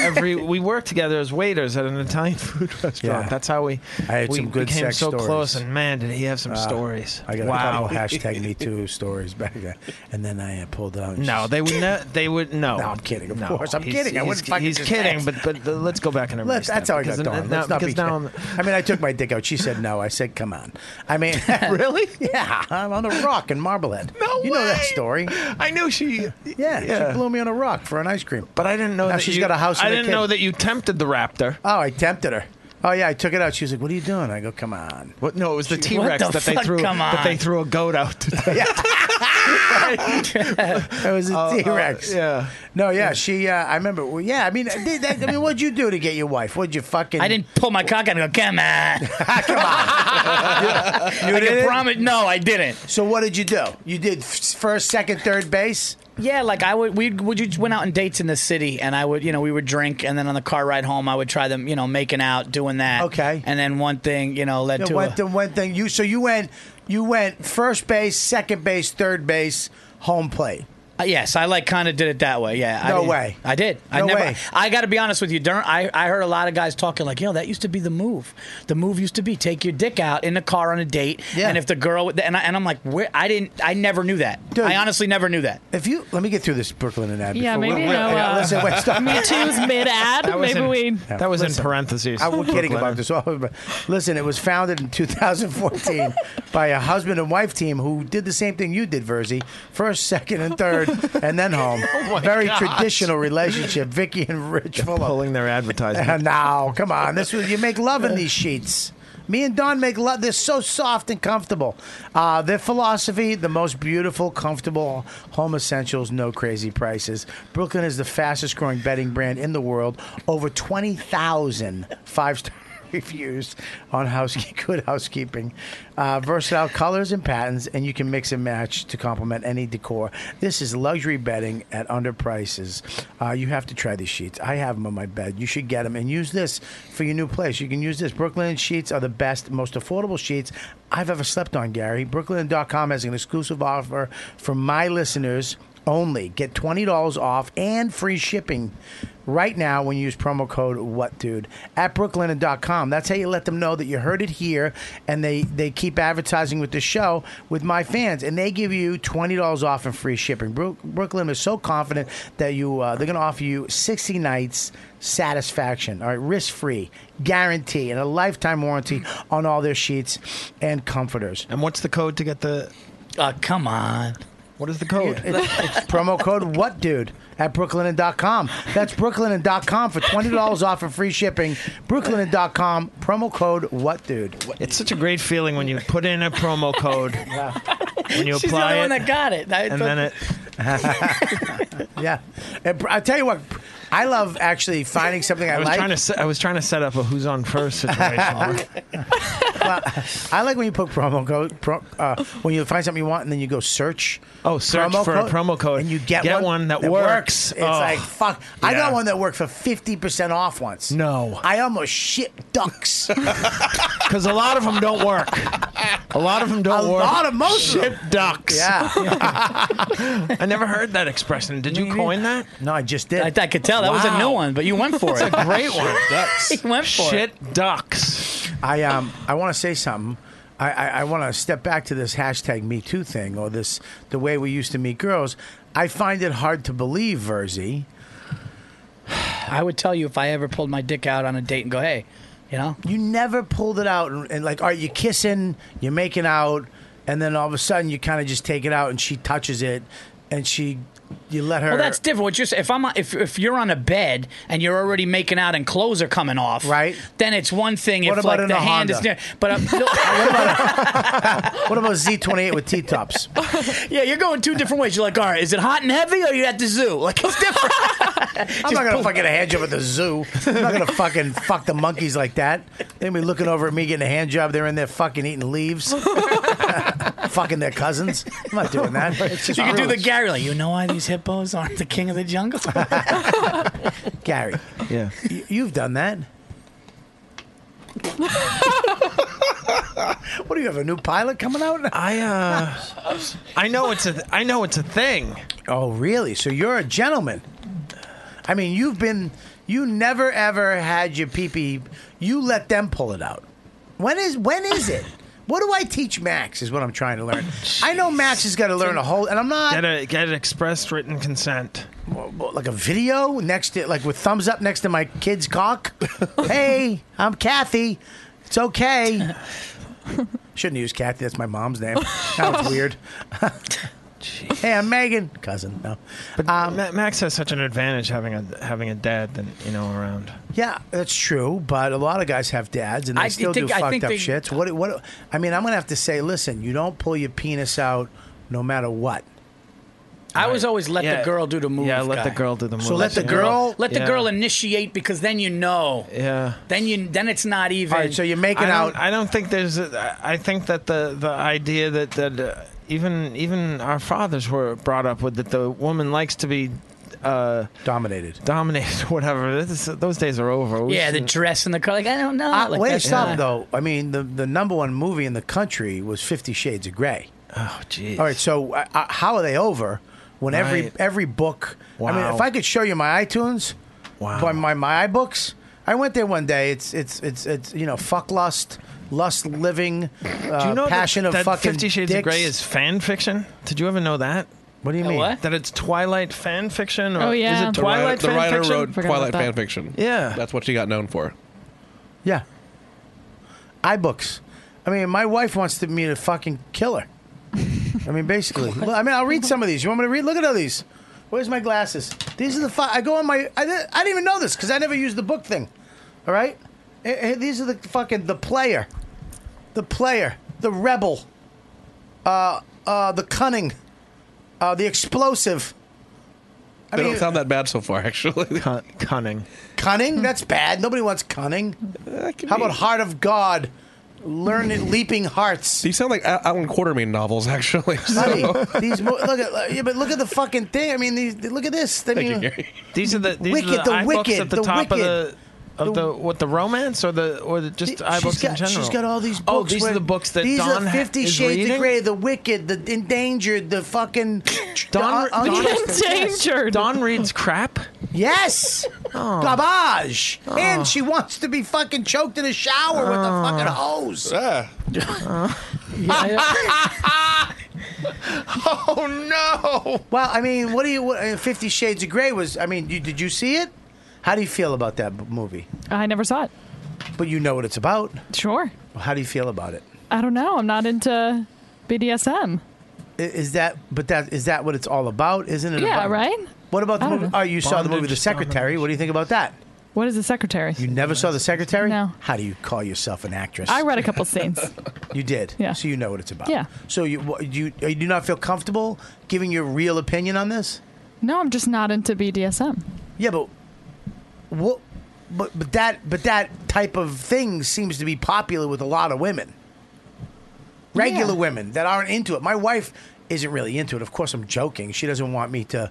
N: Every we worked together as waiters at an Italian food restaurant.
D: Yeah.
N: That's how we
D: I had
N: we
D: some good
N: became
D: sex
N: so
D: stories.
N: close. And man, did he have some
D: Uh,
N: stories!
D: I got
N: wow.
D: a couple hashtag Me Too stories back then, and then I uh, pulled out. and
N: No,
D: she's-
N: they would. Ne- they would no.
D: No, I'm kidding, of
N: No.
D: course. I'm
N: He's-
D: kidding. I
N: he's-
D: wouldn't fucking
N: He's
D: just
N: kidding,
D: ask.
N: but but uh, let's go back and erase
D: Let's,
N: that,
D: that's how I
N: because
D: got
N: n-
D: Dawn.
N: now-
D: Let's not be.
N: because now I'm-
D: I mean, I took my dick out. She said no. I said, "Come on." I mean, really? Yeah, I'm on a rock in Marblehead. No You know that story?
N: I knew she.
D: Yeah, she blew me on a rock for an ice cream.
N: But I didn't know
D: now
N: that
D: she's
N: you-
D: got a house.
N: I
D: and a
N: didn't
D: kid.
N: know that you tempted the raptor.
D: Oh, I tempted her. Oh yeah, I took it out. She was like, "What are you doing?" I go, "Come on."
N: What? No, it was the
D: She-
N: T Rex
D: What the
N: that they
D: fuck?
N: threw.
D: Come
N: That they
D: on.
N: threw a goat out. To
D: That was a
N: Uh, uh,
D: T Rex.
N: yeah.
D: No, Oh, yeah. She. Uh, I remember. Well, yeah. I mean, I did that, I mean, what'd you do to get your wife? What'd you fucking?
H: I didn't pull my cock out and go, Ah, come on.
D: You
H: I
D: didn't?
H: can promise. No, I didn't.
D: So what did you do? You did f- first, second, third base.
H: Yeah, like I would, we would just went out on dates in the city, and I would, you know, we would drink, and then on the car ride home, I would try them, you know, making out, doing that. Okay. And then one thing, you know, led
D: The
H: to uh,
D: one,
H: a-
D: the one thing you. So you went. You went first base, second base, third base, home plate.
H: Uh, yes, I like kind of did it that way. Yeah. I
D: No
H: did-
D: way.
H: I did. I
D: No
H: never.
D: way.
H: I got to be honest with you. During, I I heard a lot of guys talking like, yo, that used to be the move. The move used to be take your dick out in the car on a date,
D: Yeah.
H: and if the girl and I, and I'm like, where? I didn't. I never knew that. I honestly never knew that.
D: If you let me get through this Brooklyn and Abbey.
K: Yeah,
D: before
K: maybe
D: we-
K: no, uh,
D: listen, wait, stop.
K: Me Too's mid-ad. That was Maybe in- we-
N: that was in parentheses.
D: I was kidding about this. Listen, it was founded in 2014 by a husband and wife team who did the same thing you did, Verzi. First, second, and third, and then home.
N: Oh my
D: Very
N: gosh.
D: traditional relationship. Vicky and Rich Fuller.
N: pulling their advertisement.
D: now, come on. This was you make love in these sheets. Me and Don make love. They're so soft and comfortable. Uh, their philosophy: the most beautiful, comfortable home essentials, no crazy prices. Brooklyn is the fastest-growing betting brand in the world. Over 20,000 five-star reviews on house good housekeeping, uh, versatile colors and patterns, and you can mix and match to complement any decor. This is luxury bedding at under prices. Uh, you have to try these sheets. I have them on my bed. You should get them and use this for your new place. You can use this. Brooklyn sheets are the best, most affordable sheets I've ever slept on, Gary. Brooklyn.com has an exclusive offer for my listeners only. Get $20 off and free shipping right now when you use promo code what dude at brooklinen.com that's how you let them know that you heard it here and they they keep advertising with the show with my fans and they give you $20 off and free shipping Brook, brooklyn is so confident that you uh, they're going to offer you 60 nights satisfaction all right risk free guarantee and a lifetime warranty on all their sheets and comforters
N: and what's the code to get the
H: Uh, come on.
N: What is the code?
D: It's, it's promo code what dude at brooklinen.com. That's brooklinen.com for $20 off and free shipping. brooklinen.com promo code what dude.
N: It's such a great feeling when you put in a promo code, when you
H: She's the
N: apply
H: only one
N: it,
H: that got it. I
N: and
H: thought-
N: then it.
D: Yeah. And I tell you what, I love actually finding something I,
N: I was
D: like.
N: trying to. se- I was trying to set up a who's on first situation.
D: I like when you put promo code pro, uh, when you find something you want and then you go search.
N: Oh, search for a promo code.
D: and you get,
N: Get one that works.
D: It's
N: Oh.
D: like fuck. I
N: Yeah.
D: got one that worked for fifty percent off once.
N: No.
D: I almost shit ducks.
N: Because a lot of them don't work. A lot of them don't
D: A
N: work.
D: lot of most of
N: ship ducks.
D: Yeah.
N: I never heard that expression. Did you coin that?
D: No, I just did.
H: I, I could tell that was a
N: Wow.
H: new one, but you went for it.
N: That's a great one.
H: He went for it.
N: Shit ducks.
D: I um I want to say something. I I, I want to step back to this hashtag Me Too thing or this the way we used to meet girls. I find it hard to believe, Verzi.
H: I would tell you if I ever pulled my dick out on a date and go, hey, you know,
D: You never pulled it out and, and like, all right, you're kissing, you're making out, and then all of a sudden you kind of just take it out and she touches it, and she, you let her.
H: Well, that's different. What you're saying, if I'm if if you're on a bed and you're already making out and clothes are coming off, right? Then it's one thing
D: What
H: if
D: about
H: like
D: in
H: the
D: a
H: hand is
D: Honda?
H: near. But um, I'm,
D: what about Z28 with T tops?
H: yeah, you're going two different ways. You're like, all right, is it hot and heavy, or are you at the zoo? Like it's different.
D: I'm not gonna fucking hand job at the zoo. I'm not gonna fucking fuck the monkeys like that. They be looking over at me getting a hand job. They're in there fucking eating leaves. fucking their cousins. I'm not doing that.
H: you can do the Gary. Like, you know why these hippos aren't the king of the jungle?
D: Gary.
N: Yeah.
D: You've done that. what do you have? A new pilot coming out?
N: I uh, I know it's a, I know it's a thing.
D: Oh, really? So you're a gentleman. I mean, you've been, you never ever had your pee pee. You let them pull it out. When is when is it? What do I teach Max? Is what I'm trying to learn. I know Max has got to learn a whole, and I'm not
N: Get a get an express written consent.
D: like a video next to like with thumbs up next to my kid's cock. hey, I'm Kathy. It's okay. Shouldn't use Kathy. That's my mom's name. That was weird. hey, I'm Megan, cousin. No.
N: But
H: Um,
N: Ma- Max has such an advantage having a having a dad than you know around.
D: Yeah, that's true. But a lot of guys have dads, and they
N: I
D: still
N: think-
D: do
N: I
D: fucked
N: think
D: up
N: they-
D: shits. What? What? I mean, I'm gonna have to say, listen, you don't pull your penis out, no matter what.
H: I was always let
N: Yeah.
H: the girl do the move.
N: Yeah, let
H: guy.
N: the girl do the
D: So
N: move.
D: let the girl-
H: let the
N: Yeah.
H: girl initiate because then you know.
N: Yeah.
H: Then you then it's not even.
N: I don't- I don't think there's. A, I think that the the idea that that uh, even even our fathers were brought up with that the woman likes to be uh,
D: dominated,
N: dominated, whatever. This, those days are over. We
H: Yeah, the
N: shouldn't-
H: dress and the car. Like I don't know.
D: Uh,
H: like,
D: wait,
H: that's
D: stop
H: not-
D: though. I mean, the the number one movie in the country was Fifty Shades of Grey.
N: Oh, jeez.
D: All right, so uh, uh, how are they over? When every
N: Right.
D: every book. I mean,
N: Wow.
D: if I could show you my iTunes, wow. my, my my iBooks. I went there one day. It's it's it's it's you know fuck lust, lust living, uh,
N: Do you know that-
D: passion
N: that,
D: of fucking
N: Fifty Shades
D: dicks.
N: of Grey is fan fiction? Did you ever know that?
D: What do you
H: mean? what?
N: That it's Twilight fan fiction? Or
K: Oh,
N: Is
K: yeah.
N: it
I: The writer-
N: Twilight
I: the
N: fan
I: writer
N: fiction?
I: wrote Twilight fan fiction.
N: Yeah.
I: That's what she got known for.
D: Yeah. iBooks. I mean, my wife wants to, me to fucking kill her. I mean, basically. Look, I mean, I'll read some of these. You want me to read? Look at all these. Where's my glasses? These are the fi- I go on my. I, di- I didn't even know this because I never used the book thing. All right? Eh, eh, These are the fucking. The player. The player. The rebel. Uh, uh, the cunning. Uh, the explosive. I
I: they
D: mean-
I: don't sound that bad so far, actually.
N: cunning.
D: Cunning? That's bad. Nobody wants cunning. How about Heart of God? Learn it, leaping hearts.
I: These sound like Al- Alan Quartermain novels, actually.
D: Buddy,
I: So-
D: these mo- look at yeah, but look at the fucking thing. I mean, these look at this. I mean,
N: These are the these
D: Wicked,
N: are
D: the
N: the, iBooks
D: wicked,
N: at the,
D: the
N: top
D: wicked.
N: of the of the, what the romance or the or the, just iBooks in
D: got,
N: general.
D: She's got all these books.
N: Oh, these
D: where-
N: are the books that
D: these
N: Don
D: are
N: ha-
D: Fifty
N: is
D: Shades
N: reading?
D: of Grey, the wicked, the endangered, the fucking
N: Don,
D: the un-
N: Don,
D: un-
N: Don reads crap.
D: Yes, Oh. garbage, and she wants to be fucking choked in a shower with
N: Oh.
D: a fucking hose.
I: Yeah.
D: oh no! Well, I mean, what do you? What, uh, Fifty Shades of Grey was. I mean, you, did you see it? How do you feel about that b- movie?
K: I never saw it.
D: But you know what it's about.
K: Sure.
D: Well, How do you feel about it?
K: I don't know. I'm not into BDSM.
D: I- Is that? But that is that what it's all about? Isn't it?
K: Yeah,
D: about-
K: right?
D: What about
K: I
D: the
K: don't
D: movie?
K: know.
D: Oh, you saw the movie
K: Bondage,
D: The Secretary. What do you think about that?
K: What is the secretary?
D: You never saw The Secretary?
K: No.
D: How do you call yourself an actress?
K: I read a couple scenes.
D: You did. Yeah. So you know what it's about.
K: Yeah.
D: So you wha- you you do not feel comfortable giving your real opinion on this?
K: No, I'm just not into BDSM.
D: Yeah, but what? But but that but that type of thing seems to be popular with a lot of women. Regular
K: Yeah.
D: women that aren't into it. My wife isn't really into it. Of course, I'm joking. She doesn't want me to.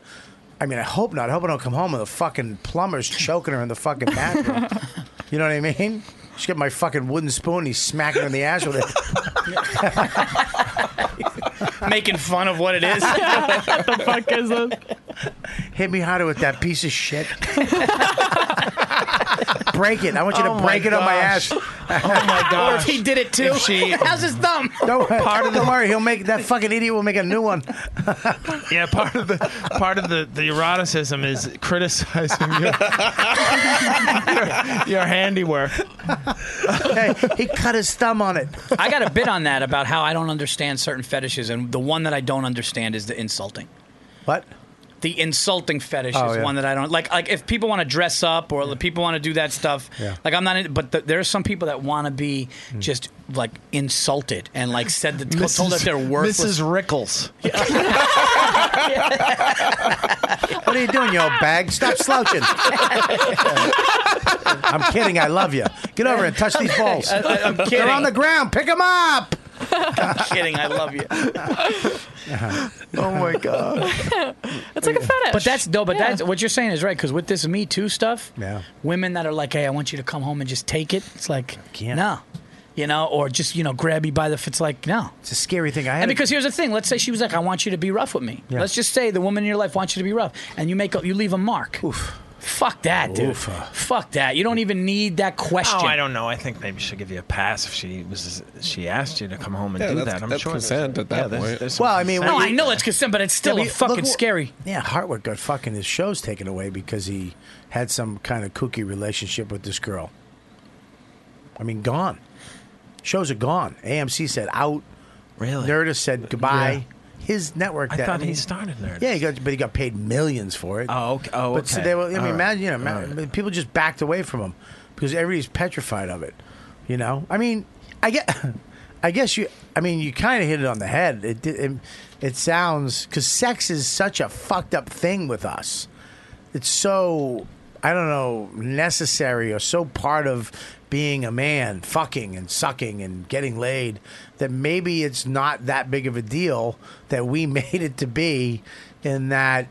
D: I mean, I hope not. I hope I don't come home and the fucking plumber's choking her in the fucking bathroom. you know what I mean? She got my fucking wooden spoon. And he's smacking her in the ass with it.
H: making fun of what it is.
K: what the fuck is this?
D: Hit me harder with that piece of shit. break it. I want you to
N: Oh my
D: break it on my ass.
N: gosh. Oh my
H: Or if
N: gosh.
H: he did it too,
N: If she-
H: how's his thumb?
D: Don't,
N: Part of the-
D: don't worry. He'll make that fucking idiot will make a new one.
N: Yeah, part of the part of the, the eroticism is criticizing your, your your handiwork.
D: hey, he cut his thumb on it.
H: I got a bit on that about how I don't understand certain fetishes, and the one that I don't understand is the insulting.
D: What?
H: The insulting fetish
D: Oh,
H: is
D: yeah.
H: one that I don't like. Like if people want to dress up or if people want to do that stuff,
D: Yeah. Hmm.
H: like I'm not. In, but th there are some people that want to be just like insulted and like said that told that they're worthless.
N: Mrs. Rickles.
D: What are you doing, you old bag? Stop slouching. I'm kidding. I love you. Get over and touch these balls.
H: I- I- I'm
D: They're
H: kidding.
D: on the ground. Pick them up.
H: I'm kidding. I love you.
N: oh my god.
H: it's like a fetish. But that's no. But that's what you're saying is right. Because with this Me Too stuff,
D: Yeah.
H: women that are like, "Hey, I want you to come home and just take it." It's like, no, you know, or just you know, grab you by the. It's like, no,
D: it's a scary thing. I had
H: and
D: a-
H: because here's the thing. Let's say she was like, "I want you to be rough with me."
D: Yeah.
H: Let's just say the woman in your life wants you to be rough, and you make up, you leave a mark. Fuck that, dude.
N: Oof.
H: Fuck that. You don't even need that question.
N: Oh, I don't know. I think maybe she'll give you a pass if she was she asked you to come home and
I: Yeah,
N: do
I: that's-
N: that. I'm
I: that's
N: sure
I: consent at that
N: yeah, there's-
I: point.
N: there's some
D: Well, I mean,
N: consent.
D: we-
H: consent, but it's still a
D: but
H: fucking
D: look,
H: scary.
D: Yeah, Hartwick got fucking his shows taken away because he had some kind of kooky relationship with this girl. I mean, gone. Shows are gone. AMC said out.
N: Really?
D: Nerdist said goodbye. His network.
N: I
D: that,
N: thought he
D: mean-
N: started there.
D: Yeah, he got, but he got paid millions for it.
N: Oh, okay. Oh,
D: but so
N: okay.
D: they were, I mean,
N: All right.
D: imagine, you know, ma-
N: All right.
D: but people just backed away from him because everybody's petrified of it. You know, I mean, I get, I guess you, I mean, you kind of hit it on the head. It did- it, it sounds because sex is such a fucked up thing with us. It's so I don't know necessary or so part of being a man, fucking and sucking and getting laid that maybe it's not that big of a deal that we made it to be, in that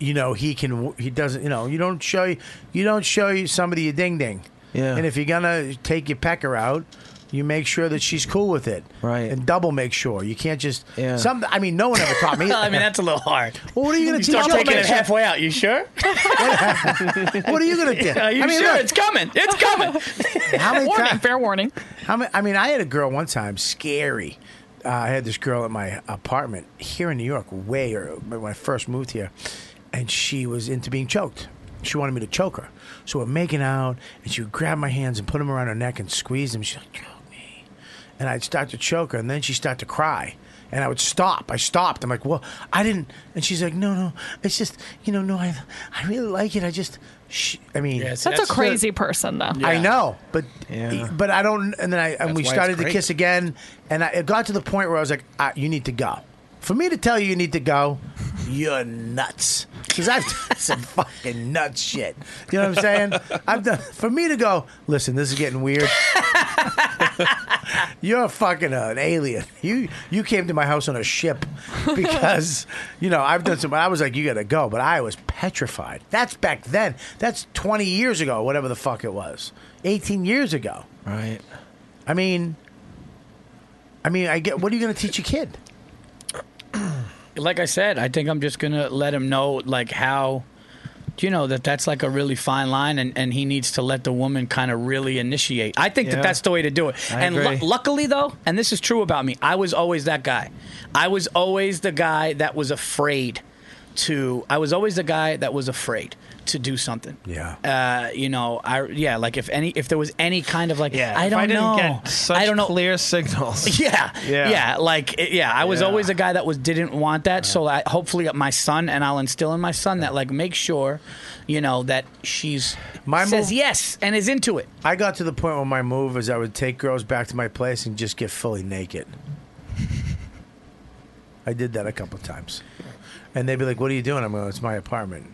D: you know he can he doesn't you know you don't show you you don't show you somebody your ding ding
N: Yeah.
D: and if you're gonna take your pecker out you make sure that she's cool with it right and double make sure you can't just
N: Yeah.
D: some I mean no one ever taught me
H: I mean, that's a little hard.
D: well, what are you gonna
H: You
D: teach
H: start
D: your
H: taking it
D: bitch?
H: halfway out. You sure?
D: what are you gonna do
H: Are you sure? It's coming. It's coming.
D: how many
K: Warning,
D: fair warning. How many, I mean, I had a girl one time, scary. Uh, I had this girl at my apartment here in New York, way or when I first moved here, and she was into being choked. She wanted me to choke her, so we're making out, and she would grab my hands and put them around her neck and squeeze them. She's like, "Choke me," and I'd start to choke her, and then she would start to cry. And I would stop. I stopped. I'm like, well, I didn't. And she's like, no, no. It's just, you know, no, I, I really like it. I just, sh I mean,
K: That's, a crazy person, though.
D: I know, but but I don't. And then I and we
K: why it's
D: started to
K: great.
D: kiss again, and I, it got to the point where I was like, ah, "You need to go." For me to tell you you need to go, you're nuts. Because I've done some fucking nuts shit. You know what I'm saying? I've done. For me to go, listen, this is getting weird. you're fucking an alien. You you came to my house on a ship because you know I've done some. I was like, you gotta go, but I was petrified. That's back then. That's twenty years ago, whatever the fuck it was, eighteen years ago.
N: Right.
D: I mean, I mean, I get. What are you gonna teach a kid?
H: like I said, I think I'm just gonna let him know like how you know that that's like a really fine line and, and he needs to let the woman kind of really initiate i think
N: Yeah.
H: that that's the way to do it
N: I
H: and
N: agree.
H: lu- luckily though and this is true about me i was always that guy i was always the guy that was afraid to i was always the guy that was afraid to do something
D: yeah
H: uh, you know i yeah like if any if there was any kind of like i
N: if
H: don't
N: I didn't
H: know
N: Get such I don't know. Clear signals.
H: yeah,
N: Yeah.
H: yeah, Like, it- yeah, I was
N: Yeah.
H: always a guy that was didn't want that. So, I, hopefully, uh, my son and I'll instill in my son that, like, make sure, you know, that she's
D: My
H: says
D: move-
H: yes and is into it.
D: I got to the point where my move is I would take girls back to my place and just get fully naked. I did that a couple times, and they'd be like, "What are you doing?" I'm going, "It's my apartment.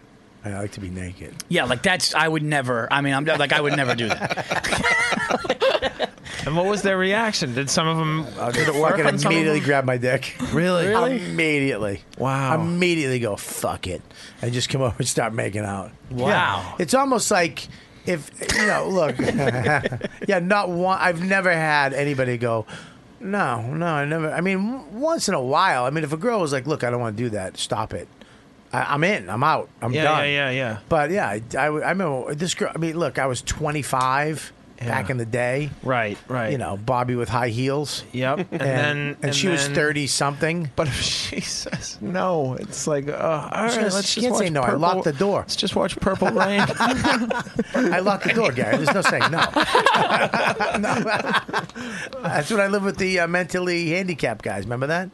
D: I like to be naked."
H: Yeah, like that's I would never. I mean, I'm like I would never do that.
N: And what was their reaction? Did some of them? Uh, did it work?
D: fucking
N: on some of
D: immediately
N: them?
D: grab my dick.
N: Really? Really?
D: Immediately. Wow. Immediately go fuck it and just come over and start making out.
H: Wow.
D: It's almost like if you know, look. yeah, not one. I've never had anybody go. No, no, I never. I mean, w- once in a while. I mean, if a girl was like, "Look, I don't want to do that. Stop it. I, I'm in. I'm out. I'm
N: Yeah,
D: done."
N: yeah, yeah, yeah.
D: But yeah, I, I, I remember this girl. I mean, look, I was 25 back in the day.
N: Right, right.
D: You know, Bobby with high heels.
N: Yep.
D: And,
N: And, then
D: and, she was
N: then-
D: 30 something.
N: But if she says no, it's like, uh, all right,
D: She
N: let's
D: she
N: just
D: can't say
N: watch
D: no. I
N: Purple-
D: locked the door.
N: Let's just watch Purple Rain.
D: I locked the door, Gary. There's no saying no. no. That's when I lived with the uh, mentally handicapped guys. Remember that?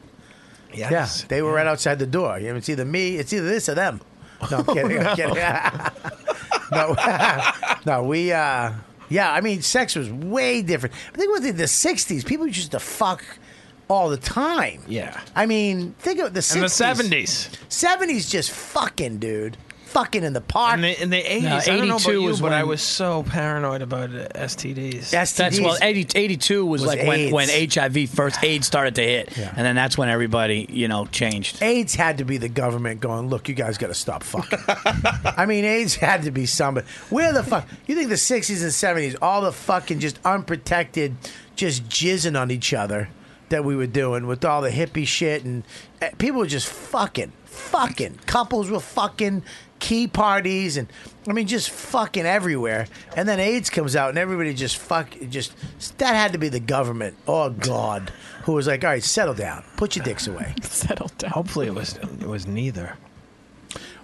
N: Yes.
D: Yeah. They were right outside the door. You know, It's either me, it's either this or them. No, I'm kidding. I'm
N: Oh, no.
D: kidding. no, no, we. Uh, yeah, I mean, sex was way different. But think about the, the '60s. People used to fuck all the time.
N: Yeah.
D: I mean, think of the
N: In the
D: '60s,
N: seventies.
D: '70s, just fucking, dude. fucking in the park.
N: In the, in the 80s, I don't know about you, but I was so paranoid about uh, STDs.
H: That's well, 80, 82 was,
N: Was
H: like when,
N: AIDS.
H: when HIV first AIDS started to hit, and then that's when everybody you know changed.
D: AIDS had to be the government going, look, you guys got to stop fucking. I mean, AIDS had to be somebody. Where the fuck? You think the 60s and 70s, all the fucking just unprotected, just jizzing on each other that we were doing with all the hippie shit and eh, people were just fucking, fucking. Couples were fucking, key parties and I mean, just fucking everywhere. And then AIDS comes out and everybody just fuck, just, that had to be the government. Oh, God. Who was like, all right, settle down. Put your dicks away.
K: settle down.
N: Hopefully, it was it was neither.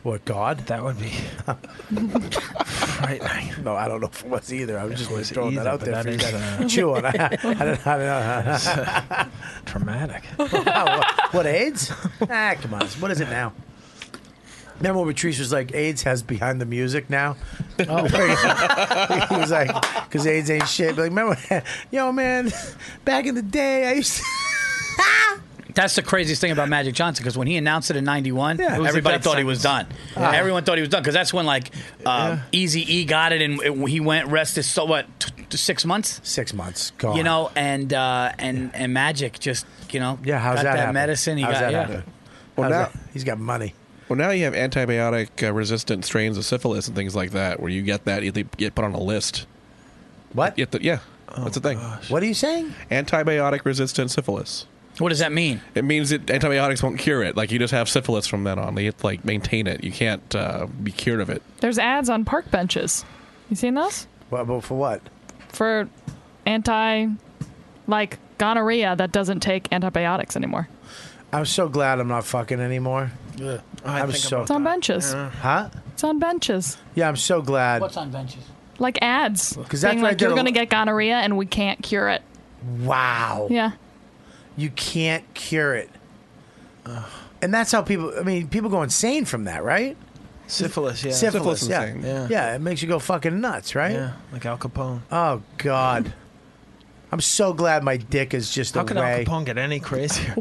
D: What God?
N: That would be frightening.
D: No, I don't know if it was either. I was just
N: was
D: throwing that
N: either,
D: out
N: but
D: there
N: that
D: for you
N: is,
D: guys
N: uh,
D: to chew on. I, I don't, I
N: It's, uh,
D: don't know.
N: traumatic.
D: Wow, what, what AIDS? Ah, come on. What is it now? Remember when Patrice was like, AIDS has behind the music now? Oh. he was like, because AIDS ain't shit. But like, remember, yo, man, back in the day, I used to.
H: That's the craziest thing about Magic Johnson because when he announced it in '91,
D: Yeah. It was a
H: everybody
D: death Ah.
H: thought he was done.
D: Yeah.
H: Everyone thought he was done because that's when like uh, Easy E got it and it, he went rested. So what? T- t- six months.
D: Six months. Gone.
H: You know, and uh, and and Magic just you know
D: Yeah, how's
H: got
D: that
H: that
D: happen?
H: medicine. He
D: How's
H: got
D: that
H: yeah.
D: happen? How's that- He's got money.
I: Well, now you have antibiotic uh, resistant strains of syphilis and things like that, where you get that, you get put on a list.
D: What?
I: You have to- yeah,
D: Oh
I: that's the thing.
D: What are you saying?
I: Antibiotic resistant syphilis.
H: What does that mean?
I: It means that antibiotics won't cure it. Like you just have syphilis from then on. You have to like maintain it. You can't uh, be cured of it.
K: There's ads on park benches. You seen those?
D: Well, but for what?
K: For anti, like gonorrhea that doesn't take antibiotics anymore.
D: I'm so glad I'm not fucking anymore. Yeah.
K: I
D: I'm
K: think
D: so.
K: about It's on that. benches. Yeah.
D: Huh?
K: It's on benches,
D: Yeah, I'm so glad.
H: on benches?
K: like ads.
D: 'Cause that's
K: being
D: what I
K: like
D: did
K: you're
D: a
K: gonna
D: lo-
K: get gonorrhea and we can't cure it.
D: Wow.
K: Yeah.
D: You can't cure it. And that's how people, I mean, people go insane from that, right?
N: Syphilis, yeah.
D: Syphilis,
N: Syphilis
D: yeah.
N: insane.
D: yeah.
N: Yeah.
D: it makes you go fucking nuts, right?
N: Yeah, like Al Capone.
D: Oh, God. I'm so glad my dick is just
N: How
D: away.
N: could Al Capone get any crazier?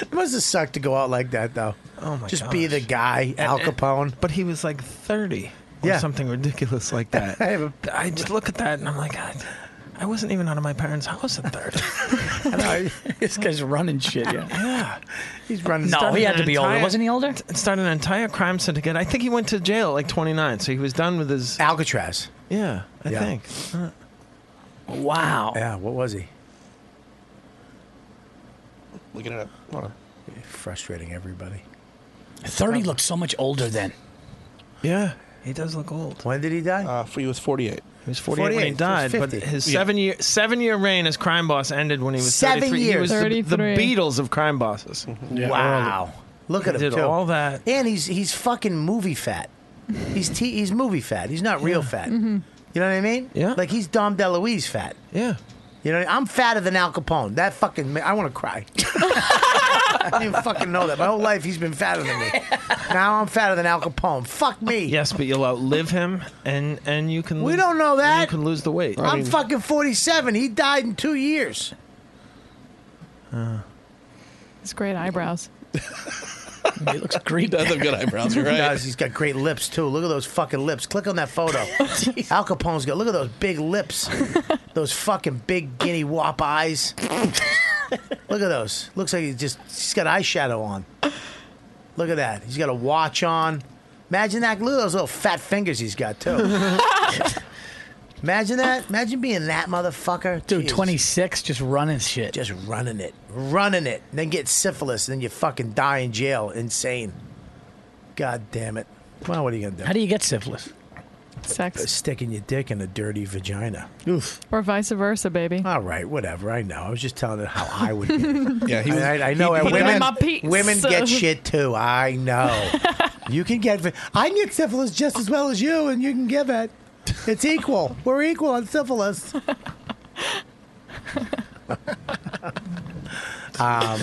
D: It must have sucked to go out like that, though.
N: Oh my Eh,
D: Just be the guy, Al
N: And- and-
D: Capone.
N: But he was like 30 or
D: Yeah.
N: something ridiculous like that. I, just look at that and I'm like, I, I wasn't even out of my parents' house at 30.
H: this guy's running shit, yeah.
N: Yeah.
D: He's running.
H: No, he had to be older. Wasn't he older?
N: Started an entire crime syndicate. I think he went to jail at like 29, so he was done with his.
D: Alcatraz.
N: Yeah, I
D: Yeah.
N: think. Uh,
H: Wow.
D: Yeah, what was he?
I: Looking it up. Hold on.
D: Frustrating everybody.
H: 30 looked so much older then.
N: Yeah, he does look old.
D: When did he die?
I: Uh, he was 48.
N: He was 48, when he
D: 48, so
N: died,
D: he's
N: but
D: 50.
N: his
D: Yeah.
N: seven year seven year reign as crime boss ended when he was
D: Seven
N: 33. He
D: years.
N: was the, the
D: 33.
N: Beatles of crime bosses.
D: Wow. Look
N: He
D: at him
N: did
D: too.
N: all that.
D: And he's he's fucking movie fat. He's t- he's movie fat. He's not real fat.
N: Mhm.
D: You know what I mean? Yeah. Like he's Dom DeLuise fat.
N: Yeah.
D: You know, what I mean? I'm fatter than Al Capone. That fucking ma- I want to cry. I didn't even fucking know that. My whole life he's been fatter than me. Now I'm fatter than Al Capone. Fuck me.
N: Yes, but you'll outlive him, and and you can.
D: We
N: lose-
D: don't know that.
N: You can lose the weight.
D: I'm fucking 47. He died in two years.
K: His great eyebrows.
H: He looks great.
I: He does have good eyebrows, you're
D: He
I: right.
D: does. He's got great lips too. Look at those fucking lips. Click on that photo. Al Capone's got. Look at those big lips. those fucking big guinea wop eyes. look at those. Looks like he's just. He's got eyeshadow on. Look at that. He's got a watch on. Imagine that. Look at those little fat fingers he's got too. Imagine that. Imagine being that motherfucker.
H: Dude,
D: Jesus.
H: 26, just running shit.
D: Just running it. Running it. Then get syphilis. And then you fucking die in jail. Insane. God damn it. Well, what are you going to do?
H: How do you get syphilis?
K: Sex.
D: Sticking your dick in a dirty vagina. Oof.
K: Or vice versa, baby.
D: All right, whatever. I know. I was just telling it how I would. Be.
K: Yeah, he was-
D: I, I know.
K: he- he
D: women,
K: got my piece.
D: women get shit too. I know. you can get. I can get syphilis just as well as you, and you can give it. It's equal. We're equal on syphilis. Um,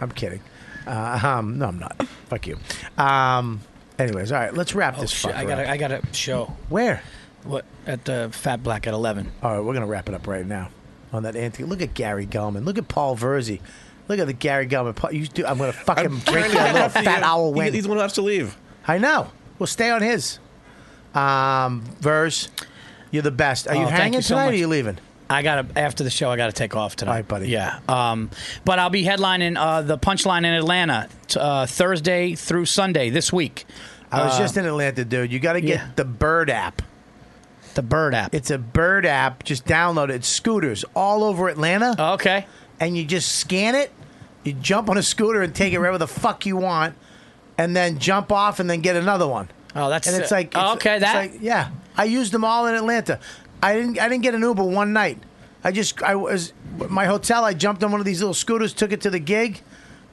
D: I'm kidding. Uh, um, no, I'm not. Fuck you. Um, anyways, all right, let's wrap
H: Oh,
D: this.
H: shit. I
D: fucker
H: got
D: up.
H: I got a show.
D: Where?
H: What at the Fat Black at 11.
D: All right, we're gonna wrap it up right now on that antique. Look at Gary Gellman. Look at Paul Verzi. Look at the Gary Gelman. po- You do, I'm going to fucking
I: trying
D: break
I: to
D: that
I: get
D: little
I: off the-
D: fat owl
I: he-
D: wing.
I: he's
D: one who has to leave. I know. Well, stay on his. Um, Verse, you're the best. Are you
H: Oh, thank
D: hanging
H: you so
D: tonight or
H: much.
D: are you leaving?
H: I gotta after the show. I gotta take off tonight, buddy. Yeah, um, but I'll be headlining uh, the Punchline in Atlanta t- uh, Thursday through Sunday this week.
D: I was
H: Uh,
D: just in Atlanta, dude. You got to get
H: yeah.
D: the Bird app.
H: The Bird app.
D: It's a Bird app. Just download it. It's scooters all over Atlanta.
H: Oh, Okay.
D: And you just scan it. You jump on a scooter and take it wherever the fuck you want, and then jump off and then get another one.
H: Oh, that's
D: and it's
H: uh,
D: like
H: oh,
D: it's-
H: okay.
D: it's
H: that
D: like- yeah. I used them all in Atlanta. I didn't. I didn't get an Uber one night. I just. I was my hotel. I jumped on one of these little scooters, took it to the gig,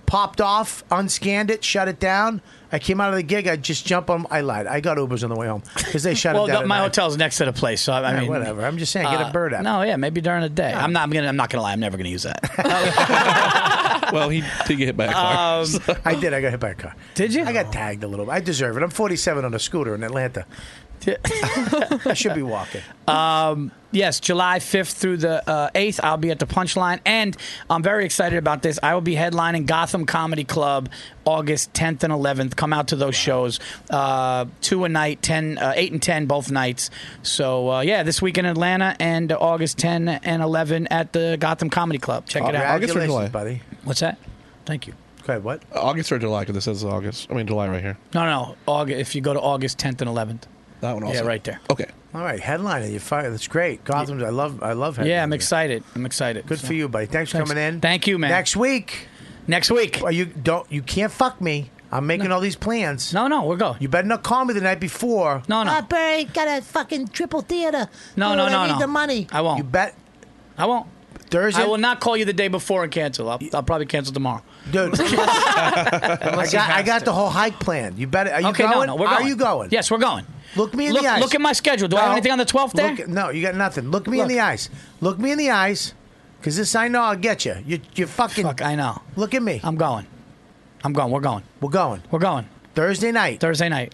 D: popped off, unscanned it, shut it down. I came out of the gig. I just jumped on. I lied. I got Ubers on the way home because they shut
H: well,
D: it down.
H: the-
D: at
H: my
D: night.
H: hotel's next to the place, so I, I
D: Yeah,
H: mean, uh,
D: whatever. I'm just saying, get a bird app.
H: No, yeah, maybe during the day. I'm not. I'm gonna. I'm not gonna lie. I'm never gonna use that.
I: well, he did get hit by a car.
D: Um, I did. I got hit by a car.
H: Did you?
D: I got tagged a little. bit. I deserve it. I'm 47 on a scooter in Atlanta. I should be walking.
H: Um, yes, July 5th through the uh, 8th, I'll be at the Punchline. And I'm very excited about this. I will be headlining Gotham Comedy Club August 10th and 11th. Come out to those shows. Uh, two a night, 10, uh, 8 and 10 both nights. So, uh, yeah, this week in Atlanta and uh, August 10 and 11 at the Gotham Comedy Club. Check it out.
I: August or July,
D: buddy.
H: What's that? Thank you.
D: Okay, what?
I: August or July? Because this is August. I mean July right here.
H: No, no, August. If you go to August 10th and 11th.
I: That one
H: Yeah,
I: also.
H: right there.
I: Okay.
D: All right, headliner. You fire. That's great. Gotham. I love. I love.
H: Yeah, I'm excited. I'm excited.
D: Good
H: So-
D: for you, buddy. Thanks,
H: Thanks.
D: for coming in.
H: Thank you, man.
D: Next week.
H: Next week.
D: Well, you don't. You can't fuck me. I'm making all these plans.
H: No, no, we'll go.
D: You better not call me the night before.
H: No, no.
J: Oh, Barry, got a fucking triple theater.
H: No,
J: Dude,
H: no, no,
J: I need
H: no.
J: the money.
H: I won't. You
D: bet.
H: I won't.
D: Thursday.
H: I will not call you the day before and cancel. I'll, I'll probably cancel tomorrow.
D: Dude, I got. I got the whole hike planned. You better. Are you
H: okay,
D: going?
H: no, no, we're
D: Are
H: going.
D: you going?
H: Yes, we're going.
D: Look me in
H: look,
D: the eyes.
H: Look at my schedule. Do I have
D: No.
H: anything on the 12th there?
D: Look- no, you got nothing. Look me
H: Look.
D: in the eyes. Look me in the eyes. Cause this I know I'll get you. You you fucking. Fuck,
H: I know.
D: Look at me.
H: I'm going. I'm going. We're going.
D: We're going.
H: We're going.
D: Thursday night.
H: Thursday night.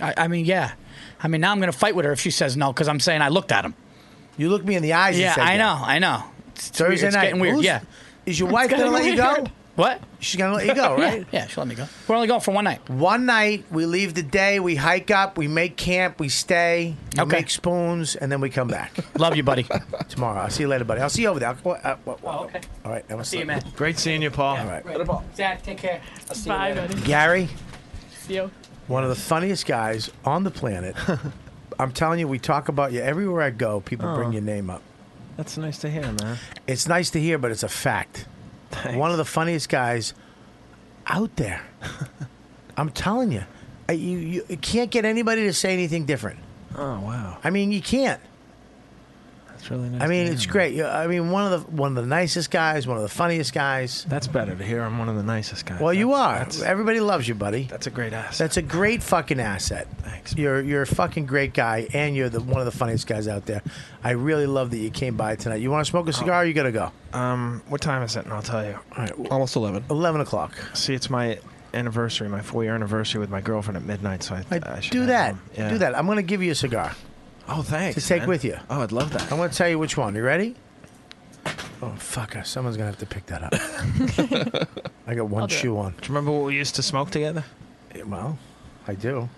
H: I, I mean, yeah. I mean, now I'm going to fight with her if she says no because I'm saying I looked at him.
D: You looked me in the eyes. and
H: Yeah,
D: said
H: I
D: that.
H: know. I know. It's, it's
D: Thursday
H: weird. It's
D: night.
H: getting weird.
D: Who's-
H: yeah.
D: Is your wife gonna let you go?
H: What?
D: She's gonna let you go,
H: Yeah,
D: right?
H: Yeah, she'll let me go. We're only going for one night.
D: One night. We leave the day. We hike up. We make camp. We stay. We
H: Okay.
D: Make spoons, and then we come back
H: Love you, buddy.
D: tomorrow. I'll see you later, buddy. I'll see you over there. I'll, uh, uh, uh,
H: Oh, okay.
D: All right. I'm
H: See you, man.
N: Great seeing you, Paul. All right.
H: Zach, take care. I'll see
K: Bye,
H: you later.
K: buddy.
D: Gary.
K: See you.
D: One of the funniest guys on the planet. I'm telling you, we talk about you everywhere I go. People bring
N: Aw.
D: your name up.
N: That's nice to hear, man.
D: It's nice to hear, but it's a fact. One of the funniest guys out there. I'm telling you, I- you, you, you can't get anybody to say anything different.
N: Oh wow,
D: I mean, you can't.
N: that's really nice.
D: I mean,
N: to
D: it's
N: hear,
D: great. You- I mean, one of the one of the nicest guys, one of the funniest guys.
N: man. That's better to hear. I'm one of the nicest guys.
D: Well, you are.
N: that's-
D: Everybody loves you, buddy.
N: That's a great ass.
D: That's a great fucking asset. Thanks. You're you're a fucking great guy, and you're the one of the funniest guys out there. I really love that you came by tonight. You want to
N: Oh.
D: smoke a cigar? or you gotta go.
N: Um, what time is it? And I'll tell you.
I: Almost eleven.
D: Eleven o'clock.
N: See, it's my anniversary, my four-year anniversary with my girlfriend at midnight. So I,
D: I,
N: I should
D: Uh, do
N: have
D: that.
N: one. Yeah.
D: Do that. I'm gonna give you a cigar
N: Oh, thanks.
D: to take
N: man.
D: with you.
N: Oh, I'd love that.
D: I'm gonna tell you which one. You ready? Oh fucker! Someone's gonna have to pick that up. I got one
N: I'll do it.
D: shoe on.
N: Do you remember what we used to smoke together?
D: Yeah, Well, I do,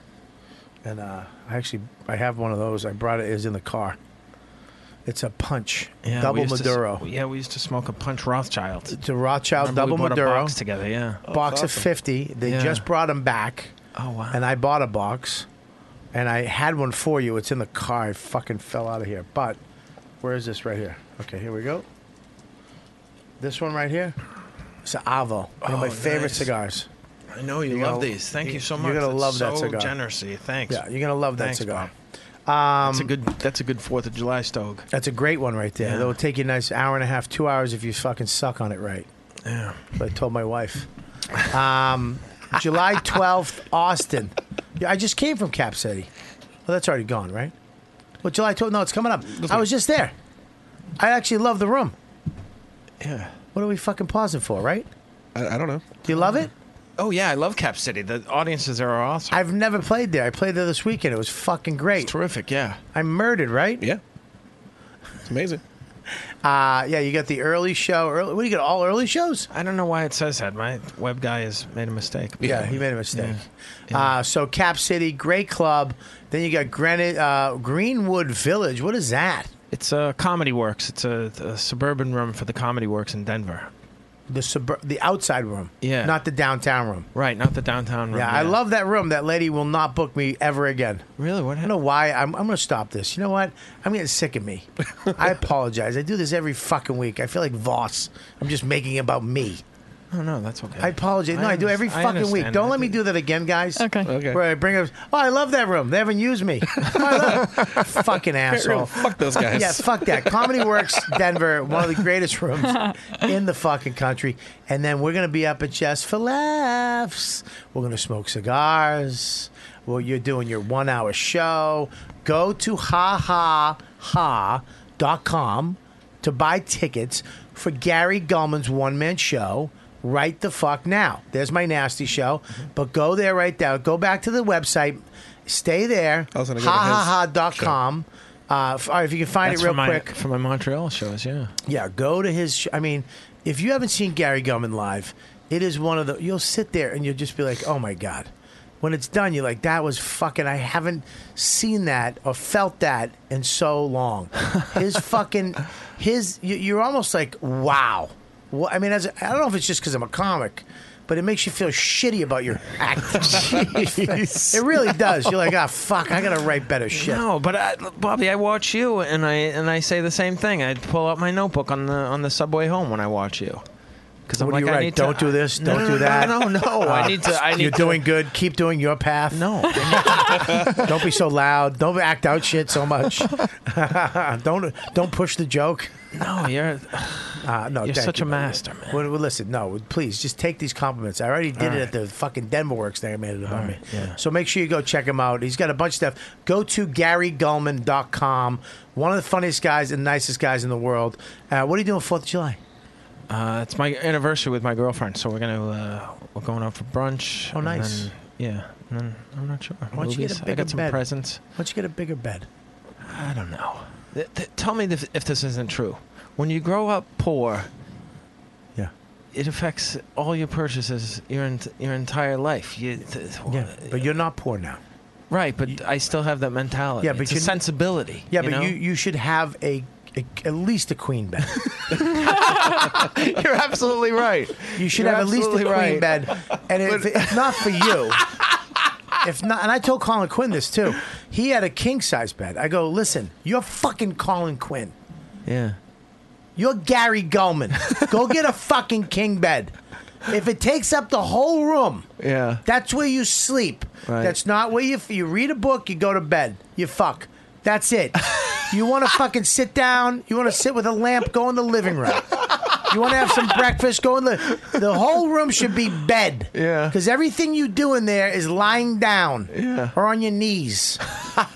D: and uh, I actually I have one of those. I brought it. Is in the car. It's a punch,
N: we
D: double
N: used to s-
D: Maduro.
N: yeah, we used to smoke a Punch Rothschild.
D: It's a Rothschild
N: Remember we
D: double
N: bought a
D: Maduro.
N: box together, yeah. Oh,
D: box
N: that's awesome.
D: of fifty. They
N: Yeah.
D: just brought them back.
N: Oh wow.
D: And I bought a box, and I had one for you. It's in the car. I fucking fell out of here. But where is this right here? Okay, here we go. This one right here. It's an Avo. One of my
N: Oh,
D: favorite
N: nice.
D: cigars.
N: I know you,
D: You're
N: love
D: gonna-
N: these. Thank you, so much.
D: you're gonna
N: That's
D: love that
N: so
D: cigar.
N: Generous, of you. thanks.
D: Yeah, you're gonna love that
N: Thanks,
D: cigar.
N: Bob.
D: Um,
N: that's a good. That's a good Fourth of July stogue.
D: That's a great one right there.
N: Yeah.
D: That'll take you a nice hour and a half, two hours if you fucking suck on it right.
N: Yeah.
D: That's what I told my wife. Um, July 12th, Austin. Yeah, I just came from Cap City. Well, that's already gone, right? Well, July 12th. No, it's coming up. I was just there. I actually love the room.
N: Yeah.
D: What are we fucking pausing for, right?
I: I, I don't know.
D: Do you love it?
N: Oh yeah, I love Cap City. The audiences there are awesome.
D: I've never played there. I played there this weekend. It was fucking great.
N: Terrific. Yeah.
D: I murdered, right?
I: Yeah. It's amazing.
D: Uh, yeah, you got the early show. Early, what do you get? All early shows?
N: I don't know why it says that. My web guy has made a mistake.
D: Yeah, he made a mistake. Uh, so Cap City, great club. Then you got Granite, uh, Greenwood Village. What is that?
N: It's uh, Comedy Works. It's a, a suburban room for the Comedy Works in Denver.
D: The suburb, the outside room.
N: Yeah.
D: Not the downtown room.
N: Right, not the downtown room.
D: Yeah, I love that room. That lady will not book me ever again.
N: Really? What? I
D: don't know why. I'm, I'm going to stop this. You know what? I'm getting sick of me. I apologize. I do this every fucking week. I feel like Voss. I'm just making it about me.
N: Oh no, that's okay.
D: I apologize. No, I, do every
N: underst- I
D: fucking week.
N: understand.
D: Don't let me do that again, guys. Okay.
N: Okay.
D: Where I bring up, oh, I love that room. They haven't used me. I love- fucking asshole.
I: Fuck those guys.
D: yeah, fuck that. Comedy Works Denver, one of the greatest rooms in the fucking country. And then we're going to be up at Just for Laughs. We're going to smoke cigars. Well, you're doing your one hour show. Go to ha ha ha.com to buy tickets for Gary Gulman's one man show right the fuck now. There's my nasty show. But go there right now. Go back to the website. Stay there.
I: Oh,
N: I was gonna go to his
D: Hahaha.com. Uh, f- all right, if you can find
N: That's
D: it real
N: for my,
D: quick.
N: for my Montreal shows. Yeah.
D: Yeah, go to his. Sh- I mean, if you haven't seen Gary Gulman live, it is one of the. You'll sit there and you'll just be like, oh my God. When it's done, you're like, that was fucking. I haven't seen that or felt that in so long. His fucking. His. you- You're almost like, wow. Wha- I mean, as a, I don't know if it's just because I'm a comic. But it makes you feel shitty about your act. it really does. You're like, ah, fuck, I gotta write better shit.
N: No, but I, Bobby, I watch you, and I and I say the same thing. I pull out my notebook on the on the subway home when I watch you. Because I'm
D: What do
N: like,
D: you
N: I
D: write?
N: need
D: Don't
N: to,
D: do this.
N: No,
D: Don't
N: no,
D: do
N: no,
D: that.
N: No, no, no. I
D: Uh,
N: need to. I need
D: You're
N: to-
D: doing good. Keep doing your path.
N: No.
D: don't be so loud. Don't act out shit so much. don't don't push the joke.
N: No, you're.
D: Uh, no,
N: You're
D: thank
N: such
D: you,
N: a
D: buddy.
N: master, man.
D: Well, well, listen, no, please just take these compliments. I already did it at the fucking Denver Works thing. I made it about me.
N: yeah.
D: So make sure you go check him out. He's got a bunch of stuff. Go to GaryGulman.com. One of the funniest guys and nicest guys in the world. Uh, what are you doing Fourth of July?
N: Uh, it's my anniversary with my girlfriend, so we're gonna uh, we're going out for brunch.
D: Oh,
N: and
D: nice.
N: then- yeah, and then I'm not sure.
D: Why don't you
N: Movies.
D: get a bigger
N: I got some
D: bed?
N: presents.
D: Why don't you get a bigger bed?
N: I don't know. Th- th- tell me if, if this isn't true. When you grow up poor,
D: yeah,
N: it affects all your purchases your ent- your entire life. You, th- uh,
D: Yeah, but you're not poor now.
N: Right, but I still have that mentality.
D: Yeah, but
N: it's a
D: you-
N: sensibility.
D: Yeah,
N: you
D: but
N: know?
D: you, you should have a, a at least a queen bed.
N: You're absolutely right.
D: You should
N: You're
D: have at least a
N: absolutely
D: queen
N: right.
D: bed, and if, if not for you, if not, and I told Colin Quinn this too. He had a king size bed. I go, listen, you're fucking Colin Quinn.
N: Yeah.
D: You're Gary Gulman. Go get a fucking king bed. If it takes up the whole room,
N: yeah,
D: that's where you sleep.
N: Right.
D: That's not where you you read a book, you go to bed, you fuck. That's it. You want to fucking sit down? You want to sit with a lamp? Go in the living room. You want to have some breakfast? Go in the the whole room should be bed. Yeah. Because everything you do in there is lying down. Yeah. Or on your knees.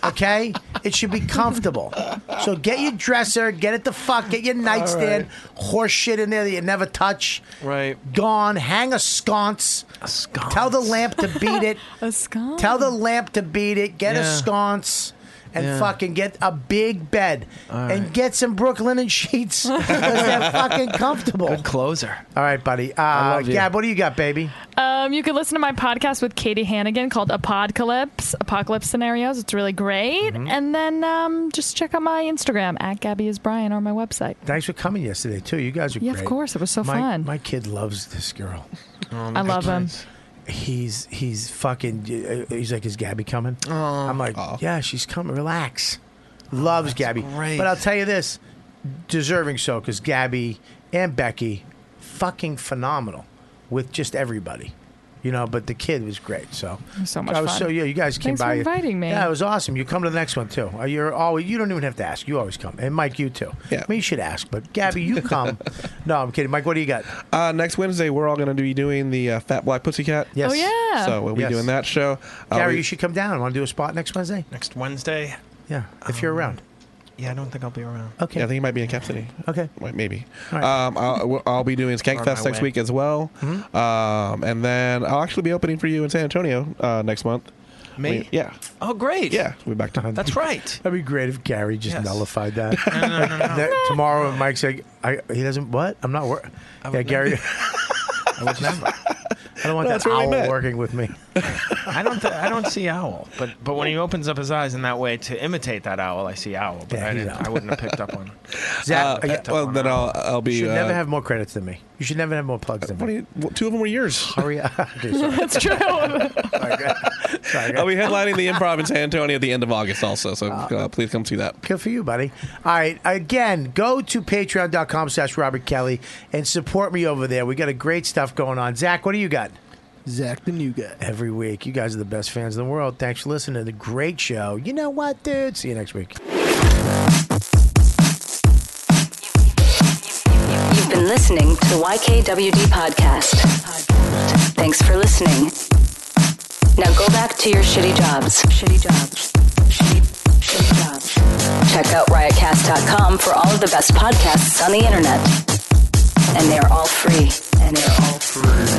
D: Okay. It should be comfortable. So get your dresser, get it the fuck, get your nightstand, horse shit in there that you never touch.
N: Right.
D: Gone. Hang a sconce.
N: A sconce.
D: Tell the lamp to beat it.
K: a sconce.
D: Tell the lamp to beat it. Get a
N: Yeah.
D: sconce. And
N: Yeah.
D: fucking get a big bed
N: All
D: and
N: right.
D: get some Brooklyn and sheets because they're fucking comfortable. Good
N: closer.
D: All right, buddy.
N: I
D: Uh,
N: love you.
D: Gab, what do you got, baby?
K: Um, you can listen to my podcast with Katie Hannigan called Apocalypse, Apocalypse Scenarios. It's really great.
D: Mm-hmm.
K: And then um, just check out my Instagram at Gabby is Brian or my website.
D: Thanks for coming yesterday too. You guys are
K: Yeah, of
D: great.
K: course. It was so
D: my,
K: fun.
D: My kid loves this girl.
K: I love him.
D: He's he's fucking. uh, He's like, is Gabby coming? I'm like, yeah, she's coming. Relax. Loves Gabby.
N: great.
D: But I'll tell you this, deserving so because Gabby and Becky, fucking phenomenal, with just everybody. You know, but the kid was great. So
K: so much
D: I was
K: fun.
D: so yeah. You guys came
K: Thanks for
D: by.
K: inviting me.
D: Yeah, it was awesome. You come to the next one too. Uh, You're always. You don't even have to ask. You always come. And Mike, you too. Yeah. I mean, you should ask, but Gabby, you come. no, I'm kidding. Mike, what do you got?
K: Oh,
I: Uh, next Wednesday, we're all going to be doing the uh, Fat Black Pussycat.
D: Yes. Oh, yeah.
I: So we'll be
D: Yes.
I: doing that show. Uh,
D: Gary,
I: we-
D: you should come down. Want to do a spot next Wednesday?
N: Next Wednesday.
D: Yeah, if you're around.
N: Yeah, I don't think I'll be around.
D: Okay.
I: Yeah, I think it might be in Cap City.
D: Okay.
I: Wait, Maybe.
N: All right.
I: Um, I'll, I'll be doing
N: Or
I: Skankfest next
N: my way. Hmm?
I: week as well. Um, and then I'll actually be opening for you in San Antonio uh, next month.
N: Me?
I: We- yeah.
N: Oh, great.
I: Yeah. We're back to
N: That's right.
D: That'd be great if Gary just
N: Yes.
D: nullified that. That tomorrow, Mike's like, I, he doesn't. What? I'm not working. Yeah, Gary. I would never. I don't want
N: That's
D: that
N: where we
D: owl
N: met.
D: working with me.
N: I don't. Th- I don't see owl. But but when he opens up his eyes in that way to imitate that owl, I see owl. But
D: Yeah,
N: I,
D: he's
N: didn't,
D: owl.
N: I wouldn't have picked up on.
D: Zach,
N: Uh,
D: yeah,
N: well, then I'll- I'll be,
D: You should never
N: uh,
D: have more credits than me. You should never have more plugs than me.
I: two of them were yours.
D: Hurry up. Okay, sorry.
K: That's true.
I: I'll
N: Oh,
I: be headlining the Improv in San Antonio at the end of August, also. So uh, please come see that.
D: Good for you, buddy. All right. Again, go to patreon.com slash Robert Kelly and support me over there. We got a great stuff going on. Zach, what do you got? Zach, the new guy. Every week. You guys are the best fans in the world. Thanks for listening to the great show. You know what, dude? See you next week.
O: You've been listening to the YKWD podcast. Thanks for listening. Now go back to your shitty jobs. Shitty jobs. Shitty, shitty jobs. Check out riotcast.com for all of the best podcasts on the internet. And they are all free. And they are all free.